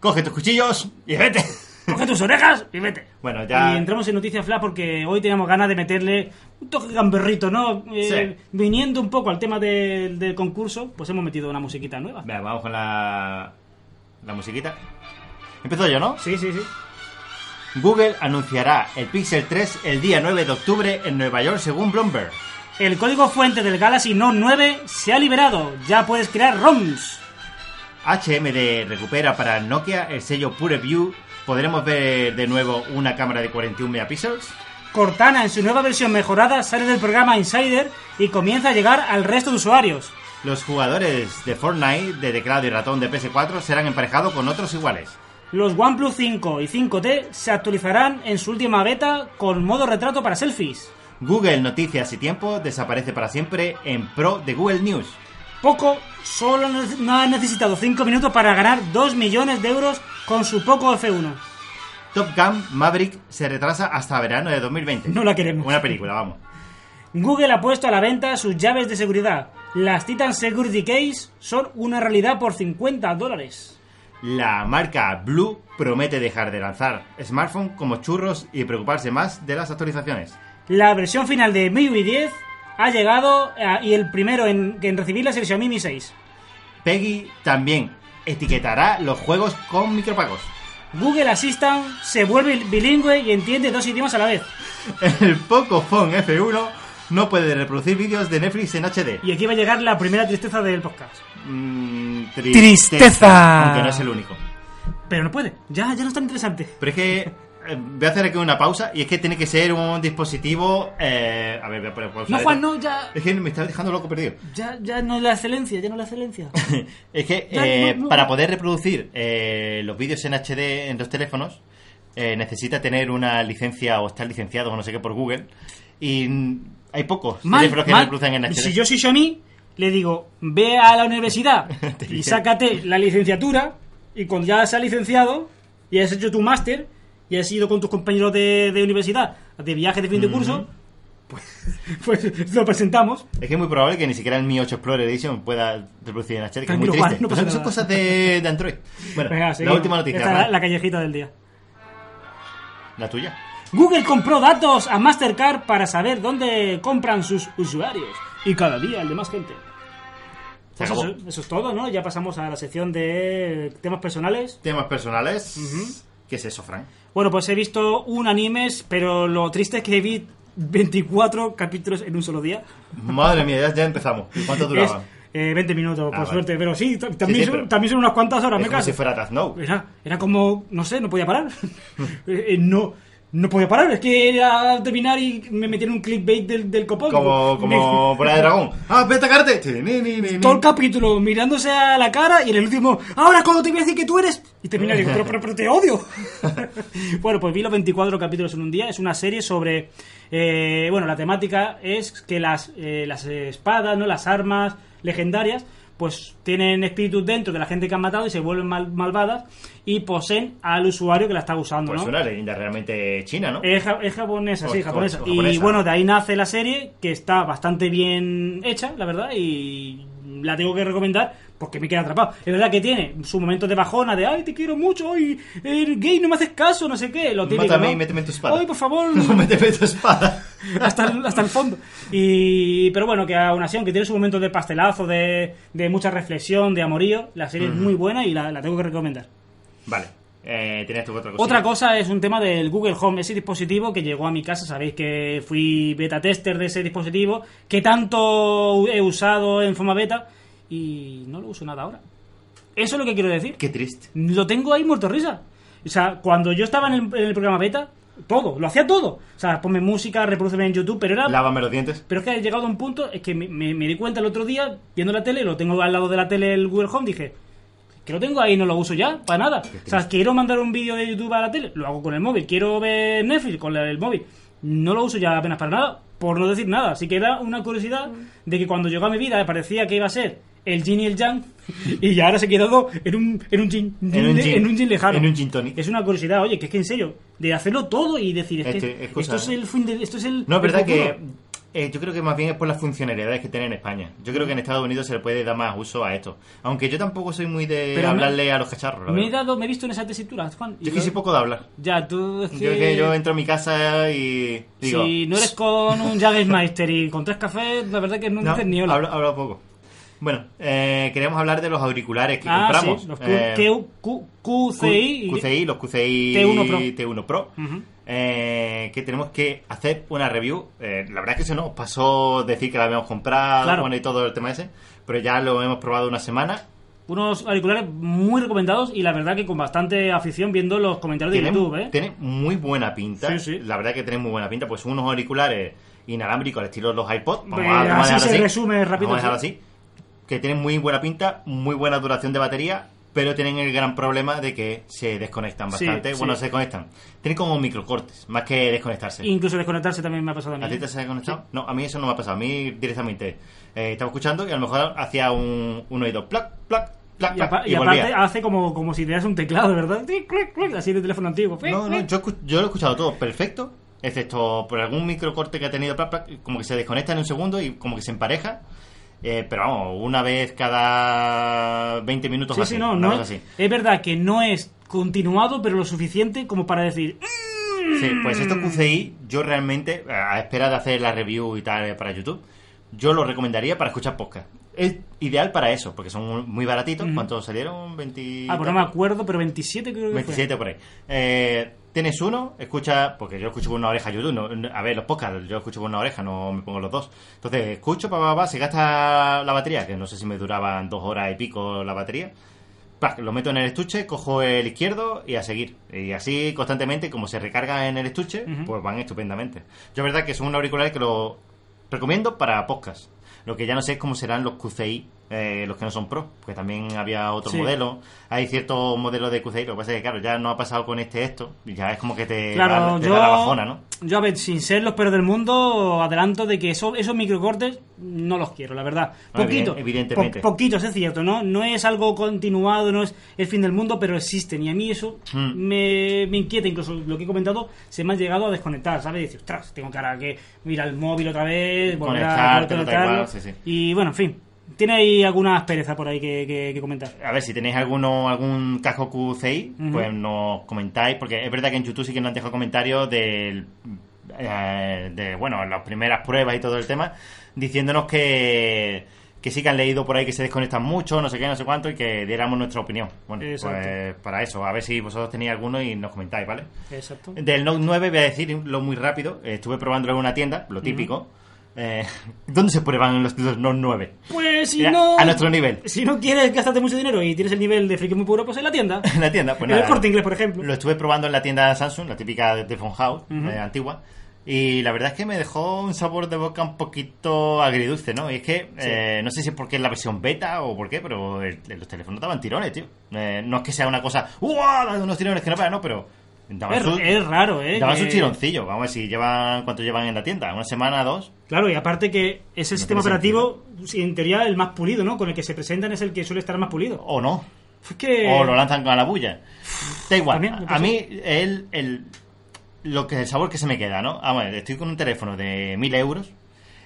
S3: coge tus cuchillos y vete.
S4: Coge tus orejas y vete.
S3: Bueno, ya-
S4: Y entramos en Noticias Flash porque hoy teníamos ganas de meterle un toque gamberrito, ¿no? Eh,
S3: Sí.
S4: Viniendo un poco al tema del, del concurso, pues hemos metido una musiquita nueva.
S3: Venga, vamos con la, la musiquita. Empezó yo, ¿no?
S4: Sí, sí, sí.
S3: Google anunciará el Pixel 3 el día 9 de octubre en Nueva York según Bloomberg.
S4: El código fuente del Galaxy Note 9 se ha liberado. Ya puedes crear ROMs.
S3: HMD recupera para Nokia el sello Pure View. ¿Podremos ver de nuevo una cámara de 41 megapíxeles?
S4: Cortana, en su nueva versión mejorada, sale del programa Insider y comienza a llegar al resto de usuarios.
S3: Los jugadores de Fortnite de teclado y ratón de PS4 serán emparejados con otros iguales.
S4: Los OnePlus 5 y 5T se actualizarán en su última beta con modo retrato para selfies.
S3: Google Noticias y Tiempo desaparece para siempre en pro de Google News.
S4: Poco solo ne- no ha necesitado 5 minutos para ganar 2 millones de euros con su Poco F1.
S3: Top Gun Maverick se retrasa hasta verano de 2020.
S4: No la queremos.
S3: Una película, vamos.
S4: Google ha puesto a la venta sus llaves de seguridad. Las Titan Security Case son una realidad por 50 dólares.
S3: La marca Blue promete dejar de lanzar smartphones como churros y preocuparse más de las actualizaciones.
S4: La versión final de MIUI 10 ha llegado eh, y el primero en, en recibirla es el Xiaomi Mi 6.
S3: Peggy también etiquetará los juegos con micropagos.
S4: Google Assistant se vuelve bilingüe y entiende dos idiomas a la vez.
S3: El Pocophone F1 no puede reproducir vídeos de Netflix en HD.
S4: Y aquí va a llegar la primera tristeza del podcast.
S3: Mm,
S4: Tristeza.
S3: Aunque no es el único.
S4: Pero no puede, ya, ya no es tan interesante.
S3: Pero es que eh, voy a hacer aquí una pausa y es que tiene que ser un dispositivo... eh, a ver, voy a poner pausa.
S4: No, Juan, no, ya,
S3: Es que me está dejando loco perdido.
S4: ya, ya no es la excelencia, ya no es la excelencia.
S3: Es que
S4: Ya,
S3: eh,
S4: no, no.
S3: para poder reproducir eh, los vídeos en HD en los teléfonos eh, necesita tener una licencia o estar licenciado o no sé qué por Google y mm, hay pocos teléfonos que reproducen en HD.
S4: Si yo soy Xiaomi, le digo, ve a la universidad y sácate la licenciatura y cuando ya seas licenciado y has hecho tu máster y has ido con tus compañeros de, de universidad de viaje de fin de curso, pues, pues lo presentamos.
S3: Es que es muy probable que ni siquiera el Mi 8 Explorer Edition pueda reproducir en HD, que es muy
S4: Tranquilo,
S3: triste.
S4: Juan, no pasa
S3: Son- son
S4: nada.
S3: cosas de, de Android. Bueno,
S4: Venga,
S3: la
S4: seguimos.
S3: última noticia,
S4: Esta es
S3: ¿vale?
S4: la, la callejita del día.
S3: La tuya.
S4: Google compró datos a Mastercard para saber dónde compran sus usuarios y cada día el de más gente.
S3: Se
S4: Pues
S3: acabó.
S4: eso, eso es todo, ¿no? Ya pasamos a la sección de temas personales.
S3: Temas personales. ¿Qué es eso, Frank?
S4: Bueno, pues he visto un anime, pero lo triste es que vi 24 capítulos en un solo día.
S3: Madre mía, ya, ya empezamos. ¿Y ¿Cuánto
S4: Es,
S3: duraba? Ah,
S4: eh, 20 minutos, por
S3: vale.
S4: suerte. Pero sí, t-
S3: Sí,
S4: también,
S3: sí,
S4: son,
S3: pero-
S4: también son unas cuantas horas,
S3: Es
S4: me
S3: como si
S4: caso.
S3: fuera Tazno.
S4: Era, era como, no sé, no podía parar. Eh, eh, no, no podía parar, es que era terminar y me metieron un clickbait del, del copón.
S3: Como, como bola de dragón. ¡Ah, vete a cagarte! Ni, ni, ni, ni.
S4: todo el capítulo mirándose a la cara y en el último, ahora cuando te voy a decir que tú eres. Y termina digo, pero, pero, pero te odio. bueno, pues vi los 24 capítulos en un día. Es una serie sobre. eh, bueno, la temática es que las, eh, las espadas, ¿no? Las armas legendarias. pues tienen espíritus dentro de la gente que han matado y se vuelven mal- malvadas y poseen al usuario que la está usando,
S3: Pues
S4: ¿no? Eh,
S3: una leyenda realmente china, ¿no?
S4: Es, ja- es japonesa, sí,
S3: O-
S4: japonesa.
S3: o- o
S4: Y
S3: Pues, japonesa.
S4: bueno, de ahí nace la serie, que está bastante bien hecha, la verdad, y la tengo que recomendar porque me queda atrapado. Es verdad que tiene su momento de bajona, de ay, te quiero mucho, ay, el gay, no me haces caso, no sé qué, lo típico.
S3: Mátame
S4: ¿no?
S3: y méteme tu espada.
S4: Ay, por favor,
S3: No, méteme tu espada.
S4: hasta el, hasta el fondo. Y, pero bueno, que aún así, aunque tiene su momento de pastelazo, de, de mucha reflexión, de amorío, la serie es muy buena y la, la tengo que recomendar.
S3: Vale. Eh, Tienes tu otra cosa.
S4: Otra cosa es un tema del Google Home, ese dispositivo que llegó a mi casa, sabéis que fui beta tester de ese dispositivo, que tanto he usado en forma beta y no lo uso nada ahora. Eso es lo que quiero decir.
S3: Qué triste.
S4: Lo tengo ahí muerto de risa. O sea, cuando yo estaba en el, en el programa beta, todo, lo hacía todo. O sea, ponme música, reproduceme en YouTube, pero era
S3: Lávame los dientes.
S4: pero es que he llegado a un punto, es que me, me- me di cuenta el otro día, viendo la tele, lo tengo al lado de la tele el Google Home, dije, que lo tengo ahí, no lo uso ya, para nada. O sea, quiero mandar un vídeo de YouTube a la tele, lo hago con el móvil, quiero ver Netflix con el móvil, no lo uso ya apenas para nada, por no decir nada. Así que era una curiosidad de que cuando llegó a mi vida parecía que iba a ser el yin y el yang, y ya ahora se ha quedado en un, en un yin,
S3: En un yin.
S4: en un yin lejano.
S3: En un yin tonic.
S4: Es una curiosidad, oye, que es que en serio, de hacerlo todo y decir, es que
S3: Este, es cosa,
S4: esto es
S3: ¿eh?
S4: el fin de- esto es el...
S3: No, es
S4: el
S3: verdad
S4: futuro.
S3: que eh, yo creo que más bien es por las funcionalidades que tiene en España. Yo creo que en Estados Unidos se le puede dar más uso a esto. Aunque yo tampoco soy muy de
S4: Pero me-
S3: hablarle a los cacharros. la
S4: Me he
S3: verdad.
S4: dado, me he visto en esa tesitura, Juan. y
S3: Yo es que
S4: lo-
S3: soy poco de hablar.
S4: Ya, tú es que...
S3: Yo, es que yo entro a mi casa y digo...
S4: si no eres con un Jagermeister y con tres cafés, la verdad que no,
S3: No,
S4: dices ni hola.
S3: hablo, hablo poco. Bueno, eh, queríamos hablar de los auriculares que
S4: ah,
S3: compramos.
S4: sí, los Q,
S3: Eh,
S4: Q- Q- QCI. y-
S3: Q- QCI, los QCI
S4: T1 Pro.
S3: Pro,
S4: Ujú.
S3: eh, que tenemos que hacer una review. Eh, la verdad es que eso nos pasó decir que la habíamos comprado
S4: Claro.
S3: bueno, y todo el tema ese, pero ya lo hemos probado una semana.
S4: Unos auriculares muy recomendados y la verdad que con bastante afición viendo los comentarios de
S3: Tiene,
S4: YouTube, ¿eh?
S3: tiene muy buena pinta.
S4: Sí, sí.
S3: La verdad que tiene muy buena pinta. Pues unos auriculares inalámbricos al estilo de los iPod. Vamos a-
S4: Eh,
S3: vamos a
S4: así
S3: dejarlo
S4: se resume rápido,
S3: Vamos a dejarlo
S4: sí.
S3: así. Que tienen muy buena pinta, muy buena duración de batería, pero tienen el gran problema de que se desconectan
S4: Sí,
S3: bastante.
S4: sí.
S3: Bueno, se desconectan. Tienen como microcortes, más que desconectarse.
S4: Incluso desconectarse también me ha pasado a mí.
S3: ¿A ti te has desconectado? No, a mí eso no me ha pasado. A mí directamente eh, estaba escuchando y a lo mejor hacía un, un oído plac, plac, plac,
S4: Y,
S3: plac,
S4: apa-
S3: y
S4: y
S3: volvía.
S4: aparte hace como, como si dieras un teclado, ¿verdad? Clic, clic, clic, Así de teléfono antiguo. Clic,
S3: No, no,
S4: clic.
S3: yo, escu- yo lo he escuchado todo perfecto, excepto por algún microcorte que ha tenido, plac, plac, como que se desconecta en un segundo y como que se empareja. Eh, pero vamos, una vez cada 20 minutos
S4: Sí,
S3: así,
S4: sí, no,
S3: una
S4: no
S3: cosa
S4: es,
S3: así.
S4: es verdad que no es continuado, pero lo suficiente como para decir,
S3: Sí, pues estos QCI, yo realmente, a espera de hacer la review y tal eh, para YouTube, yo lo recomendaría para escuchar podcast. Es ideal para eso, porque son muy baratitos. ¿Cuántos salieron? 20...
S4: Ah, pues no me acuerdo, pero 27 creo que
S3: 27 por ahí. Eh, tienes uno, escucha, porque yo escucho con una oreja YouTube, no- no- a ver, los podcasts, yo escucho con una oreja, no me pongo los dos. Entonces, escucho, pa, pa, pa, se gasta la batería, que no sé si me duraban dos horas y pico la batería. Pac, lo meto en el estuche, cojo el izquierdo y a seguir. Y así constantemente, como se recarga en el estuche, pues van estupendamente. Yo, verdad, que son un auricular que lo recomiendo para podcast. Lo que ya no sé es cómo serán los QCI, eh, los que no son pro, porque también había otro
S4: Sí.
S3: modelo. Hay ciertos modelos de QCI, lo que pasa es que, claro, ya no ha pasado con este esto, y ya es como que te,
S4: fue.
S3: da,
S4: Claro,
S3: te
S4: yo,
S3: da eh, la bajona, ¿no?
S4: yo, a ver, sin ser los peores del mundo, adelanto de que eso- esos microcortes no los quiero, la verdad.
S3: No,
S4: Poquito,
S3: Ah, evident- evidentemente.
S4: po- poquitos, es cierto, ¿no? No es algo continuado, no es el fin del mundo, pero existen. Y a mí eso
S3: Mm.
S4: me, me inquieta, incluso lo que he comentado, se me ha llegado a desconectar, ¿sabes? Dices, ostras, tengo que ahora que ir al móvil otra vez, volver a
S3: Conectártelo, tal
S4: conectarlo".
S3: cual, sí, sí.
S4: Y bueno, en fin, tiene ahí algunas perezas por ahí que, que- que comentar.
S3: A ver, si tenéis alguno, algún casco QCI, pues nos comentáis, porque es verdad que en YouTube sí que nos han dejado comentarios del, eh, de, bueno, las primeras pruebas y todo el tema, diciéndonos que, que sí que han leído por ahí que se desconectan mucho, no sé qué, no sé cuánto, y que diéramos nuestra opinión. Bueno,
S4: Exacto.
S3: pues para eso, a ver si vosotros tenéis alguno y nos comentáis, ¿vale?
S4: Exacto.
S3: Del Note 9 voy a decirlo muy rápido, eh, estuve probándolo en una tienda, lo típico. Eh, ¿Dónde se prueban los, los Note 9?
S4: Pues si
S3: Era
S4: no.
S3: a nuestro nivel.
S4: Si no quieres gastarte mucho dinero y tienes el nivel de friki muy puro, pues en la tienda.
S3: en la tienda. Pues
S4: en el
S3: nada,
S4: corte inglés, por ejemplo.
S3: Lo estuve probando en la tienda Samsung, la típica de Phone House, eh, antigua. Y la verdad es que me dejó un sabor de boca un poquito agridulce, ¿no? Y es que eh, no sé si es porque es la versión beta o por qué, pero el- los teléfonos daban tirones, tío. Eh, no es que sea una cosa, ¡Uah! Daban unos tirones que no para, no, pero Daban
S4: Es,
S3: su-
S4: es raro, ¿eh?
S3: daban
S4: que-
S3: su chironcillo, vamos a ver si llevan, cuánto llevan en la tienda, una semana, dos.
S4: Claro, y aparte que ese
S3: No
S4: sistema
S3: tiene
S4: operativo, si en teoría, el más pulido, ¿no? Con el que se presentan es el que suele estar más pulido.
S3: O no.
S4: Es que...
S3: O Oh, lo lanzan con la bulla. Da igual.
S4: Eh, También me
S3: a
S4: parece-
S3: mí, el, el, lo que, el sabor que se me queda, ¿no? Vamos, a ver, estoy con un teléfono de 1000 euros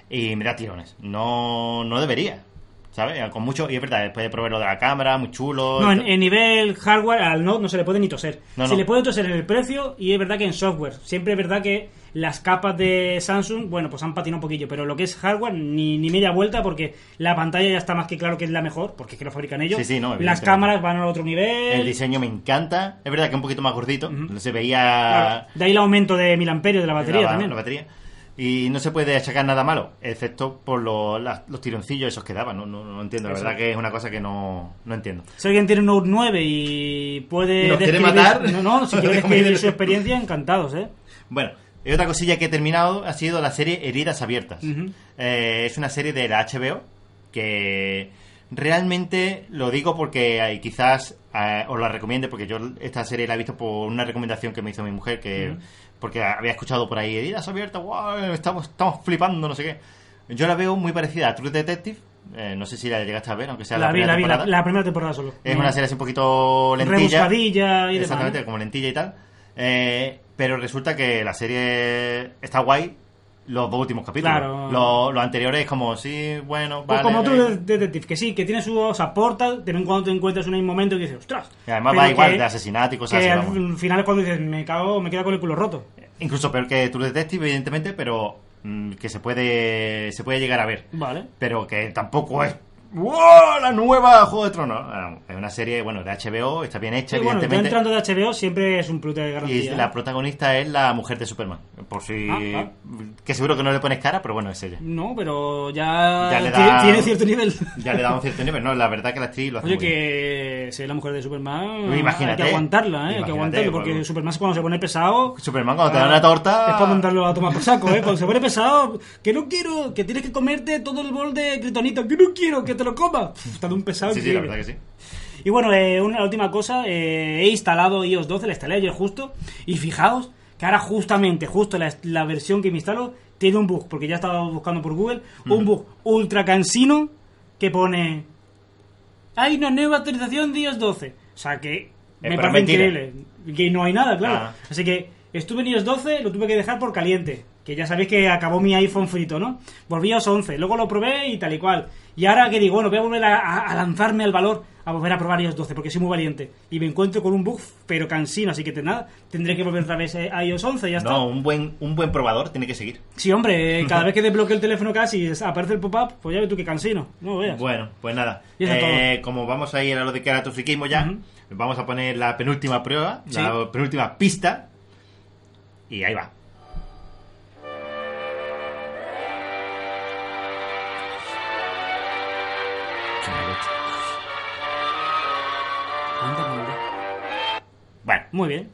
S3: y me da tirones. No, no debería. ¿Sabes? Con mucho. Y es verdad, después de probar lo de la cámara, muy chulo.
S4: No,
S3: y
S4: en,
S3: to-
S4: en nivel hardware al Note no se le puede ni toser.
S3: No,
S4: se
S3: no.
S4: le puede toser en el precio y es verdad que en software. Siempre es verdad que las capas de Samsung, bueno, pues han patinado un poquillo, pero lo que es hardware ni, ni media vuelta porque la pantalla ya está más que claro que es la mejor, porque es que lo fabrican ellos.
S3: Sí, sí, no,
S4: las
S3: evidentemente.
S4: cámaras van al otro nivel.
S3: El diseño me encanta. Es verdad que un poquito más gordito. Se veía.
S4: Claro, de ahí el aumento de mil amperios de la batería
S3: Ah. la-
S4: también.
S3: la batería. Y no se puede achacar nada malo, excepto por lo- las- los tironcillos esos que daban. No, no, no entiendo. La
S4: Exacto.
S3: verdad que es una cosa que no, no entiendo.
S4: Si alguien tiene un Note 9 y puede
S3: Y nos quiere
S4: describir-
S3: matar.
S4: No, no, si quiere
S3: Como
S4: describir
S3: dice-
S4: su experiencia, encantados, ¿eh?
S3: Bueno, y otra cosilla que he terminado ha sido la serie Heridas Abiertas. Eh, es una serie de la HBO que realmente lo digo porque eh, quizás eh, os la recomiende, porque yo esta serie la he visto por una recomendación que me hizo mi mujer, que porque había escuchado por ahí Heridas Abiertas, wow, estamos, estamos flipando, no sé qué. Yo la veo muy parecida a True Detective. eh, no sé si la llegaste a ver, aunque sea la,
S4: La, vi,
S3: primera
S4: la vi, la,
S3: temporada.
S4: la primera temporada solo.
S3: Es una serie así un poquito lentilla.
S4: Rebuscadilla y demás,
S3: Exactamente,
S4: ¿no?
S3: como lentilla y tal. Eh, pero resulta que la serie está guay los dos últimos capítulos.
S4: Claro.
S3: Los, los anteriores es como, sí, bueno,
S4: O Pues
S3: vale.
S4: como tú,
S3: eh.
S4: de- Detective, que sí, que tiene sus aportas, de vez en cuando te encuentras en un momento y dices, ostras.
S3: Y además
S4: Pero
S3: va igual
S4: que-
S3: de asesinato y cosas
S4: Que
S3: así.
S4: al
S3: vamos.
S4: final es cuando dices, me cago, me queda con el culo roto.
S3: Incluso peor que True Detective, evidentemente, pero mm, que se puede, se puede llegar a ver.
S4: Vale.
S3: pero que tampoco es ¡Wow! la nueva Juego de Tronos. Ah, Es una serie, bueno, de HBO, está bien hecha,
S4: Y bueno, ya
S3: evidentemente.
S4: entrando de HBO siempre es un plus de
S3: Y
S4: garantía. ¿eh?
S3: la protagonista es la mujer de Superman. Por si.
S4: Ah,
S3: Que seguro que no le pones cara, pero bueno, es ella.
S4: No, pero ya,
S3: Ya le
S4: tiene-
S3: da-
S4: tiene cierto nivel.
S3: Ya le da un cierto nivel, ¿no? La verdad que la actriz lo hace.
S4: Oye,
S3: muy bien.
S4: que si es la mujer de Superman,
S3: Imagínate.
S4: hay que aguantarla, ¿eh? hay
S3: Imagínate, pues,
S4: que aguantarlo, porque
S3: bueno.
S4: Superman cuando se pone pesado...
S3: Superman, cuando te da
S4: ah,
S3: una torta.
S4: Es para mandarlo a tomar por saco, ¿eh? Cuando se pone pesado, que no quiero, que tienes que comerte todo el bol de Kryptonita, que no quiero, que te lo comas. Pff, Está de un pesado
S3: Sí, sí, la
S4: increíble.
S3: verdad que sí.
S4: Y bueno, eh, una última cosa, eh, he instalado iOS 12, la instalé ayer justo, y fijaos que ahora justamente, justo la, la versión que me instalo, tiene un bug, porque ya estaba buscando por Google, un bug ultra cansino que pone... Hay una nueva actualización de iOS 12. O sea que me
S3: Eh, pero
S4: parece
S3: mentira.
S4: increíble. Que no hay nada, claro.
S3: Ah.
S4: Así que estuve en iOS 12, lo tuve que dejar por caliente. Que ya sabéis que acabó mi iPhone frito, ¿no? Volví a iOS 11, luego lo probé y tal y cual. Y ahora que digo, bueno, voy a volver a, a- a lanzarme al valor, a volver a probar iOS 12, porque soy muy valiente. Y me encuentro con un bug, pero cansino, así que te- nada, tendré que volver otra vez eh, a iOS 11, ya está.
S3: No, un buen, un buen probador tiene que seguir.
S4: Sí, hombre, eh, cada vez que desbloqueo el teléfono casi aparece el pop-up, pues ya ves tú que cansino. No veas.
S3: Bueno, pues nada.
S4: Y eso es
S3: Eh, como vamos a ir a lo de que era tu friquismo ya,
S4: Ujú.
S3: vamos a poner la penúltima prueba,
S4: Sí.
S3: la penúltima pista. Y ahí va. Qué mala leche. Bueno,
S4: Muy bien.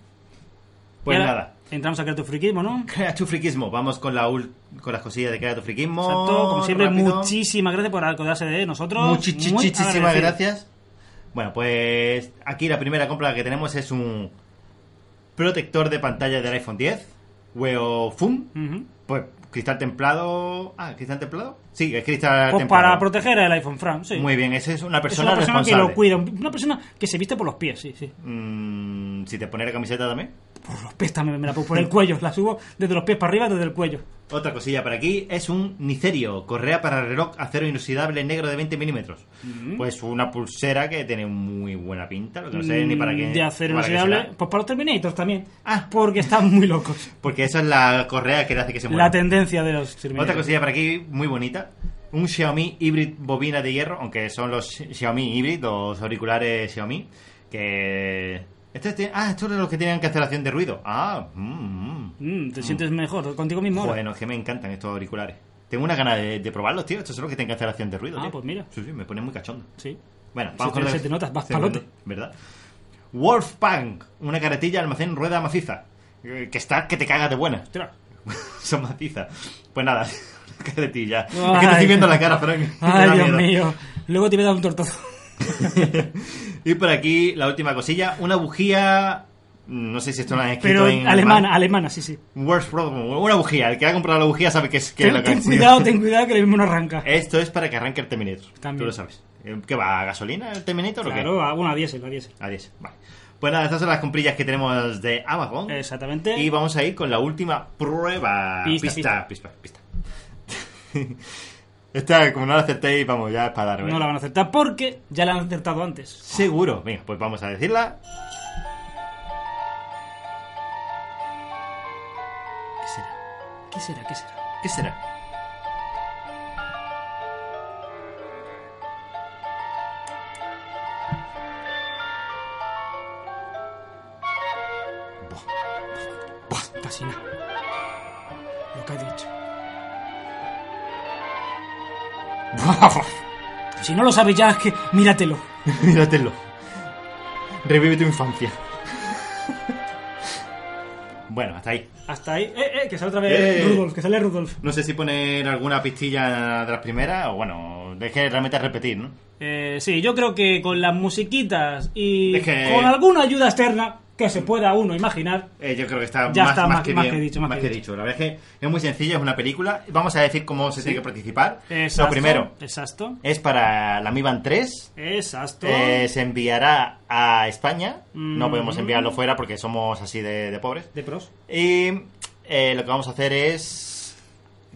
S3: pues
S4: Y ahora
S3: nada.
S4: Entramos a crear tu friquismo, ¿no?
S3: Crea tu friquismo. Vamos con, la ul- con las cosillas de Crea tu friquismo.
S4: Exacto, como siempre,
S3: Oh, rápido.
S4: muchísimas gracias por acordarse de nosotros.
S3: Muchichichísimas
S4: Muy agradecido.
S3: gracias. Bueno, pues aquí la primera compra que tenemos es un protector de pantalla del iPhone 10, Weo Fum,
S4: Ujú.
S3: pues cristal templado. Ah, cristal templado? Sí, es cristal
S4: Pues
S3: templado.
S4: para proteger el iPhone Fran, sí.
S3: Muy bien, esa es una
S4: Es
S3: persona,
S4: una persona que
S3: responsable.
S4: lo cuida, una persona que se viste por los pies, sí, sí.
S3: Mm, si te pone la camiseta también.
S4: Por los pies también me la pongo, por el cuello, la subo desde los pies para arriba, desde el cuello.
S3: Otra cosilla para aquí es un Nicerio, correa para reloj acero inoxidable negro de 20 milímetros. Pues una pulsera que tiene muy buena pinta, lo que no sé ni para qué.
S4: Mm, De acero
S3: para qué
S4: inoxidable,
S3: será.
S4: pues para los Terminators también.
S3: Ah.
S4: Porque están muy locos.
S3: Porque esa es la correa que le hace que se mueva.
S4: La tendencia de los Terminators.
S3: Otra cosilla para aquí muy bonita. Un Xiaomi Hybrid bobina de hierro, aunque son los Xiaomi Hybrid, los auriculares Xiaomi, que... Este, este- ah, estos son los que tienen cancelación de ruido. Ah, mm, mm.
S4: Mm, te sientes mejor contigo mismo ahora.
S3: bueno, es que me encantan estos auriculares. Tengo una ganas de, de probarlos, tío. Estos son los que tienen cancelación de ruido.
S4: Ah,
S3: tío.
S4: pues mira.
S3: Sí, sí, me ponen muy cachondo.
S4: Sí.
S3: Bueno,
S4: Se
S3: vamos
S4: te-
S3: con la-
S4: se te nota, vas
S3: se
S4: palote.
S3: me nota, ¿Verdad? Wolfpunk, una carretilla almacén rueda maciza. eh, Que está que te cagas de buena.
S4: Ostras.
S3: Son macizas. Pues nada, carretilla. Es
S4: Ay.
S3: que te estoy viendo la cara, Frank. Me da
S4: Ay, Dios
S3: miedo.
S4: mío. Luego te voy a dar un tortazo.
S3: y por aquí, la última cosilla, una bujía No sé si esto lo han escrito
S4: Pero
S3: en
S4: alemana, alemana, sí, sí.
S3: Worst problem. Una bujía. El que ha comprado la bujía sabe que es, que es
S4: Ten,
S3: lo que
S4: ten
S3: ha sido. ¿Eh?
S4: cuidado, ten cuidado que el mismo no arranca.
S3: Esto es para que arranque el Terminator.
S4: También.
S3: Tú lo sabes. Eh, ¿Qué va? ¿A gasolina el Terminator o
S4: Claro, a- bueno, a diésel, a diésel.
S3: qué? A diésel. Vale. Pues nada, estas son las comprillas que tenemos de Amazon.
S4: Exactamente.
S3: Y vamos a ir con la última prueba.
S4: Pista,
S3: pista, pista. pista. Esta, como no la acertéis, vamos, ya es para dar. ¿eh?
S4: No la van a acertar porque ya la han acertado antes.
S3: Seguro. Venga, pues vamos a decirla.
S4: ¿Qué será? ¿Qué será? ¿Qué será?
S3: ¿Qué será?
S4: Casi nada. Lo que ha dicho. Si no lo sabes ya, es que míratelo.
S3: Míratelo. Revive tu infancia. bueno, hasta ahí.
S4: Hasta ahí. Eh, eh, que sale otra vez
S3: Eh.
S4: Rudolf, que sale Rudolf.
S3: No sé si poner alguna pistilla de las primeras o bueno, es que realmente es repetir, ¿no?
S4: Eh, sí, yo creo que con las musiquitas y
S3: Es que-
S4: con alguna ayuda externa que se pueda uno imaginar.
S3: Eh, yo creo que está,
S4: Ya
S3: más,
S4: está,
S3: más
S4: más-
S3: que
S4: más
S3: bien-
S4: que dicho, más que dicho.
S3: La verdad es que es muy sencilla, es una película. Vamos a decir cómo se tiene que participar. Lo
S4: Exacto,
S3: primero
S4: Exacto.
S3: es para la Mi Band 3.
S4: Exacto.
S3: Eh, se enviará a España.
S4: Mm.
S3: No podemos enviarlo fuera porque somos así de, de pobres.
S4: De pros.
S3: Y eh, lo que vamos a hacer es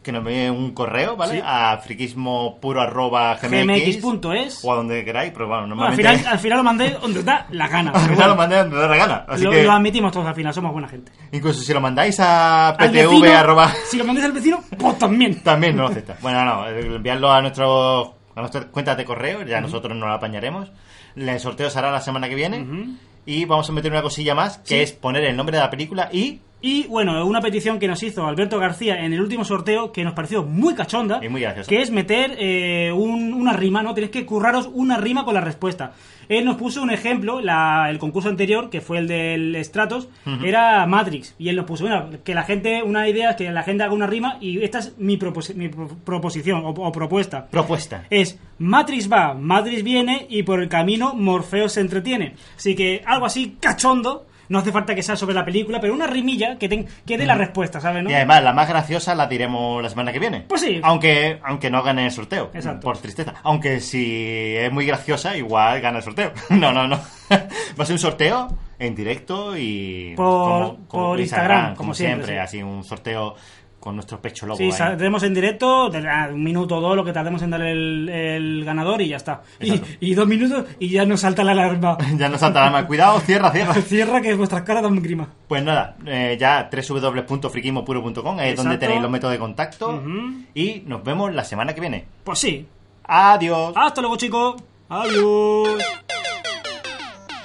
S3: que nos envíen un correo, ¿vale?
S4: Sí.
S3: A friquismopuro.gmx
S4: gmx.es.
S3: o a donde queráis, pero bueno,
S4: Bueno, al,
S3: normalmente...
S4: final, al final lo mandé donde da la gana.
S3: Al
S4: pero
S3: final lo
S4: Ah, bueno,
S3: mandáis donde da la gana. Así
S4: lo-
S3: que
S4: lo admitimos todos al final, somos buena gente.
S3: incluso si lo mandáis a
S4: Al vecino,
S3: ptv. arroba,
S4: Si lo mandáis al vecino, pues también.
S3: también no lo acepta. Bueno, no, enviarlo a nuestro a nuestras cuentas de correo, ya nosotros nos la apañaremos. El sorteo será la semana que viene. Y vamos a meter una cosilla más, que
S4: Sí.
S3: es poner el nombre de la película y,
S4: Y bueno, una petición que nos hizo Alberto García en el último sorteo que nos pareció muy cachonda.
S3: Y muy graciosa.
S4: Que es meter eh, un- una rima, ¿no? Tenéis que curraros una rima con la respuesta. Él nos puso un ejemplo, la- el concurso anterior, que fue el del Stratos, era Matrix. Y él nos puso, bueno, que la gente, una idea es que la gente haga una rima y esta es mi, propos- mi pro- proposición o, o propuesta.
S3: propuesta.
S4: es Matrix va, Matrix viene y por el camino Morfeo se entretiene. Así que algo así cachondo, no hace falta que sea sobre la película, pero una rimilla que, ten- que dé la respuesta, ¿sabes? No?
S3: Mm. Y además, la más graciosa la diremos la semana que viene.
S4: Pues sí.
S3: Aunque, aunque no gane el sorteo.
S4: Exacto.
S3: Por tristeza. Aunque si es muy graciosa, igual gana el sorteo. No, no, no. Va a ser un sorteo en directo y.
S4: Por- por Instagram,
S3: como
S4: como
S3: siempre.
S4: siempre,
S3: Así un sorteo con nuestro pecho lobo.
S4: Sí,
S3: ahí.
S4: saldremos en directo, tendrá un minuto o dos lo que tardemos en dar el, el ganador y ya está. Y,
S3: Exacto.
S4: y dos minutos y ya nos salta la alarma.
S3: ya nos saltará más. Cuidado, cierra, cierra.
S4: Cierra que vuestras caras dan grima.
S3: Pues nada, eh, ya www.friquismopuro.com es donde
S4: Exacto.
S3: tenéis los métodos de contacto.
S4: Ujú.
S3: Y nos vemos la semana que viene.
S4: Pues sí.
S3: Adiós.
S4: Hasta luego, chicos. Adiós.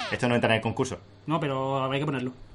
S3: Esto no entra en el concurso.
S4: No, pero hay que ponerlo.